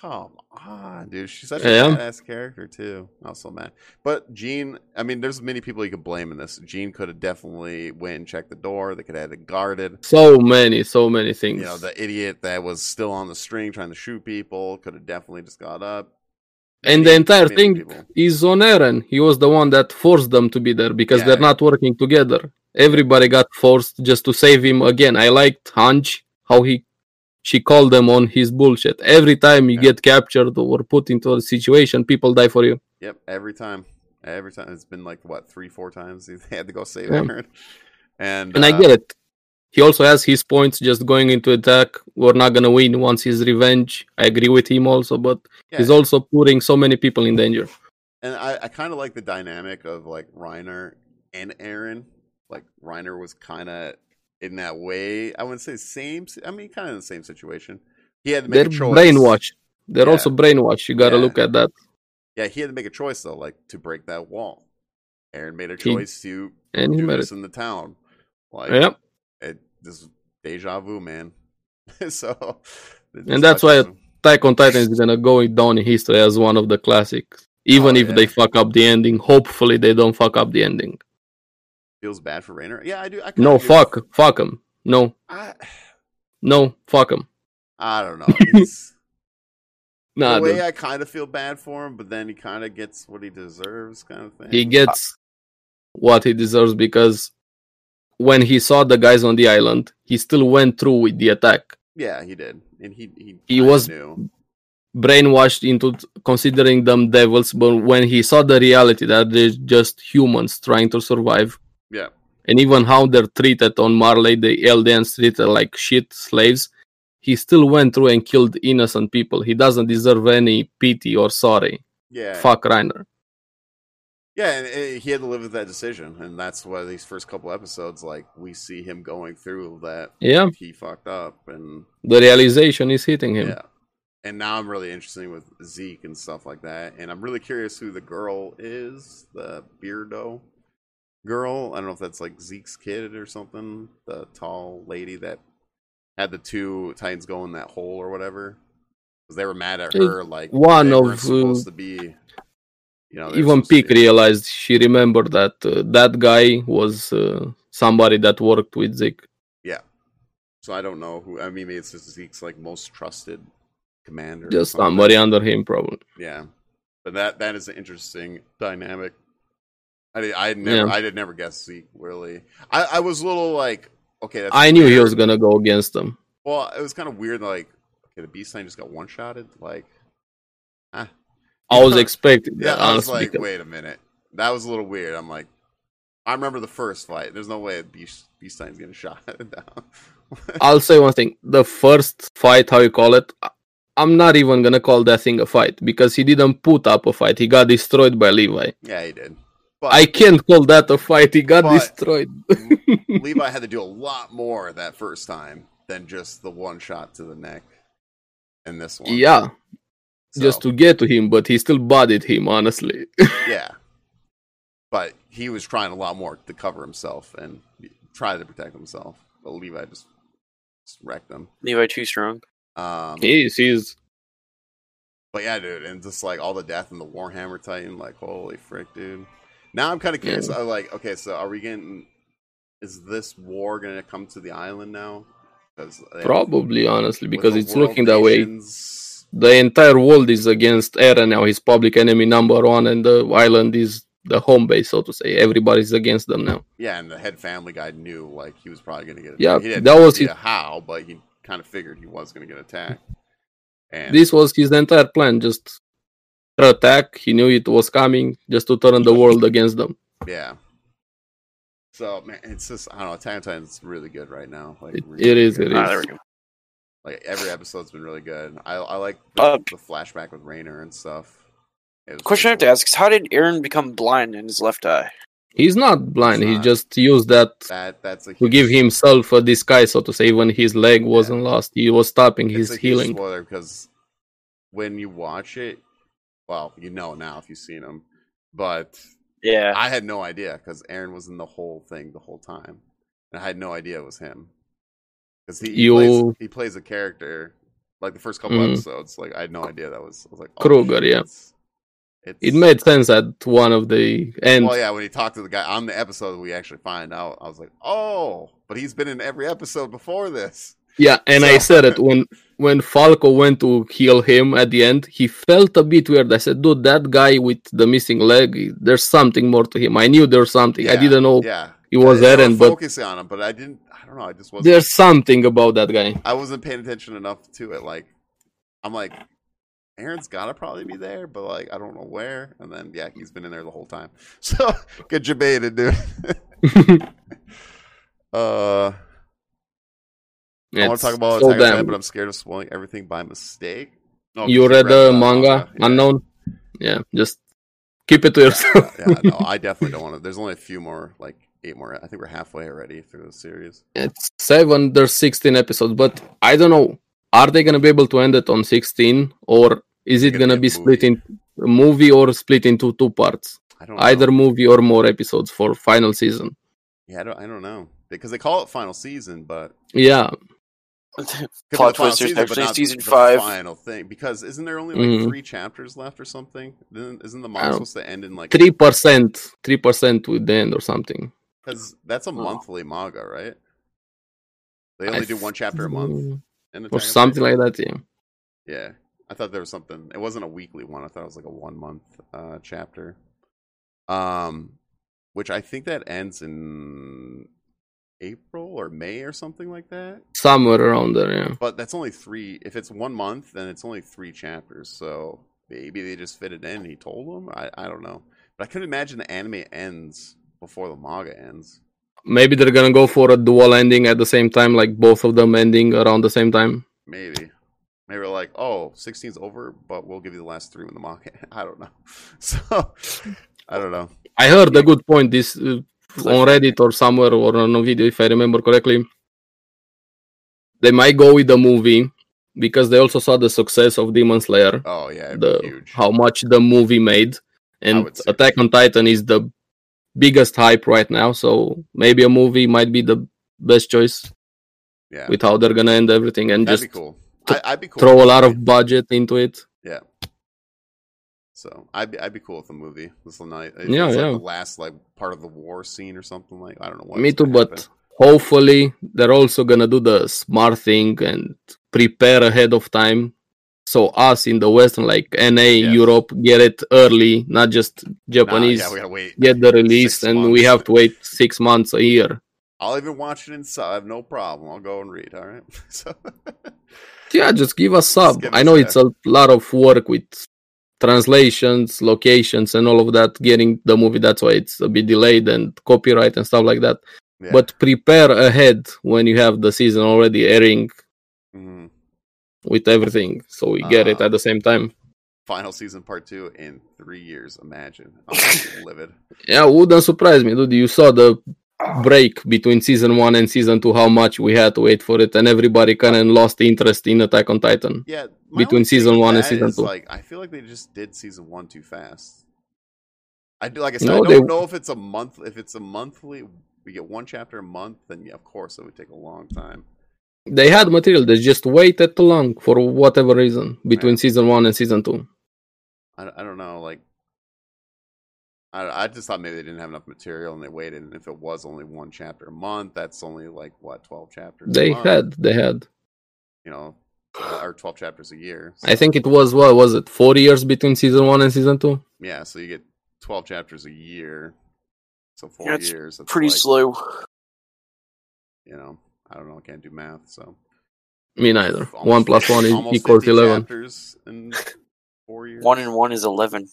Speaker 1: come on, dude. She's such a
Speaker 3: Yeah.
Speaker 1: badass character too. I was so mad. But Gene, I mean, there's many people you could blame in this. Gene could have definitely went and checked the door. They could have had it guarded.
Speaker 3: So many, so many things.
Speaker 1: You know, the idiot that was still on the string trying to shoot people could have definitely just got up.
Speaker 3: and the
Speaker 1: Many-
Speaker 3: entire
Speaker 1: many
Speaker 3: thing
Speaker 1: people.
Speaker 3: is on Eren. He was the one that forced them to be there because
Speaker 1: Yeah.
Speaker 3: they're not working together. Everybody got forced just to save him again. I liked Hanj how he she called them on his bullshit. Every time you
Speaker 1: Yeah.
Speaker 3: get captured or put into a situation, people die for you.
Speaker 1: Yep, every time. Every time. It's been like, what, three, four times they had to go save
Speaker 3: Yeah.
Speaker 1: Aaron. And,
Speaker 3: And
Speaker 1: uh,
Speaker 3: I get it. He also has his points just going into attack. We're not gonna win once his revenge. I agree with him also, but
Speaker 1: yeah,
Speaker 3: he's also putting so many people in danger.
Speaker 1: and I, I kind of like the dynamic of like Reiner and Aaron. Like Reiner was kind of in that way. I wouldn't say same. s- I mean, kind of the same situation. He had to make
Speaker 3: They're
Speaker 1: a choice.
Speaker 3: brainwashed. They're
Speaker 1: Yeah.
Speaker 3: also brainwashed. You gotta
Speaker 1: Yeah.
Speaker 3: look at that.
Speaker 1: Yeah, he had to make a choice though, like to break that wall. Aaron made a
Speaker 3: He-
Speaker 1: choice to
Speaker 3: And he
Speaker 1: do
Speaker 3: made it.
Speaker 1: this in the town. Like,
Speaker 3: Yep.
Speaker 1: it, this is deja vu, man. so, it just
Speaker 3: And that's why
Speaker 1: touches him.
Speaker 3: Attack on Titan is gonna go down in history as one of the classics. Even
Speaker 1: Oh,
Speaker 3: if
Speaker 1: yeah.
Speaker 3: they fuck up the ending, hopefully they don't fuck up the ending.
Speaker 1: feels bad for Rainer. Yeah, I do. I kinda
Speaker 3: No,
Speaker 1: do.
Speaker 3: fuck, fuck him. No,
Speaker 1: I,
Speaker 3: no, fuck him.
Speaker 1: I don't know. He's-
Speaker 3: Nah,
Speaker 1: the way
Speaker 3: dude.
Speaker 1: I kind of feel bad for him, but then he kind of gets what he deserves, kind of thing.
Speaker 3: he gets what he deserves because when he saw the guys on the island, he still went through with the attack,
Speaker 1: yeah, he did, and he he,
Speaker 3: He
Speaker 1: kinda
Speaker 3: was-
Speaker 1: knew.
Speaker 3: brainwashed into t- considering them devils. But when he saw the reality that they're just humans trying to survive,
Speaker 1: yeah,
Speaker 3: and even how they're treated on Marley, the Eldians treated like shit slaves. He still went through and killed innocent people. He doesn't deserve any pity or sorry.
Speaker 1: yeah,
Speaker 3: Fuck Reiner.
Speaker 1: yeah, and uh, he had to live with that decision, and that's why these first couple episodes, like we see him going through that
Speaker 3: Yeah,
Speaker 1: he fucked up, and
Speaker 3: the realization is hitting him.
Speaker 1: yeah, and now I'm really interested with Zeke and stuff like that, and I'm really curious who the girl is, the beardo girl. I don't know if that's like Zeke's kid or something, the tall lady that had the two Titans go in that hole or whatever, 'Cause they were mad at
Speaker 3: Hey,
Speaker 1: her. Like
Speaker 3: one
Speaker 1: they
Speaker 3: of,
Speaker 1: weren't supposed to be, you know, they were
Speaker 3: even
Speaker 1: supposed to
Speaker 3: Peak
Speaker 1: be-
Speaker 3: realized she remembered that uh, that guy was uh, somebody that worked with Zeke.
Speaker 1: So I don't know who. I mean, maybe it's just Zeke's like most trusted commander. or
Speaker 3: Just
Speaker 1: something.
Speaker 3: somebody under him, probably.
Speaker 1: Yeah, but that that is an interesting dynamic. I did, I had never
Speaker 3: Yeah.
Speaker 1: I did never guess Zeke really. I I was a little like okay. That's
Speaker 3: I knew he
Speaker 1: weird.
Speaker 3: was gonna go against them.
Speaker 1: Well, it was kind of weird. Like okay, the beast sign just got one shotted. Like
Speaker 3: I was expecting
Speaker 1: yeah,
Speaker 3: that,
Speaker 1: I was
Speaker 3: honestly.
Speaker 1: like,
Speaker 3: because-
Speaker 1: wait a minute, that was a little weird. I'm like, I remember the first fight. There's no way beast beast sign's getting shot down.
Speaker 3: I'll say one thing. The first fight, how you call it, I- I'm not even gonna call that thing a fight because he didn't put up a fight. He got destroyed by Levi.
Speaker 1: yeah, he did. But
Speaker 3: I can't call that a fight. He got
Speaker 1: But-
Speaker 3: destroyed.
Speaker 1: Levi had to do a lot more that first time than just the one shot to the neck. In this one,
Speaker 3: Yeah,
Speaker 1: So-
Speaker 3: just to get to him, but he still bodied him. Honestly,
Speaker 1: yeah. But he was trying a lot more to cover himself and try to protect himself. But Levi just, just wrecked him.
Speaker 4: Levi too strong.
Speaker 1: Um,
Speaker 3: he is. He is.
Speaker 1: But yeah, dude, and just like all the death in the Warhammer Titan, like holy frick, dude. Now I'm kind of curious.
Speaker 3: Yeah.
Speaker 1: I'm like, okay, so are we getting? Is this war gonna come to the island now? Because
Speaker 3: Probably, honestly, because it's looking that way. The entire world is against Eren now. He's public enemy number one, and the island is the home base, so to say. Everybody's against them now.
Speaker 1: Yeah, and the head family guy knew like he was probably going to get.
Speaker 3: Yeah,
Speaker 1: he didn't
Speaker 3: that
Speaker 1: know
Speaker 3: was his-
Speaker 1: how, but he kind of figured he was going to get attacked. And
Speaker 3: This was his entire plan, just to attack. He knew it was coming, just to turn the world against them.
Speaker 1: yeah. So man, it's just I don't know. Attack on Titan's really good right now. Like
Speaker 3: It-
Speaker 1: really
Speaker 3: it is,
Speaker 1: good.
Speaker 3: it
Speaker 4: Ah,
Speaker 3: is.
Speaker 4: there we go.
Speaker 1: Like every episode's been really good. I I like the,
Speaker 4: Uh,
Speaker 1: the flashback with Rainer and stuff. It was
Speaker 4: Question
Speaker 1: really
Speaker 4: I have to
Speaker 1: cool.
Speaker 4: ask is how did Aaron become blind in his left eye?
Speaker 3: He's not blind.
Speaker 1: He's
Speaker 3: he
Speaker 1: not.
Speaker 3: just used that
Speaker 1: That that's a
Speaker 3: to
Speaker 1: huge-
Speaker 3: give himself a disguise, so to say. When his leg wasn't lost, he was stopping
Speaker 1: it's
Speaker 3: his
Speaker 1: a huge
Speaker 3: healing.
Speaker 1: spoiler because when you watch it, well, you know now if you've seen them, but
Speaker 4: Yeah.
Speaker 1: I had no idea because Aaron was in the whole thing the whole time, and I had no idea it was him because he, he plays
Speaker 3: You-
Speaker 1: he plays a character like the first couple
Speaker 3: Mhm.
Speaker 1: episodes. Like I had no idea that was. I was like oh,
Speaker 3: Kruger,
Speaker 1: shit,
Speaker 3: yeah.
Speaker 1: It's, it's,
Speaker 3: It made sense at one of the ends.
Speaker 1: well, yeah. When he talked to the guy on the episode, we actually find out. I was like, oh, but he's been in every episode before this.
Speaker 3: Yeah, and I
Speaker 1: So-
Speaker 3: said it when when Falco went to heal him at the end, he felt a bit weird. I said, "Dude, that guy with the missing leg, there's something more to him. I knew there was something. I
Speaker 1: Yeah,
Speaker 3: didn't know
Speaker 1: Yeah,
Speaker 3: he was
Speaker 1: They were
Speaker 3: Eren, but
Speaker 1: focusing on him, but I didn't. I don't know. I just wasn't.
Speaker 3: there's something about that guy."
Speaker 1: I wasn't paying attention enough to it. Like, I'm like, Aaron's gotta probably be there, but like, I don't know where. And then, yeah, he's been in there the whole time. So, get debated, dude. uh, I want
Speaker 3: It's
Speaker 1: to talk about
Speaker 3: so
Speaker 1: Attack on Titan,
Speaker 3: damn-
Speaker 1: but I'm scared of spoiling everything by mistake. No, 'cause
Speaker 3: you read the
Speaker 1: that
Speaker 3: manga,
Speaker 1: Yeah.
Speaker 3: unknown. Yeah, just keep it to yourself.
Speaker 1: yeah, no, I definitely don't want to. There's only a few more, like eight more. I think we're halfway already through the series.
Speaker 3: it's seven there's 16 episodes but i don't know are they gonna be able to end it on 16 or is it
Speaker 1: It's gonna
Speaker 3: gonna
Speaker 1: be
Speaker 3: be
Speaker 1: a
Speaker 3: split in a movie or split into two parts
Speaker 1: I don't
Speaker 3: either
Speaker 1: know.
Speaker 3: movie or more episodes for final season
Speaker 1: Yeah, I don't, I don't know because they call it final season, but
Speaker 3: yeah
Speaker 1: Could be
Speaker 4: Plot
Speaker 1: the final
Speaker 4: twist, there's
Speaker 1: season,
Speaker 4: actually
Speaker 1: but not
Speaker 4: season
Speaker 1: the
Speaker 4: five.
Speaker 1: Final thing, because isn't there only like
Speaker 3: Mhm.
Speaker 1: three chapters left or something? Then isn't the manga
Speaker 3: don't-
Speaker 1: supposed to end in like
Speaker 3: 3% 3% with the end or something
Speaker 1: Because that's a monthly manga, right? They only
Speaker 3: Oh. I
Speaker 1: do one chapter a month
Speaker 3: Mm,
Speaker 1: in Attack
Speaker 3: or
Speaker 1: on
Speaker 3: something
Speaker 1: Titan.
Speaker 3: like that yeah
Speaker 1: Yeah, I thought there was something. It wasn't a weekly one. I thought it was like a one month uh, chapter. Um, which I think that ends in April or May or something like that.
Speaker 3: somewhere around there yeah
Speaker 1: But that's only three. If it's one month, then it's only three chapters. So maybe they just fit it in. And he told them. I, I don't know. But I couldn't imagine the anime ends before the manga ends.
Speaker 3: maybe they're gonna go for a dual ending at the same time like both of them ending around the same time
Speaker 1: Maybe. Maybe we're like, oh, 16's over, but we'll give you the last three when the manga. I don't know. So I don't know.
Speaker 3: I heard a good point this uh, on Reddit or somewhere or on a video, if I remember correctly. They might go with the movie because they also saw the success of Demon Slayer,
Speaker 1: Oh yeah, it'd be
Speaker 3: the
Speaker 1: huge.
Speaker 3: how much the movie made, and
Speaker 1: would say-
Speaker 3: Attack on Titan is the biggest hype right now. So maybe a movie might be the best choice
Speaker 1: yeah,
Speaker 3: with how they're gonna end everything and
Speaker 1: that'd be
Speaker 3: just
Speaker 1: cool. I, I'd be cool.
Speaker 3: throw
Speaker 1: with
Speaker 3: a lot
Speaker 1: movie.
Speaker 3: of budget into it.
Speaker 1: So I'd be, I'd be cool with the movie. This will not. It's
Speaker 3: Yeah,
Speaker 1: like
Speaker 3: yeah.
Speaker 1: The last like part of the war scene or something like. I don't know what.
Speaker 3: Me
Speaker 1: it's
Speaker 3: too,
Speaker 1: gonna
Speaker 3: but
Speaker 1: happen.
Speaker 3: hopefully they're also gonna do the smart thing and prepare ahead of time. So us in the Western, like NA,
Speaker 1: Yes.
Speaker 3: Europe, get it early, not just
Speaker 1: Nah,
Speaker 3: Japanese
Speaker 1: yeah, we gotta wait.
Speaker 3: get the release,
Speaker 1: Six
Speaker 3: and
Speaker 1: months.
Speaker 3: we have to wait six months a year.
Speaker 1: I'll even watch it in sub. I have no problem. I'll go and read. All right. So,
Speaker 3: Yeah, just give us sub.
Speaker 1: give
Speaker 3: I
Speaker 1: us
Speaker 3: know
Speaker 1: that.
Speaker 3: it's a lot of work with translations, locations, and all of that. Getting the movie, that's why it's a bit delayed and copyright and stuff like that.
Speaker 1: yeah.
Speaker 3: But prepare ahead when you have the season already airing
Speaker 1: Mhm.
Speaker 3: with everything, so we get it
Speaker 1: Uh,
Speaker 3: at the same time.
Speaker 1: final season part two in three years. Imagine. I'm livid.
Speaker 3: Yeah, wouldn't surprise me, dude. You saw the break between season one and season two, how much we had to wait for it, and everybody kind of lost interest in Attack on Titan.
Speaker 1: Yeah. my
Speaker 3: Between
Speaker 1: only thing
Speaker 3: season
Speaker 1: with
Speaker 3: one and
Speaker 1: that
Speaker 3: season
Speaker 1: is,
Speaker 3: two.
Speaker 1: Like, I feel like they just did season one too fast. I do. Like I said, I
Speaker 3: No,
Speaker 1: don't
Speaker 3: they-
Speaker 1: know if it's a month. If it's a monthly, we get one chapter a month. Then yeah, of course it would take a long time.
Speaker 3: They had material, they just waited too long for whatever reason between
Speaker 1: Yeah.
Speaker 3: season one and season two.
Speaker 1: I, I don't know. Like, I, I just thought maybe they didn't have enough material and they waited. And if it was only one chapter a month, that's only like what twelve chapters. a
Speaker 3: They
Speaker 1: month,
Speaker 3: had, they had.
Speaker 1: you know, uh, or twelve chapters a year.
Speaker 3: I think it was what was it, four years between season one and season two?
Speaker 1: yeah. So you get twelve chapters a year, so four
Speaker 4: That's
Speaker 1: years. That's
Speaker 4: Pretty
Speaker 1: like,
Speaker 4: slow.
Speaker 1: You know, I don't know. I can't do math, so
Speaker 3: Me neither.
Speaker 1: Almost
Speaker 3: One plus one e-
Speaker 1: almost
Speaker 3: equals
Speaker 1: 50
Speaker 3: eleven.
Speaker 1: Chapters in four years.
Speaker 4: One and one is eleven.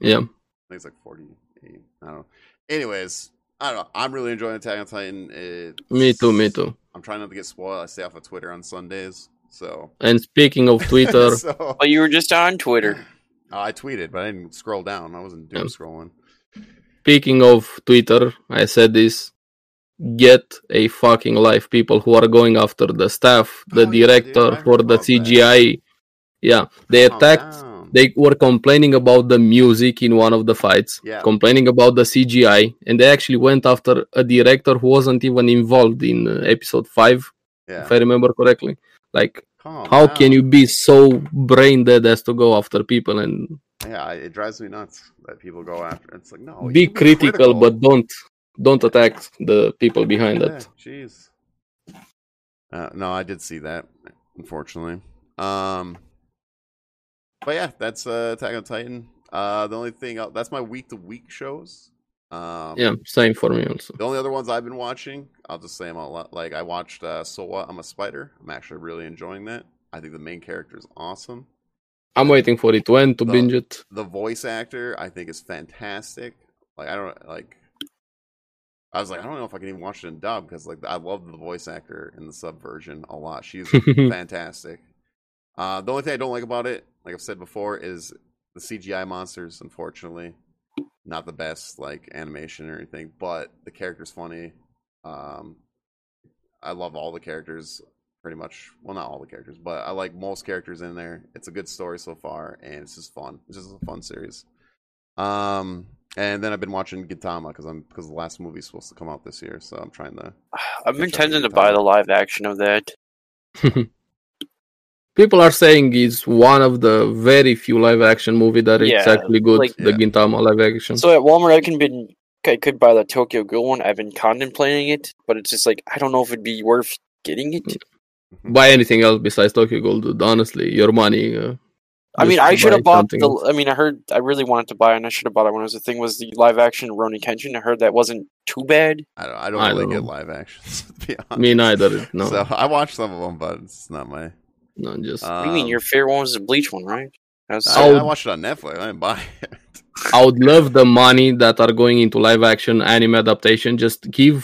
Speaker 3: Yeah.
Speaker 1: I think it's like 48. I don't know. Anyways, I don't know. I'm really enjoying Attack on Titan. It,
Speaker 3: Me too. Me too.
Speaker 1: I'm trying not to get spoiled. I stay off of Twitter on Sundays. So.
Speaker 3: And speaking of Twitter,
Speaker 1: so
Speaker 4: But you were just on Twitter.
Speaker 1: Uh, I tweeted, but I didn't scroll down. I wasn't doom
Speaker 3: Yeah.
Speaker 1: scrolling.
Speaker 3: speaking of Twitter, I said this. Get a fucking life, people who are going after the staff, the
Speaker 1: Oh, yeah, dude,
Speaker 3: director
Speaker 1: I heard
Speaker 3: for the
Speaker 1: about that.
Speaker 3: CGI. Yeah, they
Speaker 1: Calm
Speaker 3: attacked
Speaker 1: down.
Speaker 3: they were complaining about the music in one of the fights,
Speaker 1: Yeah.
Speaker 3: complaining about the CGI, and they actually went after a director who wasn't even involved in uh, episode five,
Speaker 1: yeah.
Speaker 3: if I remember correctly. Like,
Speaker 1: Calm
Speaker 3: how
Speaker 1: down.
Speaker 3: can you be so brain dead as to go after people and
Speaker 1: Yeah, I- it drives me nuts that people go after. It's like no,
Speaker 3: be
Speaker 1: Oh, you can
Speaker 3: critical, but don't don't attack the people behind
Speaker 1: Yeah,
Speaker 3: it?
Speaker 1: Jeez. Uh, no, I did see that, unfortunately. Um, but yeah, that's uh, Attack on Titan. Uh, the only thing else, that's my week to week shows. Um,
Speaker 3: Yeah, same for me also.
Speaker 1: The only other ones I've been watching, I'll just say them a lot. Like I watched uh, So What? I'm a Spider. I'm actually really enjoying that. I think the main character is awesome.
Speaker 3: I'm waiting for it to end to
Speaker 1: The-
Speaker 3: binge it.
Speaker 1: The voice actor I think is fantastic. Like I don't like. I was like, I don't know if I can even watch it in dub because like I love the voice actor in the sub version a lot. She's fantastic. Uh, the only thing I don't like about it, like I've said before, is the CGI monsters. Unfortunately, not the best like animation or anything, but the character's funny. Um, I love all the characters pretty much. Well, not all the characters, but I like most characters in there. It's a good story so far, and it's just fun. It's just a fun series. Um, and then I've been watching Gintama because I'm because the last movie's supposed to come out this year, so I'm trying to.
Speaker 4: I'm
Speaker 1: Good
Speaker 4: intending to
Speaker 1: job,
Speaker 4: buy
Speaker 1: Tyler.
Speaker 4: the live action of that.
Speaker 3: People are saying it's one of the very few live action movie that it's
Speaker 4: Yeah,
Speaker 3: actually good,
Speaker 4: like-
Speaker 3: the
Speaker 1: Yeah.
Speaker 3: Gintama live action.
Speaker 4: So at Walmart, I can been I could buy the Tokyo Ghoul one. I've been contemplating it, but it's just like I don't know if it'd be worth getting
Speaker 3: Mm.
Speaker 4: it.
Speaker 3: buy anything else besides Tokyo Gold, dude. Honestly, your money. Uh,
Speaker 4: I mean,
Speaker 3: just
Speaker 4: I should
Speaker 3: buy
Speaker 4: have bought
Speaker 3: something
Speaker 4: the.
Speaker 3: else.
Speaker 4: I mean, I heard I really wanted to buy, and I should have bought it when it was a thing. Was the live action Ronin Kenshin? I heard that wasn't too bad.
Speaker 1: I don't. I don't
Speaker 3: I
Speaker 1: really
Speaker 3: don't
Speaker 1: get
Speaker 3: know.
Speaker 1: live actions. To be honest.
Speaker 3: Me neither. No,
Speaker 1: So I watched some of them, but it's not my.
Speaker 3: no, just
Speaker 4: What do you mean
Speaker 1: um,
Speaker 4: your favorite one was the Bleach one, right? uh, That's
Speaker 1: I, I
Speaker 3: Oh.
Speaker 1: watched it on Netflix. I didn't buy it.
Speaker 3: I would love the money that are going into live action anime adaptation. Just give,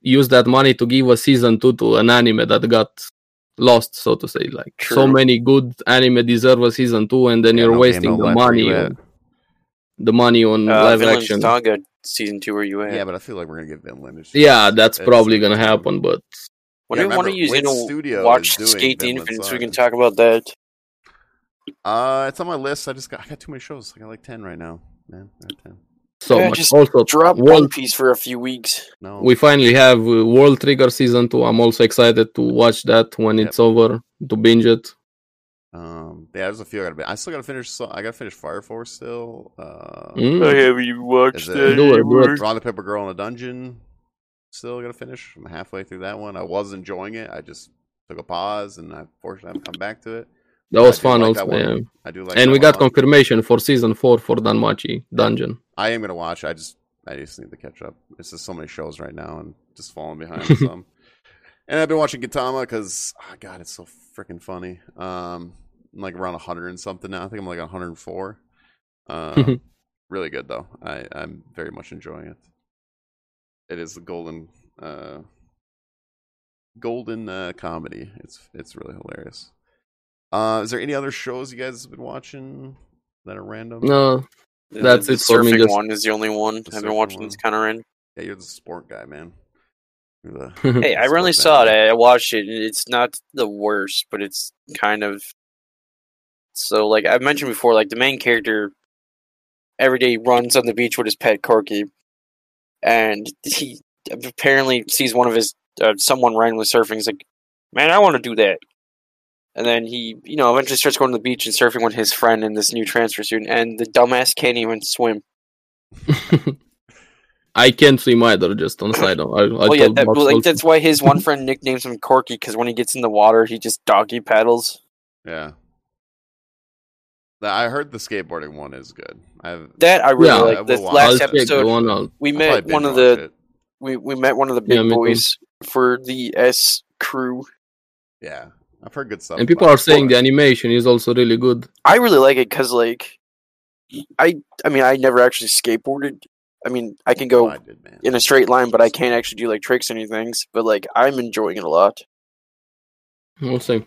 Speaker 3: use that money to give a season two to an anime that got lost, so to say. Like so
Speaker 4: True.
Speaker 3: many good anime deserve a season two, and then
Speaker 1: Yeah,
Speaker 3: you're
Speaker 1: no
Speaker 3: wasting
Speaker 1: game, no
Speaker 3: the
Speaker 1: life, where you
Speaker 3: money,
Speaker 1: at?
Speaker 3: on, the money on
Speaker 4: uh,
Speaker 3: live
Speaker 4: Vinland
Speaker 3: action.
Speaker 4: Saga season two. Where you at?
Speaker 1: Yeah, but I feel like we're gonna get Vinland. It's just-
Speaker 3: Yeah, that's
Speaker 1: it's-
Speaker 3: probably gonna happen, but
Speaker 4: When
Speaker 1: Yeah,
Speaker 4: do one
Speaker 1: remember,
Speaker 4: of you
Speaker 1: Wit
Speaker 4: gonna
Speaker 1: Studio
Speaker 4: watch
Speaker 1: is doing
Speaker 4: Skate the
Speaker 1: Vinland
Speaker 4: Infinite, so we
Speaker 1: Saga.
Speaker 4: can talk about that.
Speaker 1: Uh, it's on my list. I just got I got too many shows. I got like ten right now. Man, I got ten.
Speaker 3: so
Speaker 4: Yeah,
Speaker 3: much.
Speaker 4: just
Speaker 3: also,
Speaker 4: Drop
Speaker 3: World
Speaker 4: One Piece for a few weeks.
Speaker 1: No,
Speaker 3: we finally have uh, World Trigger season two. I'm also excited to watch that when
Speaker 1: Yep.
Speaker 3: it's over to binge it.
Speaker 1: um, yeah, there's a few I gotta. Be, I still gotta finish. So, I gotta finish Fire Force still. Uh,
Speaker 3: Mm.
Speaker 4: haven't even watched
Speaker 1: Is it- that
Speaker 3: Do it, do it.
Speaker 1: Draw the Paper Girl in a Dungeon. Still gotta finish. I'm halfway through that one. I was enjoying it. I just took a pause, and I fortunately I've come back to it.
Speaker 3: That was
Speaker 1: I do
Speaker 3: fun,
Speaker 1: like
Speaker 3: also.
Speaker 1: that one.
Speaker 3: yeah.
Speaker 1: I do like. that
Speaker 3: and we
Speaker 1: one
Speaker 3: got
Speaker 1: a lot.
Speaker 3: confirmation for season four for Danmachi Dungeon.
Speaker 1: I am gonna watch. I just I just need to catch up. It's just so many shows right now, and just falling behind on some. And I've been watching Gintama because oh god, it's so freaking funny. Um, I'm like around hundred and something now. I think I'm like 104. Uh, really good though. I I'm very much enjoying it. It is the golden uh golden uh, comedy. It's it's really hilarious. Uh, is there any other shows you guys have been watching that are random?
Speaker 3: No, That's
Speaker 4: the
Speaker 3: it for me,
Speaker 4: surfing
Speaker 3: just-
Speaker 4: one is the only one
Speaker 1: The
Speaker 4: I've been
Speaker 1: surfing
Speaker 4: watching.
Speaker 1: one.
Speaker 4: It's kind of random.
Speaker 1: Yeah, you're the sport guy, man. You're the
Speaker 4: Hey, I
Speaker 1: That's
Speaker 4: really
Speaker 1: what
Speaker 4: saw it.
Speaker 1: matters.
Speaker 4: I I watched it, and it's not the worst, but it's kind of so. Like I mentioned before, like the main character every day runs on the beach with his pet Corky, and he apparently sees one of his uh, someone randomly surfing. He's like, "Man, I want to do that." And then he, you know, eventually starts going to the beach and surfing with his friend and this new transfer student, and the dumbass can't even swim.
Speaker 3: I can't swim either. Just on side, I, I
Speaker 4: Oh
Speaker 3: told
Speaker 4: yeah, that,
Speaker 3: Max
Speaker 4: like,
Speaker 3: also.
Speaker 4: that's why his one friend nicknames him Corky because when he gets in the water, he just doggy paddles.
Speaker 1: yeah. I heard the skateboarding one is good. I've
Speaker 4: That I really
Speaker 3: Yeah,
Speaker 1: I
Speaker 4: like. The
Speaker 1: will watch
Speaker 3: I'll
Speaker 4: last
Speaker 1: that.
Speaker 3: check the
Speaker 4: episode,
Speaker 3: one out.
Speaker 4: we
Speaker 1: I'll
Speaker 4: met
Speaker 1: probably
Speaker 4: one
Speaker 1: binge
Speaker 4: of the
Speaker 1: watch it.
Speaker 4: we, we met one of the big
Speaker 3: Yeah, me too.
Speaker 4: boys for the S crew.
Speaker 1: Yeah, I've heard good stuff.
Speaker 3: And people
Speaker 1: about
Speaker 3: are
Speaker 1: it.
Speaker 3: saying the animation is also really good.
Speaker 4: I really like it because like I I mean I never actually skateboarded. I mean I can
Speaker 1: Oh,
Speaker 4: go
Speaker 1: I did, man.
Speaker 4: in a straight line, but I can't actually do like tricks and things. But like I'm enjoying it a lot.
Speaker 3: Also,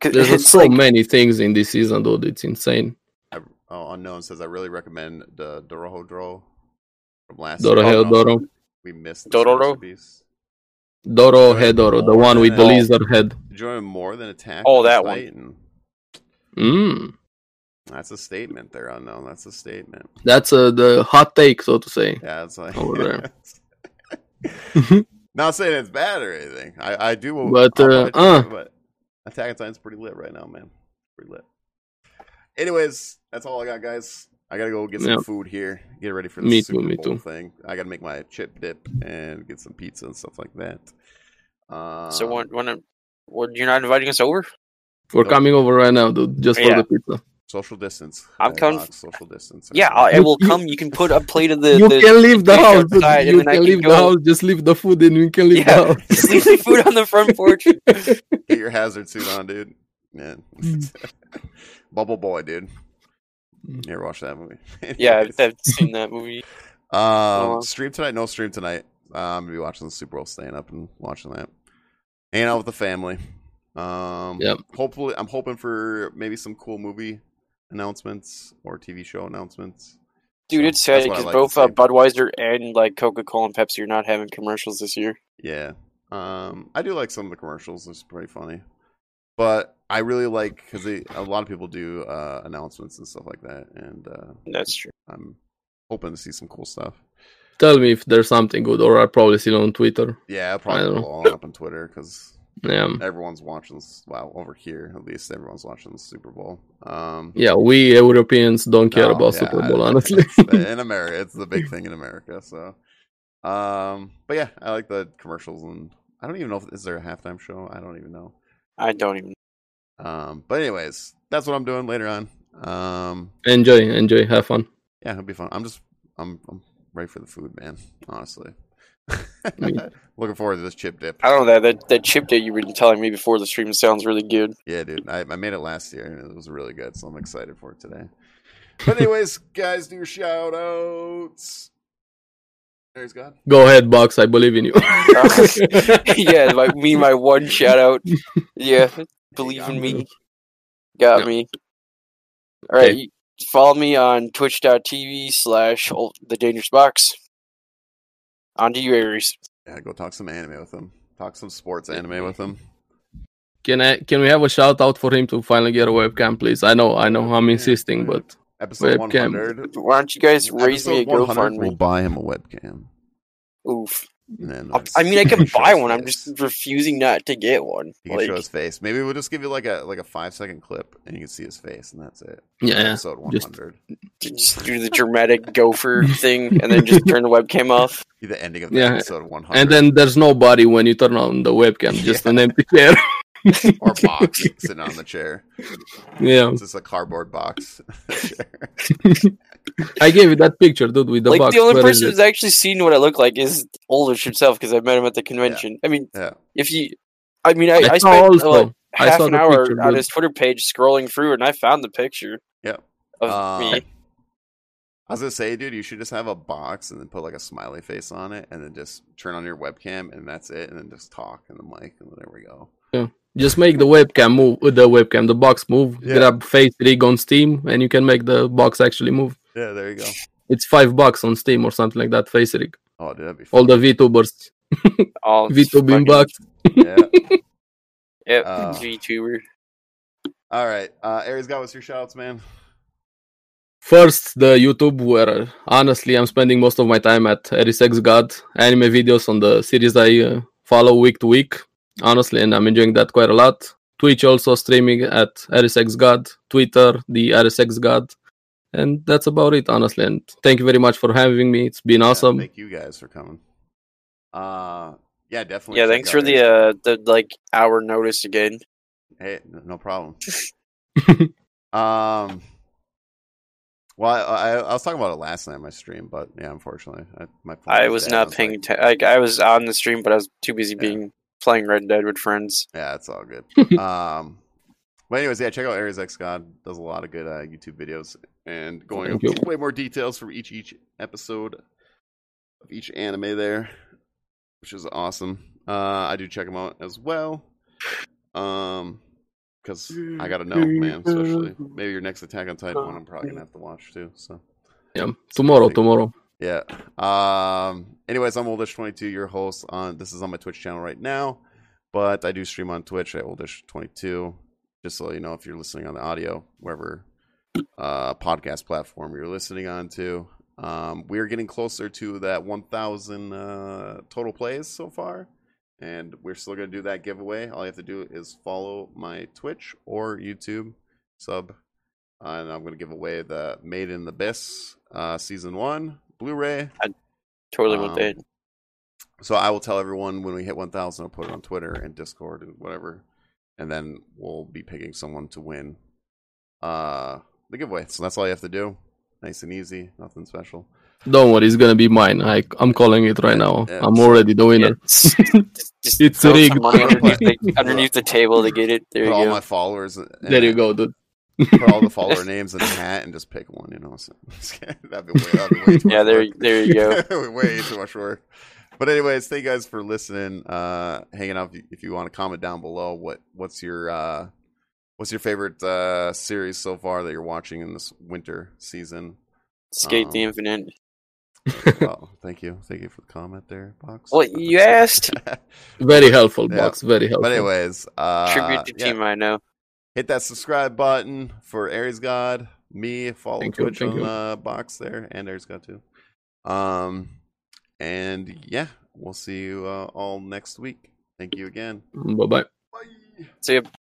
Speaker 4: 'Cause
Speaker 3: there's
Speaker 4: it's
Speaker 3: so
Speaker 4: like-
Speaker 3: many things in this season, dude. It's insane.
Speaker 1: I, oh, unknown says I really recommend the Dorohodro from last.
Speaker 3: Doro
Speaker 1: oh,
Speaker 3: Heo
Speaker 1: no,
Speaker 3: Doro.
Speaker 1: We missed
Speaker 4: Dororo?
Speaker 1: Dororo. Piece.
Speaker 3: Doro Hedoro, the one with the
Speaker 1: Oh.
Speaker 3: lizard head.
Speaker 1: Join more than attack.
Speaker 4: Oh,
Speaker 1: on
Speaker 4: that one.
Speaker 1: Titan.
Speaker 3: Mm.
Speaker 1: That's a statement there, unknown. That's a statement.
Speaker 3: That's uh, the hot take, so to say.
Speaker 1: Yeah, it's like
Speaker 3: Over there.
Speaker 1: Not saying it's bad or anything. I I do,
Speaker 3: But,
Speaker 1: I
Speaker 3: uh,
Speaker 1: watch it,
Speaker 3: uh.
Speaker 1: but Attack on Titan's pretty lit right now, man. Pretty lit. Anyways, that's all I got, guys. I gotta go get some
Speaker 3: Yeah.
Speaker 1: food here. Get ready for the
Speaker 3: Me too,
Speaker 1: Super
Speaker 3: me
Speaker 1: Bowl
Speaker 3: too.
Speaker 1: thing. I gotta make my chip dip and get some pizza and stuff like that. Um,
Speaker 4: so when when when you're not inviting us over,
Speaker 3: We're
Speaker 1: Nope.
Speaker 3: coming over right now, dude, just
Speaker 4: Yeah.
Speaker 3: for the pizza.
Speaker 1: social distance.
Speaker 4: I'm
Speaker 1: Hey,
Speaker 4: coming
Speaker 1: Fox, Social distance.
Speaker 4: yeah, uh, I, I
Speaker 3: You-
Speaker 4: will
Speaker 3: you-
Speaker 4: come. You can put a plate of the.
Speaker 3: you
Speaker 4: the
Speaker 3: can leave the
Speaker 4: pizza
Speaker 3: house, dude.
Speaker 4: outside, and
Speaker 3: You
Speaker 4: then I
Speaker 3: can
Speaker 4: can
Speaker 3: leave the
Speaker 4: go-
Speaker 3: house. Just leave the food, and we can leave
Speaker 4: Yeah.
Speaker 3: the house.
Speaker 4: just leave the food on the front porch.
Speaker 1: Get your hazard suit on, dude. Yeah. Bubble boy, dude. You ever watch that movie?
Speaker 4: Yeah, I've,
Speaker 1: Anyways.
Speaker 4: I've seen that movie.
Speaker 1: Um,
Speaker 4: Uh,
Speaker 1: stream tonight? No stream tonight. Uh, I'm gonna be watching the Super Bowl, staying up and watching that, hanging out with the family. Um,
Speaker 3: Yep.
Speaker 1: Hopefully, I'm hoping for maybe some cool movie announcements or TV show announcements.
Speaker 4: Dude,
Speaker 1: So
Speaker 4: it's sad
Speaker 1: that's what I
Speaker 4: because
Speaker 1: like to
Speaker 4: both uh,
Speaker 1: see.
Speaker 4: Budweiser and like Coca Cola and Pepsi are not having commercials this year.
Speaker 1: Yeah. Um, I do like some of the commercials. It's pretty funny, but I really like because a lot of people do uh, announcements and stuff like that, and uh,
Speaker 4: That's true.
Speaker 1: I'm hoping to see some cool stuff.
Speaker 3: Tell me if there's something good, or I'll probably see it on Twitter.
Speaker 1: Yeah, I'll
Speaker 3: I
Speaker 1: probably
Speaker 3: don't
Speaker 1: will
Speaker 3: know.
Speaker 1: all up on Twitter because
Speaker 3: Yeah,
Speaker 1: everyone's watching this well over here at least everyone's watching the super bowl um
Speaker 3: yeah. We Europeans don't care
Speaker 1: no,
Speaker 3: about
Speaker 1: yeah,
Speaker 3: Super
Speaker 1: I-
Speaker 3: Bowl, honestly.
Speaker 1: it's- in america it's the big thing in america so um but yeah i like the commercials and i don't even know if is there a halftime show i don't even know
Speaker 4: I don't even.
Speaker 1: um but anyways that's what i'm doing later on um
Speaker 3: enjoy, enjoy, have fun.
Speaker 1: yeah it'll be fun i'm just i'm i'm ready for the food man honestly
Speaker 3: Me.
Speaker 1: looking forward to this chip dip
Speaker 4: I don't know that that, that chip that you were telling me before the stream sounds really good.
Speaker 1: Yeah, dude. I, I made it last year and it was really good, so I'm excited for it today. But anyways, guys, do your shout outs. There he's gone.
Speaker 3: Go ahead, Box. I believe in you.
Speaker 4: yeah, my, me my one shout out. Yeah, believe
Speaker 1: got
Speaker 4: in
Speaker 3: me.
Speaker 4: me. Got
Speaker 3: Yeah.
Speaker 4: me. All right,
Speaker 3: Okay.
Speaker 4: you- follow me on twitch.tv slash ul- the dangerous box. On to you, Aries.
Speaker 1: Yeah, go talk some anime with him. Talk some sports anime with him.
Speaker 3: Can I? Can we have a shout out for him to finally get a webcam, please? I know, I know, I'm
Speaker 1: Yeah,
Speaker 3: insisting,
Speaker 1: yeah.
Speaker 3: but
Speaker 1: Episode
Speaker 3: Webcam.
Speaker 1: 100.
Speaker 4: Why don't you guys raise me a
Speaker 1: Episode 100, We'll
Speaker 4: GoFundMe?
Speaker 1: buy him a webcam.
Speaker 4: Oof.
Speaker 1: And then
Speaker 4: I-
Speaker 1: let's-
Speaker 4: I mean, I can
Speaker 1: show
Speaker 4: buy
Speaker 1: his
Speaker 4: one. I'm
Speaker 1: face.
Speaker 4: just refusing not to get one.
Speaker 1: You can
Speaker 4: Like,
Speaker 1: show his face. Maybe we'll just give you like a like a five second clip, and you can see his face, and that's it.
Speaker 3: yeah, yeah.
Speaker 1: Episode one
Speaker 3: just-
Speaker 1: hundred.
Speaker 4: just do the dramatic gopher thing and then just turn the webcam off.
Speaker 1: The ending of the
Speaker 3: Yeah,
Speaker 1: episode one hundred.
Speaker 3: And then there's nobody when you turn on the webcam, just an empty chair.
Speaker 1: or box sitting on the chair.
Speaker 3: yeah,
Speaker 1: It's just a cardboard box.
Speaker 3: I gave you that picture, dude, with the
Speaker 4: like
Speaker 3: box.
Speaker 4: the only
Speaker 3: Where is
Speaker 4: person
Speaker 3: it?
Speaker 4: who's actually seen what I look like is Ulrich himself because I met him at the convention. I mean,
Speaker 1: yeah.
Speaker 4: if you, I mean, I, I,
Speaker 3: I, saw
Speaker 4: spent
Speaker 3: also.
Speaker 4: like
Speaker 3: I
Speaker 4: half
Speaker 3: saw
Speaker 4: an
Speaker 3: the
Speaker 4: hour
Speaker 3: picture,
Speaker 4: on
Speaker 3: dude.
Speaker 4: his Twitter page scrolling through, and I found the picture.
Speaker 1: Yep.
Speaker 4: Of
Speaker 3: Uh,
Speaker 1: Um,
Speaker 4: me.
Speaker 1: I was gonna say, dude, you should just have a box and then put like a smiley face on it, and then just turn on your webcam, and that's it, and then just talk in the mic, and there we go.
Speaker 3: Just make the webcam move. uh, The webcam, the box move.
Speaker 1: Yeah.
Speaker 3: Grab Phase Rig on Steam, and you can make the box actually move.
Speaker 1: Yeah, there you go.
Speaker 3: It's five bucks on Steam or something like that. Phase Rig.
Speaker 1: Oh, dude, that'd be fun.
Speaker 3: All the VTubers,
Speaker 4: All
Speaker 3: VTubing
Speaker 4: fucking-
Speaker 3: box.
Speaker 1: yeah.
Speaker 4: Yep,
Speaker 1: Uh,
Speaker 4: VTuber.
Speaker 1: All right, uh, Aries, got what's your shoutouts, man?
Speaker 3: First, the YouTube, where uh, honestly I'm spending most of my time at Erisex God anime videos on the series I uh, follow week to week. Honestly, and I'm enjoying that quite a lot. Twitch also streaming at Erisex God, Twitter, the Erisex God. And that's about it, honestly. And thank you very much for having me. It's been
Speaker 1: Yeah,
Speaker 3: awesome.
Speaker 1: thank you guys for coming. Uh, yeah, definitely.
Speaker 4: Yeah,
Speaker 1: check
Speaker 4: thanks
Speaker 1: out
Speaker 4: for the
Speaker 1: Aries.
Speaker 4: uh the like hour notice again.
Speaker 1: Hey, n- no problem. um, Well, I, I, I was talking about it last night on my stream, but yeah, unfortunately, I, my phone
Speaker 4: I was
Speaker 1: dead.
Speaker 4: not paying
Speaker 1: like,
Speaker 4: attention. Like, I was on the stream, but I was too busy
Speaker 1: Yeah.
Speaker 4: being playing Red Dead with friends.
Speaker 1: yeah, it's all good. um, but anyways, yeah, check out Ares X God. Does a lot of good uh, YouTube videos and going
Speaker 3: Thank
Speaker 1: over
Speaker 3: you.
Speaker 1: way more details from each each episode of each anime there, which is awesome. Uh, I do check them out as well. Um, because I gotta know, man. Especially maybe your next Attack on Titan one, I'm probably gonna have to watch too. So.
Speaker 3: Yeah. Tomorrow,
Speaker 1: Thank you.
Speaker 3: tomorrow.
Speaker 1: Yeah. Um. Anyways, I'm Oldish22, your host. On this is on my Twitch channel right now, but I do stream on Twitch at Oldish22. Just so you know, if you're listening on the audio, wherever uh, podcast platform you're listening on to, um, we are getting closer to that 1,000 uh, total plays so far, and we're still gonna do that giveaway. All you have to do is follow my Twitch or YouTube sub uh, and I'm going to give away the Made in the Abyss uh, season one Blu-ray.
Speaker 4: Totally
Speaker 1: Um,
Speaker 4: what they.
Speaker 1: So I will tell everyone when we hit 1,000. I'll put it on Twitter and Discord and whatever, and then we'll be picking someone to win uh, the giveaway. So that's all you have to do. Nice and easy. Nothing special.
Speaker 3: Don't worry, it's gonna be mine. I, I'm calling it right now.
Speaker 1: Yeah,
Speaker 3: I'm
Speaker 1: so-
Speaker 3: already the winner.
Speaker 4: It's, just
Speaker 3: It's
Speaker 4: throw some
Speaker 3: rigged.
Speaker 4: money underneath the, underneath the table to get it. There
Speaker 1: put
Speaker 4: you
Speaker 1: all
Speaker 4: go.
Speaker 1: my followers. in- in
Speaker 3: There you
Speaker 1: it.
Speaker 3: go, dude.
Speaker 1: Put all the follower names in a hat and just pick one. You know. So, that'd be way, that'd be way too much
Speaker 4: Yeah, there,
Speaker 1: work.
Speaker 4: there you go.
Speaker 1: Way too much work. But anyways, thank you guys for listening, uh, hanging out. If you want to comment down below, what what's your uh, what's your favorite uh, series so far that you're watching in this winter season?
Speaker 4: Skate the
Speaker 1: Um,
Speaker 4: infinite.
Speaker 1: oh, thank you, thank you for the comment there, box.
Speaker 4: Well, you asked.
Speaker 3: Very helpful,
Speaker 1: Yeah.
Speaker 3: box. Very helpful.
Speaker 1: but anyways, uh,
Speaker 4: Tribute to
Speaker 1: yeah,
Speaker 4: Team I know.
Speaker 1: hit that subscribe button for Aries God. Me follow
Speaker 3: Thank you,
Speaker 1: Twitch
Speaker 3: thank
Speaker 1: on
Speaker 3: you.
Speaker 1: uh, box there, and Aries God too. Um, and yeah, we'll see you uh, all next week. Thank you again.
Speaker 3: Bye bye.
Speaker 1: Bye.
Speaker 4: So you